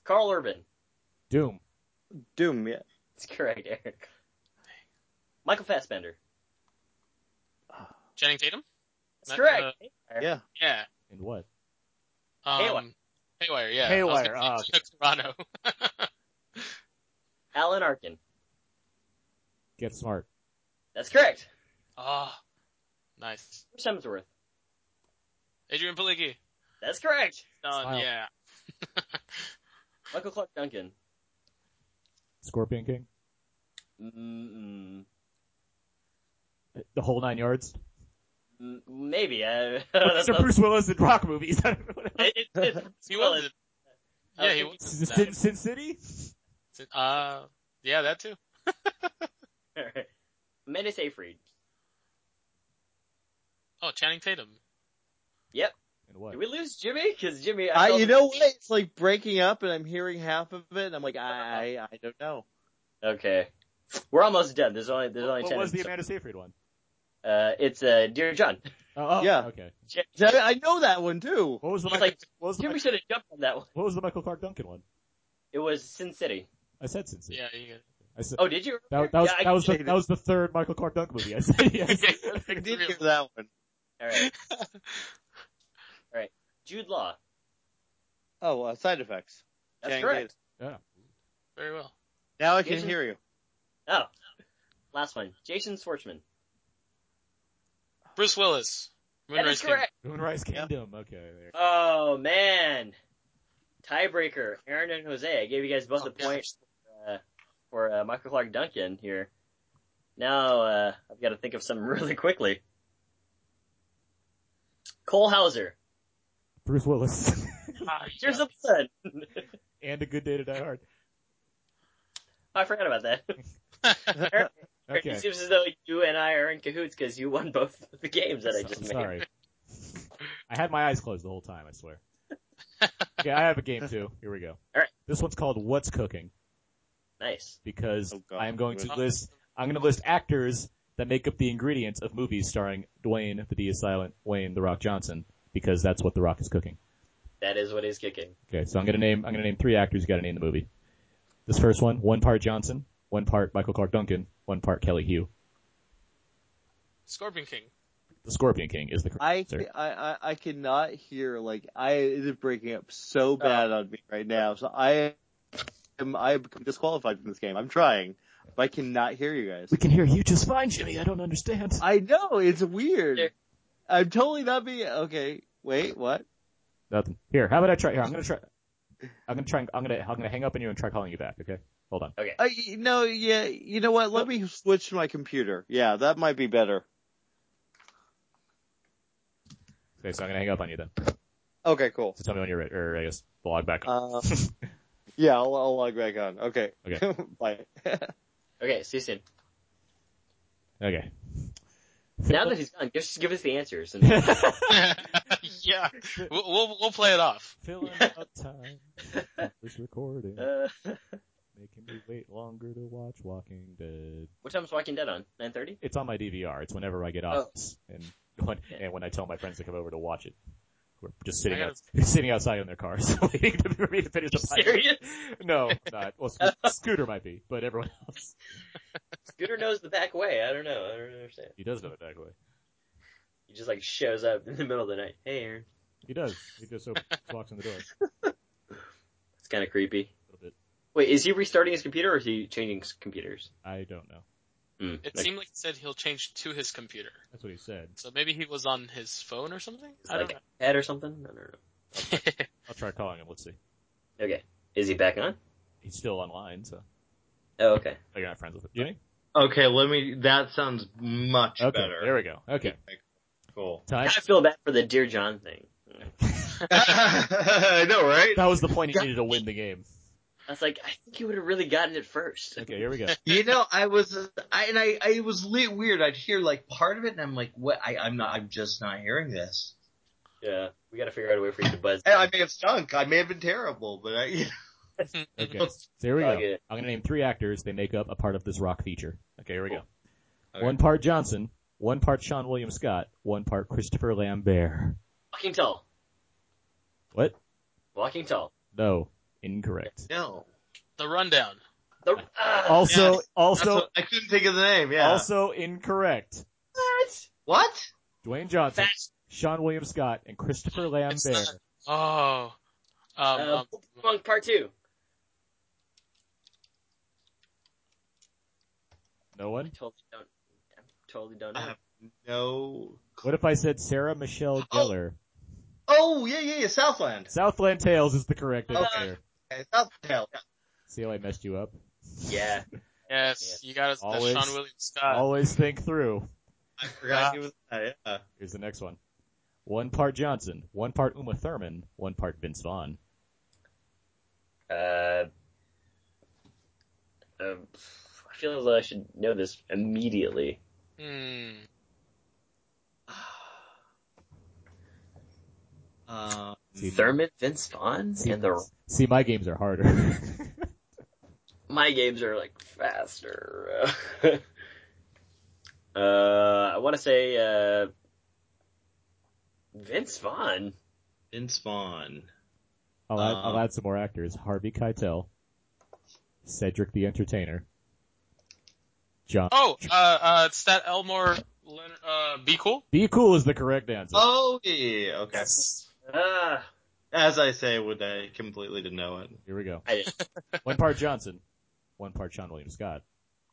Speaker 3: Carl Urban.
Speaker 2: Doom.
Speaker 4: Doom. Yeah.
Speaker 3: That's correct, Eric. Michael Fassbender.
Speaker 5: Channing Tatum.
Speaker 3: That's
Speaker 5: Uh,
Speaker 3: correct.
Speaker 4: Yeah.
Speaker 5: Yeah.
Speaker 2: And what?
Speaker 5: Um,
Speaker 3: Haywire.
Speaker 5: Haywire. Yeah. I was
Speaker 2: Haywire.
Speaker 5: gonna
Speaker 2: Oh,
Speaker 5: say Toronto.
Speaker 3: Alan Arkin.
Speaker 2: get smart.
Speaker 3: That's correct.
Speaker 5: Ah, nice.
Speaker 3: Chris Hemsworth.
Speaker 5: Adrian Palicki.
Speaker 3: That's correct.
Speaker 5: Done.
Speaker 2: Smile.
Speaker 5: Yeah.
Speaker 3: Michael Clark Duncan.
Speaker 2: Scorpion King.
Speaker 3: Mm-mm.
Speaker 2: The whole nine yards.
Speaker 3: Mm, Maybe. I,
Speaker 2: These are Bruce Willis in rock movies. I don't know what else.
Speaker 3: It- it- it's-
Speaker 5: He
Speaker 3: well,
Speaker 5: was.
Speaker 3: it- I
Speaker 5: Yeah,
Speaker 3: was
Speaker 5: he
Speaker 3: thinking-
Speaker 5: was.
Speaker 2: Sin, Sin- Sin City?
Speaker 5: Uh, yeah, that too.
Speaker 3: Amanda Seyfried.
Speaker 5: Oh, Channing Tatum.
Speaker 3: Yep.
Speaker 2: And what?
Speaker 3: Did we lose Jimmy? Because Jimmy, I
Speaker 4: I,
Speaker 3: felt-
Speaker 4: you know what? It's like breaking up, and I'm hearing half of it, and I'm like, I, I, I don't know.
Speaker 3: Okay, we're almost done. There's only there's only
Speaker 2: What
Speaker 3: ten.
Speaker 2: was the
Speaker 3: episodes.
Speaker 2: Amanda Seyfried one?
Speaker 3: uh, it's uh, Dear John.
Speaker 2: Oh, oh,
Speaker 4: Yeah.
Speaker 2: Okay.
Speaker 4: See, I I know that one too.
Speaker 2: What was the
Speaker 3: He's
Speaker 2: Michael,
Speaker 3: like,
Speaker 2: what, was the
Speaker 3: Jimmy
Speaker 2: Michael,
Speaker 3: should have jumped on that one.
Speaker 2: what was the Michael Clark Duncan one?
Speaker 3: It was Sin City.
Speaker 2: I said Sin City.
Speaker 5: Yeah, you get it.
Speaker 2: I said,
Speaker 3: Oh, did you?
Speaker 2: that, that was,
Speaker 3: Yeah, I-
Speaker 2: that, was the,
Speaker 4: appreciate it.
Speaker 2: that was the third Michael Clark Duncan movie. I said yes.
Speaker 4: I did hear that one.
Speaker 3: All right. All right. Jude Law.
Speaker 4: Oh, uh, side effects.
Speaker 3: That's
Speaker 4: Channing
Speaker 3: correct.
Speaker 4: Tatum.
Speaker 2: yeah.
Speaker 5: very well.
Speaker 4: Now I can
Speaker 3: Jason?
Speaker 4: hear you.
Speaker 3: Oh, last one. Jason Schwartzman.
Speaker 5: Bruce Willis.
Speaker 3: That is
Speaker 5: Moonrise Kingdom.
Speaker 3: correct.
Speaker 2: Moonrise Kingdom. Okay, there.
Speaker 3: Oh man, tiebreaker. Aaron and Jose. I gave you guys
Speaker 2: Oh,
Speaker 3: both a point uh, for uh, Michael Clark Duncan here. Now uh, I've got to think of something really quickly. Cole Hauser.
Speaker 2: Bruce Willis.
Speaker 5: Ah,
Speaker 3: Here's
Speaker 5: yeah.
Speaker 3: the blood.
Speaker 2: and a good day to die hard.
Speaker 3: I forgot about that. Aaron, It
Speaker 2: Okay.
Speaker 3: seems as though you and I are in cahoots because you won both of the games that I just
Speaker 2: I'm
Speaker 3: made.
Speaker 2: sorry. I had my eyes closed the whole time, I swear. okay, I have a game too. Here we go.
Speaker 3: All right.
Speaker 2: This one's called What's Cooking
Speaker 3: Nice.
Speaker 2: because
Speaker 4: Oh, God.
Speaker 2: I am going to
Speaker 5: Good.
Speaker 2: list, I'm going to list actors that make up the ingredients of movies starring Dwayne, the D is silent, Wayne, The Rock Johnson because that's what The Rock is cooking.
Speaker 3: That is what he's kicking.
Speaker 2: Okay, so I'm gonna name I'm gonna name three actors you gotta name the movie. This first one, one part Johnson, one part Michael Clark Duncan, one part Kelly Hugh.
Speaker 5: Scorpion King.
Speaker 2: The Scorpion King is the correct
Speaker 4: I,
Speaker 2: answer.
Speaker 4: I, I, I cannot hear, like, I, it is breaking up so bad on me right now. So I am, I am disqualified from this game. I'm trying, but I cannot hear you guys.
Speaker 2: We can hear you just fine, Jimmy. I don't understand.
Speaker 4: I know, it's
Speaker 3: There.
Speaker 4: weird. I'm totally not being, okay, wait, what?
Speaker 2: Nothing. Here, how about I try? Here, I'm gonna try. I'm gonna try. and- I'm gonna I'm gonna hang up on you and try calling you back. Okay, hold on.
Speaker 4: Uh, y- no, yeah, you know what? Let me switch to my computer. Yeah, that might be better.
Speaker 2: Okay, so I'm gonna hang up on you then.
Speaker 4: Okay, cool.
Speaker 2: So tell me when you're ready, or I guess log back.
Speaker 4: Uh, yeah, I'll, I'll log back on. Okay.
Speaker 2: Okay.
Speaker 4: Bye.
Speaker 3: Okay, see you soon.
Speaker 2: okay.
Speaker 3: Now that he's gone, just give us the answers. And
Speaker 5: yeah, we'll, we'll we'll play it off.
Speaker 2: Filling up time. This recording
Speaker 3: uh,
Speaker 2: making me wait longer to watch Walking Dead.
Speaker 3: what time's Walking Dead on? Nine thirty.
Speaker 2: It's on my DVR. It's whenever I get off and when, and when I tell my friends to come over to watch it. We're just sitting
Speaker 5: I
Speaker 2: out, sitting outside in their cars waiting to- for me to finish the podcast.
Speaker 3: Serious?
Speaker 2: No, not. Well, Sco- Scooter might be, but everyone else.
Speaker 3: Scooter knows the back way. I don't know. I don't understand.
Speaker 2: He does know it that way.
Speaker 3: He just like shows up in the middle of the night. Hey, Aaron.
Speaker 2: He does. He just op- walks in the door. A
Speaker 3: It's kind of creepy.
Speaker 2: little bit.
Speaker 3: Wait, is he restarting his computer or is he changing s- computers?
Speaker 2: I don't know.
Speaker 3: Hmm.
Speaker 5: It seemed like he said he'll change to his computer,
Speaker 2: That's what he said.
Speaker 5: so maybe he was on his phone or something.
Speaker 3: It's
Speaker 5: I don't
Speaker 3: like a head or something. I don't know.
Speaker 5: know.
Speaker 2: I'll try calling him. Let's see.
Speaker 3: Okay, is he back on?
Speaker 2: He's still online, so
Speaker 3: Oh, okay.
Speaker 2: oh, you're not friends with him. Jimmy?
Speaker 10: Okay, let me. That sounds much
Speaker 2: Okay,
Speaker 10: better.
Speaker 2: there we go. Okay,
Speaker 10: Cool.
Speaker 2: time.
Speaker 3: I feel bad for the Dear John thing.
Speaker 10: I know, right?
Speaker 2: That was the point he needed to win the game.
Speaker 3: I was like, I think he would have really gotten it first.
Speaker 2: Okay, here we go.
Speaker 10: You know, I was, I, and I, I was li- weird. I'd hear like part of it, and I'm like, what? I, I'm not. I'm just not hearing this.
Speaker 3: Yeah, we got to figure out a way for you to buzz.
Speaker 10: And I may have stunk. I may have been terrible, but I,
Speaker 2: Okay, so here we go.
Speaker 3: I'll get it.
Speaker 2: I'm gonna name three actors. They make up a part of this rock feature. Okay, here we go.
Speaker 10: Okay.
Speaker 2: One part Johnson, one part Sean William Scott, one part Christopher Lambert.
Speaker 3: Walking Tall.
Speaker 2: What?
Speaker 3: Walking Tall.
Speaker 2: No, incorrect.
Speaker 10: no.
Speaker 5: the rundown.
Speaker 3: The, ah,
Speaker 2: Also,
Speaker 10: That's
Speaker 2: also,
Speaker 10: what, I couldn't think of the name. Yeah.
Speaker 2: also incorrect.
Speaker 3: what?
Speaker 10: what?
Speaker 2: Dwayne Johnson,
Speaker 3: Fast.
Speaker 2: Sean William Scott, and Christopher
Speaker 5: It's
Speaker 2: Lambert.
Speaker 5: not- Oh, um,
Speaker 3: Uh,
Speaker 5: um,
Speaker 3: Pokemon Part 2.
Speaker 2: No
Speaker 3: I
Speaker 2: one.
Speaker 3: totally don't. I totally don't know.
Speaker 10: Uh, no.
Speaker 2: What if I said Sarah Michelle
Speaker 10: Oh.
Speaker 2: Gellar?
Speaker 10: Oh yeah, yeah, yeah. Southland.
Speaker 2: Southland Tales is the correct
Speaker 10: Oh.
Speaker 2: answer.
Speaker 10: Okay, Southland.
Speaker 2: See how I messed you up?
Speaker 3: yeah.
Speaker 5: yes, you got it. That's
Speaker 2: Always-
Speaker 5: Sean William Scott.
Speaker 2: Always think through.
Speaker 10: I forgot. he was, yeah.
Speaker 2: Here's the next one. One part Johnson, one part Uma Thurman, one part Vince Vaughn.
Speaker 3: Uh, um, I feel as though I should know this immediately.
Speaker 5: Hmm.
Speaker 10: Um,
Speaker 3: Thurman Vince Vaughn?
Speaker 2: See,
Speaker 3: And the,
Speaker 2: see, my games are harder.
Speaker 3: my games are like faster. uh, I want to say, uh, Vince Vaughn?
Speaker 10: Vince Vaughn.
Speaker 2: I'll, add, I'll
Speaker 10: Uh.
Speaker 2: add some more actors. Harvey Keitel, Cedric the Entertainer, John.
Speaker 5: Oh, uh, uh, it's that Elmore. Leonard, uh, be cool.
Speaker 2: Be cool is the correct answer.
Speaker 10: Oh yeah, yeah, yeah, okay.
Speaker 3: Ah,
Speaker 10: As I say, would I completely didn't know it.
Speaker 2: Here we go.
Speaker 3: I didn't.
Speaker 2: One part Johnson, one part Sean William Scott,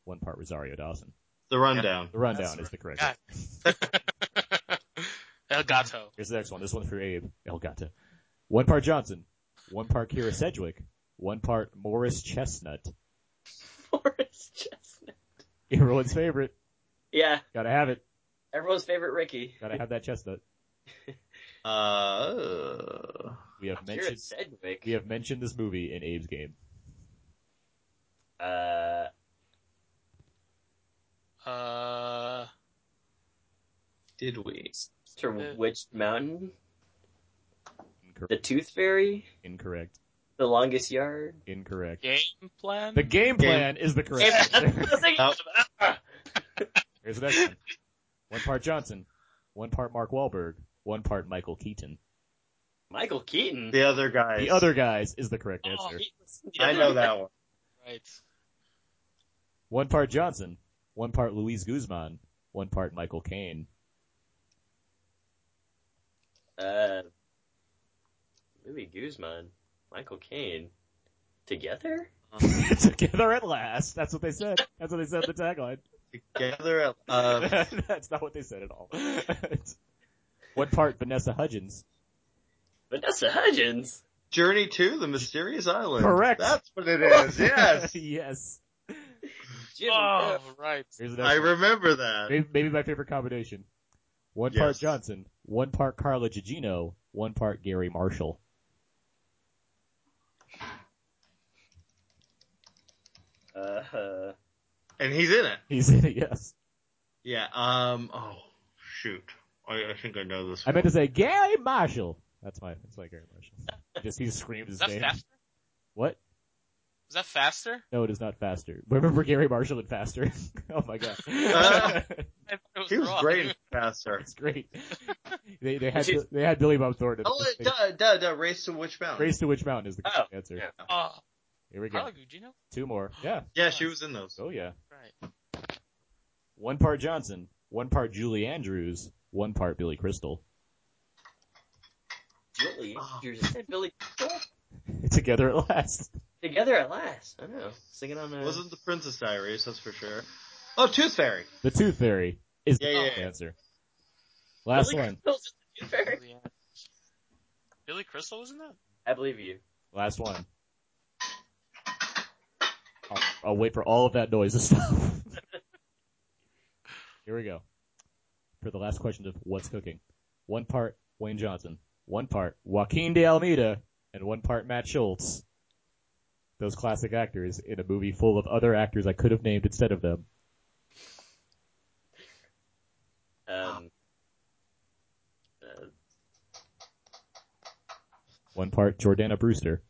Speaker 2: one part Rosario Dawson.
Speaker 10: The rundown.
Speaker 2: The rundown
Speaker 5: That's
Speaker 2: is the correct.
Speaker 5: God. El Gato.
Speaker 2: Here's the next one. This one's for Abe Elgata. One part Johnson, one part Kira Sedgwick, one part Morris Chestnut.
Speaker 3: Forrest Chestnut.
Speaker 2: Everyone's favorite.
Speaker 3: Yeah,
Speaker 2: Gotta have it.
Speaker 3: everyone's favorite Ricky.
Speaker 2: Gotta have that chestnut.
Speaker 10: Uh,
Speaker 2: We have
Speaker 3: Jared
Speaker 2: mentioned
Speaker 3: Sedgwick.
Speaker 2: we have mentioned this movie in Abe's game.
Speaker 3: Uh,
Speaker 5: Uh,
Speaker 10: did we?
Speaker 3: Mr.
Speaker 5: Uh,
Speaker 3: Witch Mountain. The
Speaker 2: Incorrect.
Speaker 3: Tooth Fairy.
Speaker 2: Incorrect.
Speaker 3: The Longest Yard.
Speaker 2: Incorrect.
Speaker 5: game plan?
Speaker 2: The game plan is the correct. answer. Here's the next one. One part Johnson, one part Mark Wahlberg, one part Michael Keaton.
Speaker 3: Michael Keaton.
Speaker 10: The other guy.
Speaker 2: The other guys is the correct
Speaker 5: Oh,
Speaker 2: answer.
Speaker 5: he was the
Speaker 10: I
Speaker 5: other
Speaker 10: know
Speaker 5: guy.
Speaker 10: that one.
Speaker 5: Right.
Speaker 2: One part Johnson, one part Luis Guzman, one part Michael Caine.
Speaker 3: Uh, Louis Guzman. Michael Caine. Together?
Speaker 5: Uh-huh.
Speaker 2: Together at last. That's what they said. That's what they said in the tagline.
Speaker 10: Together at, uh,
Speaker 2: That's not what they said at all. one part Vanessa Hudgens.
Speaker 3: Vanessa Hudgens.
Speaker 10: Journey to the Mysterious Island.
Speaker 2: Correct.
Speaker 10: That's what it is. Yes.
Speaker 2: yes.
Speaker 3: Jim
Speaker 5: Oh,
Speaker 3: Crow.
Speaker 5: right.
Speaker 2: Here's the next
Speaker 10: I
Speaker 2: one.
Speaker 10: remember that.
Speaker 2: Maybe, maybe my favorite combination. One
Speaker 10: Yes.
Speaker 2: part Johnson, one part Carla Gugino, one part Gary Marshall.
Speaker 3: Uh, uh,
Speaker 10: And he's in it.
Speaker 2: He's in it, yes.
Speaker 10: Yeah. Um. Oh, shoot. I, I think I know this.
Speaker 2: I
Speaker 10: One.
Speaker 2: meant to say Gary Marshall. That's my, that's my Gary Marshall. Just he screams
Speaker 5: Is
Speaker 2: his
Speaker 5: that
Speaker 2: name.
Speaker 5: faster?
Speaker 2: What?
Speaker 5: Is that faster?
Speaker 2: No, it is not faster. Remember Gary Marshall in Faster? oh my god.
Speaker 5: I thought it
Speaker 10: he was
Speaker 5: wrong.
Speaker 10: great and faster.
Speaker 2: It's great. They, they had, they had Billy Bob Thornton.
Speaker 10: Oh, uh, duh, duh, duh, race to Witch Mountain.
Speaker 2: Race to Witch Mountain is the
Speaker 3: Oh,
Speaker 2: correct answer.
Speaker 3: yeah.
Speaker 5: Oh,
Speaker 2: Here we go.
Speaker 5: Carla Gugino?
Speaker 2: Two more. Yeah.
Speaker 10: Yeah, she was in those.
Speaker 2: Oh yeah.
Speaker 5: Right.
Speaker 2: One part Johnson, one part Julie Andrews, one part Billy Crystal.
Speaker 3: Billy. You just said Billy Crystal?
Speaker 2: Together at last.
Speaker 3: Together at last. I know. Singing on the.
Speaker 10: Wasn't the Princess Diaries? That's for sure. Oh, Tooth Fairy.
Speaker 2: The Tooth Fairy is the
Speaker 10: Yeah, yeah,
Speaker 2: correct
Speaker 10: yeah.
Speaker 2: answer. Last
Speaker 3: Billy
Speaker 2: one.
Speaker 3: Crystal's in the Tooth Fairy?
Speaker 5: Billy- Billy Crystal was in that?
Speaker 3: I believe you.
Speaker 2: Last one. I'll, I'll wait for all of that noise to stop. Here we go. For the last question of what's cooking. One part Wayne Johnson, one part Joaquin de Almeida, and one part Matt Schultz. Those classic actors in a movie full of other actors I could have named instead of them.
Speaker 3: Um, uh,
Speaker 2: One part Jordana Brewster.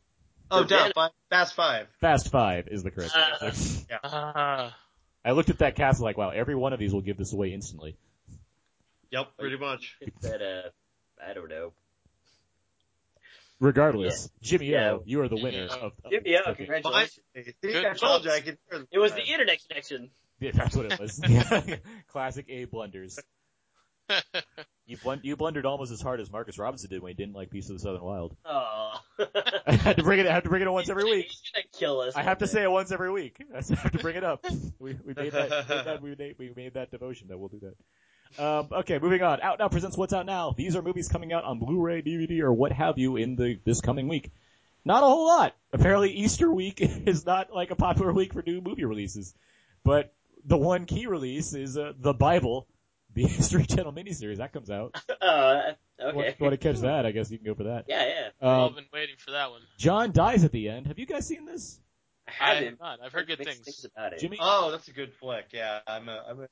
Speaker 10: Oh,
Speaker 3: The
Speaker 10: duh,
Speaker 3: Ren-
Speaker 10: five, Fast Five.
Speaker 2: Fast Five is the correct
Speaker 3: Uh.
Speaker 2: answer.
Speaker 5: Ah,
Speaker 2: I looked at that cast like, wow, every one of these will give this away instantly.
Speaker 10: Yep, pretty much.
Speaker 3: it's that, uh, I don't know.
Speaker 2: Regardless, Jimmy
Speaker 3: Yeah.
Speaker 2: O, you are the
Speaker 5: Jimmy
Speaker 2: winner
Speaker 5: O.
Speaker 2: of. of
Speaker 3: Jimmy O,
Speaker 2: cooking.
Speaker 10: Well, I,
Speaker 3: congratulations.
Speaker 10: I think I told you I could hear
Speaker 3: It was the internet connection.
Speaker 2: Yeah, that's what it was. Yeah. Classic A blunders. You blund- you blundered almost as hard as Marcus Robinson did when he didn't like Beast of the Southern Wild.
Speaker 3: Oh.
Speaker 2: I had to bring it. I have to bring it once every week.
Speaker 3: He's gonna kill us.
Speaker 2: I have to
Speaker 3: one day.
Speaker 2: say it once every week. I just have to bring it up. We, we made that. made that- we, made, we made that devotion that we'll do that. Um, okay, moving on. Out now presents what's out now. These are movies coming out on Blu-ray, DVD, or what have you in the this coming week. Not a whole lot. Apparently, Easter week is not like a popular week for new movie releases. But the one key release is uh, the Bible, the History Channel miniseries that comes out.
Speaker 3: Uh, okay.
Speaker 2: If you want to catch that? I guess you can go for that.
Speaker 3: Yeah, yeah.
Speaker 5: we've
Speaker 2: Um,
Speaker 5: all been waiting for that one.
Speaker 2: John dies at the end. Have you guys seen this?
Speaker 3: I
Speaker 5: I
Speaker 3: haven't.
Speaker 5: have not. I've heard good
Speaker 3: mixed
Speaker 5: things.
Speaker 3: about it.
Speaker 2: Jimmy,
Speaker 10: Oh, that's a good flick. Yeah, I'm a, I'm a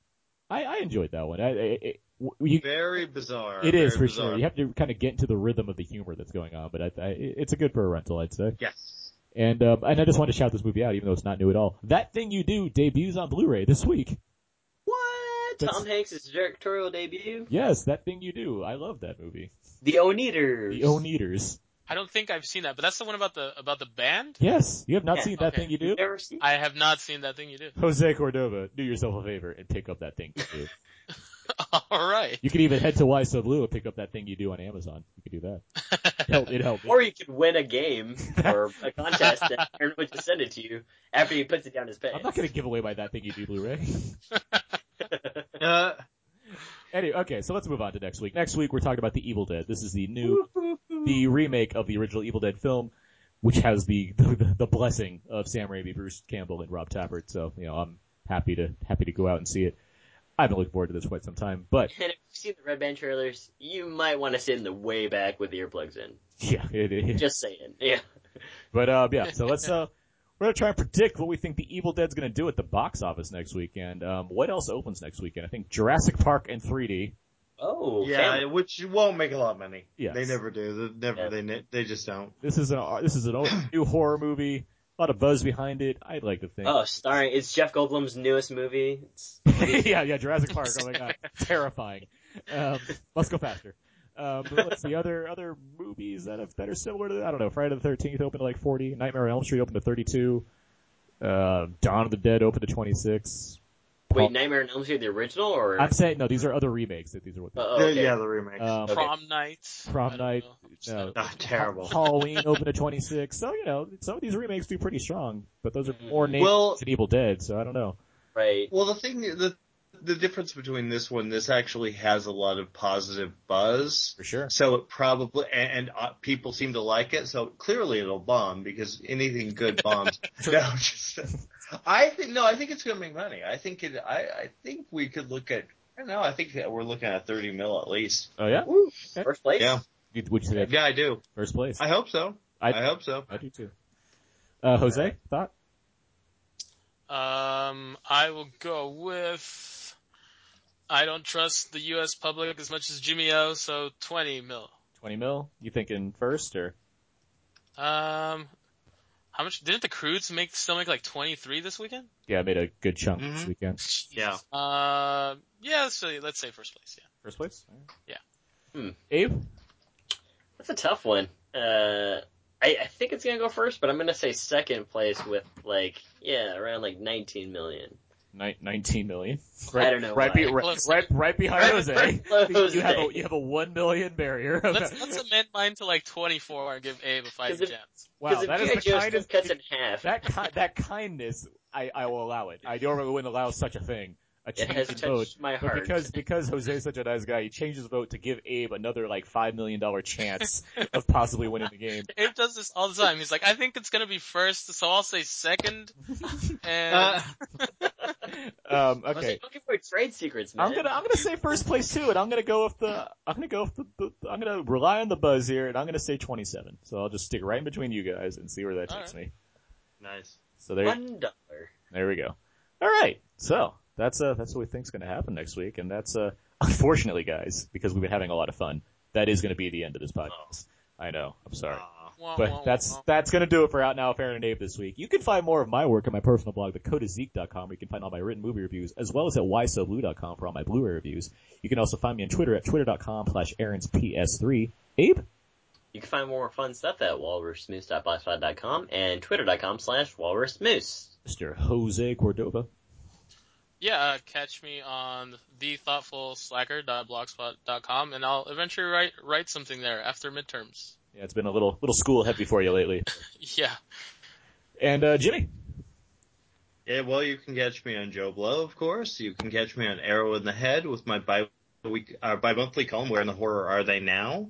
Speaker 2: I, I enjoyed that one. I, I, it, you,
Speaker 10: very bizarre.
Speaker 2: It is
Speaker 10: very
Speaker 2: for
Speaker 10: bizarre.
Speaker 2: sure. You have to kind of get into the rhythm of the humor that's going on, but I, I, it's a good for a rental, I'd say.
Speaker 10: Yes.
Speaker 2: And um, and I just want to shout this movie out, even though it's not new at all. That thing you do debuts on Blu-ray this week.
Speaker 3: What?
Speaker 2: That's-
Speaker 3: Tom Hanks' directorial debut?
Speaker 2: Yes, that thing you do. I love that movie.
Speaker 3: The Oneaters.
Speaker 2: The Oneaters.
Speaker 5: I don't think I've seen that, but that's the one about the about the band.
Speaker 2: Yes, you have not
Speaker 3: Yeah,
Speaker 2: seen that
Speaker 5: okay.
Speaker 2: thing you do.
Speaker 3: You've never seen
Speaker 5: I have not seen that thing you do.
Speaker 2: Jose Cordova, do yourself a favor and pick up that thing you do.
Speaker 5: All right.
Speaker 2: You could even head to Why So Blue and pick up that thing you do on Amazon. You could do that. it helped. It helped.
Speaker 3: Or you could win a game or a contest and Aaron would just send it to you after he puts it down his pants.
Speaker 2: I'm not going to give away my That Thing You Do Blu-ray.
Speaker 10: Uh,
Speaker 2: anyway, okay, so let's move on to next week. Next week we're talking about The Evil Dead. This is the new, the remake of the original Evil Dead film, which has the, the, the blessing of Sam Raimi, Bruce Campbell, and Rob Tappert. So, you know, I'm happy to, happy to go out and see it. I've been looking forward to this quite some time, but
Speaker 3: And if you've seen the Red Band trailers, you might want to sit in the way back with the earplugs in.
Speaker 2: yeah, it, it,
Speaker 3: Just saying. Yeah.
Speaker 2: But uh, yeah, so let's uh, we're gonna try and predict what we think the Evil Dead's gonna do at the box office next weekend. Um, what else opens next weekend? I think Jurassic Park and 3D.
Speaker 3: Oh,
Speaker 10: yeah,
Speaker 3: family.
Speaker 10: which won't make a lot of money.
Speaker 2: Yes.
Speaker 10: They never do. They never. They ne- they just don't.
Speaker 2: This is an this is an old, new horror movie. A lot of buzz behind it. I'd like to think.
Speaker 3: Oh, starring it's Jeff Goldblum's newest movie. It's,
Speaker 2: yeah, yeah, Jurassic Park. Oh my god, terrifying. Um, let's go faster. Um, but let's see other other movies that have, that are similar to that. I don't know. Friday the Thirteenth opened to like forty. Nightmare on Elm Street opened to thirty-two. Uh, Dawn of the Dead opened to twenty-six.
Speaker 3: wait, Nightmare on Elm Street, the original, or
Speaker 2: I'm saying no, these are other remakes. These are what
Speaker 3: Oh, okay.
Speaker 10: They- Yeah, the remakes.
Speaker 2: um,
Speaker 5: Prom night.
Speaker 2: Prom Night. No,
Speaker 10: Ah, terrible.
Speaker 2: Halloween opened to twenty-six. So you know some of these remakes do pretty strong, but those are more names
Speaker 10: Well-
Speaker 2: than Evil Dead. So I don't know.
Speaker 3: right?
Speaker 10: Well, the thing, the the difference between this one, this actually has a lot of positive buzz.
Speaker 2: For sure.
Speaker 10: So it probably and, and uh, people seem to like it. So clearly it'll bomb because anything good bombs. no, just I think no, I think it's going to make money. I think it. I I think we could look at. I don't know. I think that we're looking at thirty mil at least.
Speaker 2: Oh yeah,
Speaker 3: Woo, first place.
Speaker 10: Yeah,
Speaker 2: You- would you say that
Speaker 10: yeah, I do.
Speaker 2: first place?
Speaker 10: I hope so.
Speaker 2: I-
Speaker 10: I, hope so.
Speaker 2: I do too. Uh, Jose, thought?
Speaker 5: Um, I will go with. I don't trust the U.S. public as much as Jimmy O, so 20 mil.
Speaker 2: 20 mil? You thinking first or?
Speaker 5: Um, how much didn't the Crudes make still make like 23 this weekend?
Speaker 2: Yeah, I made a good chunk this
Speaker 10: Mhm.
Speaker 3: Mm-hmm.
Speaker 2: weekend.
Speaker 10: Yeah.
Speaker 5: Uh, yeah, let's say let's say first place. Yeah,
Speaker 2: First place?
Speaker 5: Yeah.
Speaker 3: Hmm.
Speaker 2: Abe?
Speaker 3: That's a tough one. Uh, I, I think it's gonna go first, but I'm gonna say second place with like yeah, around like 19 million.
Speaker 2: Ni- 19 million.
Speaker 3: I don't know
Speaker 2: Right,
Speaker 3: why.
Speaker 2: be, right,
Speaker 5: Close.
Speaker 2: right, right behind
Speaker 3: Right
Speaker 2: Jose.
Speaker 3: behind Jose.
Speaker 2: You have a, you have a 1 million barrier.
Speaker 5: let's let's amend mine to like 24 and give Abe a fighting
Speaker 3: 'Cause if-
Speaker 5: chance.
Speaker 2: wow,
Speaker 3: Because
Speaker 2: that
Speaker 3: if
Speaker 2: is the
Speaker 3: G.I. Joe still
Speaker 2: kindest,
Speaker 3: cuts in half,
Speaker 2: that ki- that kindness, I, I will allow it. I normally wouldn't allow such a thing. A
Speaker 3: it
Speaker 2: change
Speaker 3: has
Speaker 2: in
Speaker 3: touched
Speaker 2: vote.
Speaker 3: my
Speaker 2: But
Speaker 3: heart.
Speaker 2: because because Jose's such a nice guy, he changed his vote to give Abe another like five million dollar chance of possibly winning the game.
Speaker 5: Abe does this all the time. He's like, I think it's gonna be first, so I'll say second. And
Speaker 10: Uh,
Speaker 2: Um,
Speaker 3: I was
Speaker 2: okay,
Speaker 3: like, looking for trade secrets, man.
Speaker 2: I'm gonna I'm gonna say first place too, and I'm gonna go with the I'm gonna go with the, the I'm gonna rely on the buzz here, and I'm gonna say 27. So I'll just stick right in between you guys and see where that
Speaker 5: All
Speaker 2: takes me.
Speaker 10: Nice.
Speaker 2: So there
Speaker 3: one dollar.
Speaker 2: there we go. All right, so that's uh that's what we think's gonna happen next week, and that's uh unfortunately, guys, because we've been having a lot of fun, that is gonna be the end of this podcast. I know. I'm sorry.
Speaker 10: Aw.
Speaker 5: Wah, wah, wah,
Speaker 2: But that's
Speaker 5: wah.
Speaker 2: that's gonna do it for Out Now with Aaron and Abe this week. You can find more of my work on my personal blog, thecodeofzeke.com, where you can find all my written movie reviews, as well as at whysoblue.com for all my Blu-ray reviews. You can also find me on Twitter at twitter.com slash Aaron's PS3. Abe?
Speaker 3: You can find more fun stuff at walrusmoose.blogspot.com and twitter.com slash walrusmoose.
Speaker 2: Mr. Jose Cordova.
Speaker 5: Yeah, uh, catch me on thethoughtfulslacker.blogspot.com, and I'll eventually write write something there after midterms.
Speaker 2: Yeah, it's been a little little school heavy for you lately.
Speaker 5: Yeah,
Speaker 2: And uh Jimmy.
Speaker 10: Yeah, well, you can catch me on Joe Blow, of course. You can catch me on Arrow in the Head with my bi week, uh, bi-monthly column, Where in the Horror Are They Now?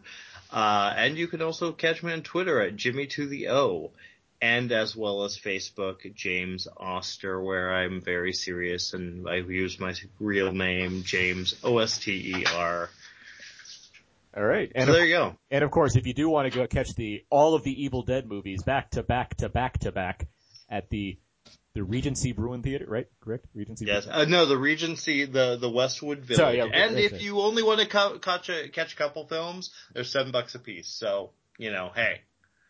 Speaker 10: Uh, and you can also catch me on Twitter at Jimmy to the O, and as well as Facebook, James Oster, where I'm very serious and I use my real name, James O-S-T-E-R.
Speaker 2: All right. And
Speaker 10: So E there you go.
Speaker 2: And of course, if you do want to go catch the all of the Evil Dead movies back to back to back to back at the the Regency Bruin Theater, right? Correct? Regency.
Speaker 10: Yes.
Speaker 2: Bruin
Speaker 10: Uh, no, the Regency, the the Westwood Village.
Speaker 2: Sorry, yeah,
Speaker 10: and
Speaker 2: that's
Speaker 10: if
Speaker 2: it.
Speaker 10: you only want to co- catch a catch a couple films, they're seven bucks a piece. So you know, hey,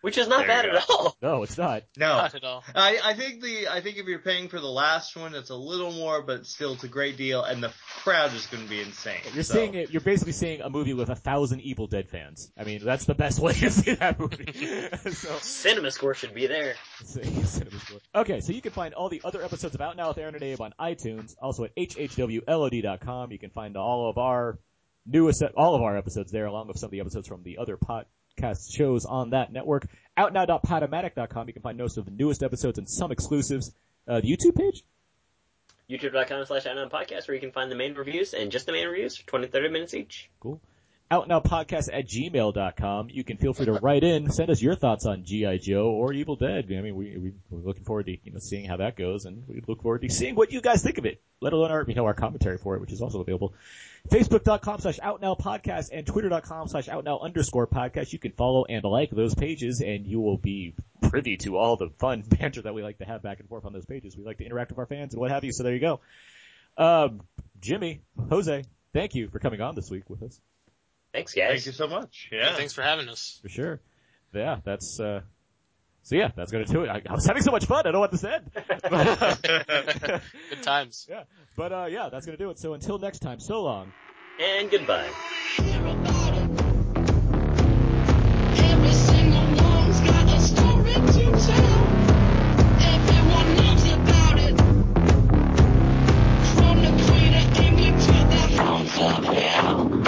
Speaker 3: which is not bad at all.
Speaker 2: No, it's not.
Speaker 10: No,
Speaker 5: Not at all.
Speaker 10: I, I think the I think if you're paying for the last one, it's a little more, but still it's a great deal, and the crowd is going to be insane.
Speaker 2: You're
Speaker 10: so.
Speaker 2: seeing it. You're basically seeing a movie with a thousand Evil Dead fans. I mean, that's the best way to see that movie. so,
Speaker 3: Cinema score should be there.
Speaker 2: okay, so you can find all the other episodes of Out Now with Aaron and Abe on iTunes, also at hhwlod.com. You can find all of our newest, all of our episodes there, along with some of the episodes from the other podcast shows on that network. Outnow.podomatic.com. You can find most of the newest episodes and some exclusives. Uh, the YouTube page?
Speaker 3: YouTube.com slash Outnow Podcast where you can find the main reviews and just the main reviews, 20, 30 minutes each.
Speaker 2: Cool. outnowpodcast at gmail.com. You can feel free to write in, send us your thoughts on G.I. Joe or Evil Dead. I mean, we, we, we're looking forward to, you know, seeing how that goes and we look forward to seeing what you guys think of it, let alone our, you know, our commentary for it, which is also available. Facebook.com slash outnowpodcast and Twitter.com slash outnow underscore podcast. You can follow and like those pages and you will be privy to all the fun banter that we like to have back and forth on those pages. We like to interact with our fans and what have you. So there you go. Um, Jimmy, Jose, thank you for coming on this week with us.
Speaker 3: Thanks, guys.
Speaker 10: Thank you so much. Yeah.
Speaker 5: Thanks for having us.
Speaker 2: For sure. Yeah, that's, uh, so yeah, that's gonna do it. I, I was having so much fun, I don't know what this said.
Speaker 5: Good times.
Speaker 2: yeah, but uh, yeah, that's gonna do it. So until next time, so long.
Speaker 3: And goodbye.
Speaker 11: Every single one's got a story to tell. Everyone knows about it. From the greater England to the hounds of hell.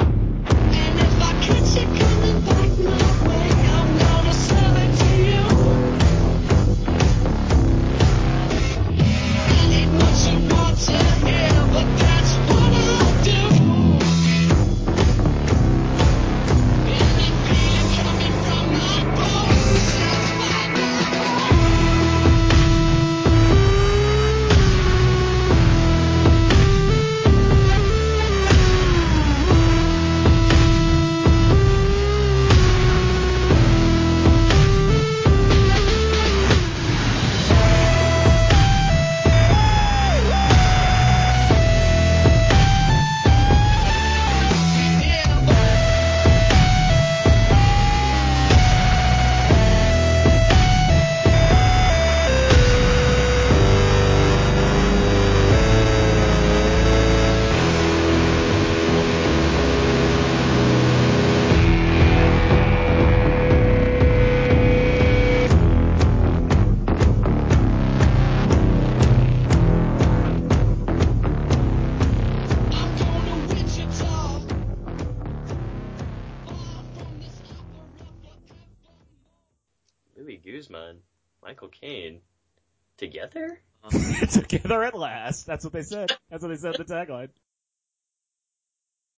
Speaker 11: And if I catch it coming back my way, I'm gonna sell it to you. I ain't what you want to hear, but that's what I'll do. Any being coming from my bones, that's what I'm going to Wichita.
Speaker 3: Louis Guzman, Michael Caine, together?
Speaker 2: Uh-huh. Together at last. That's what they said. That's what they said in the tagline.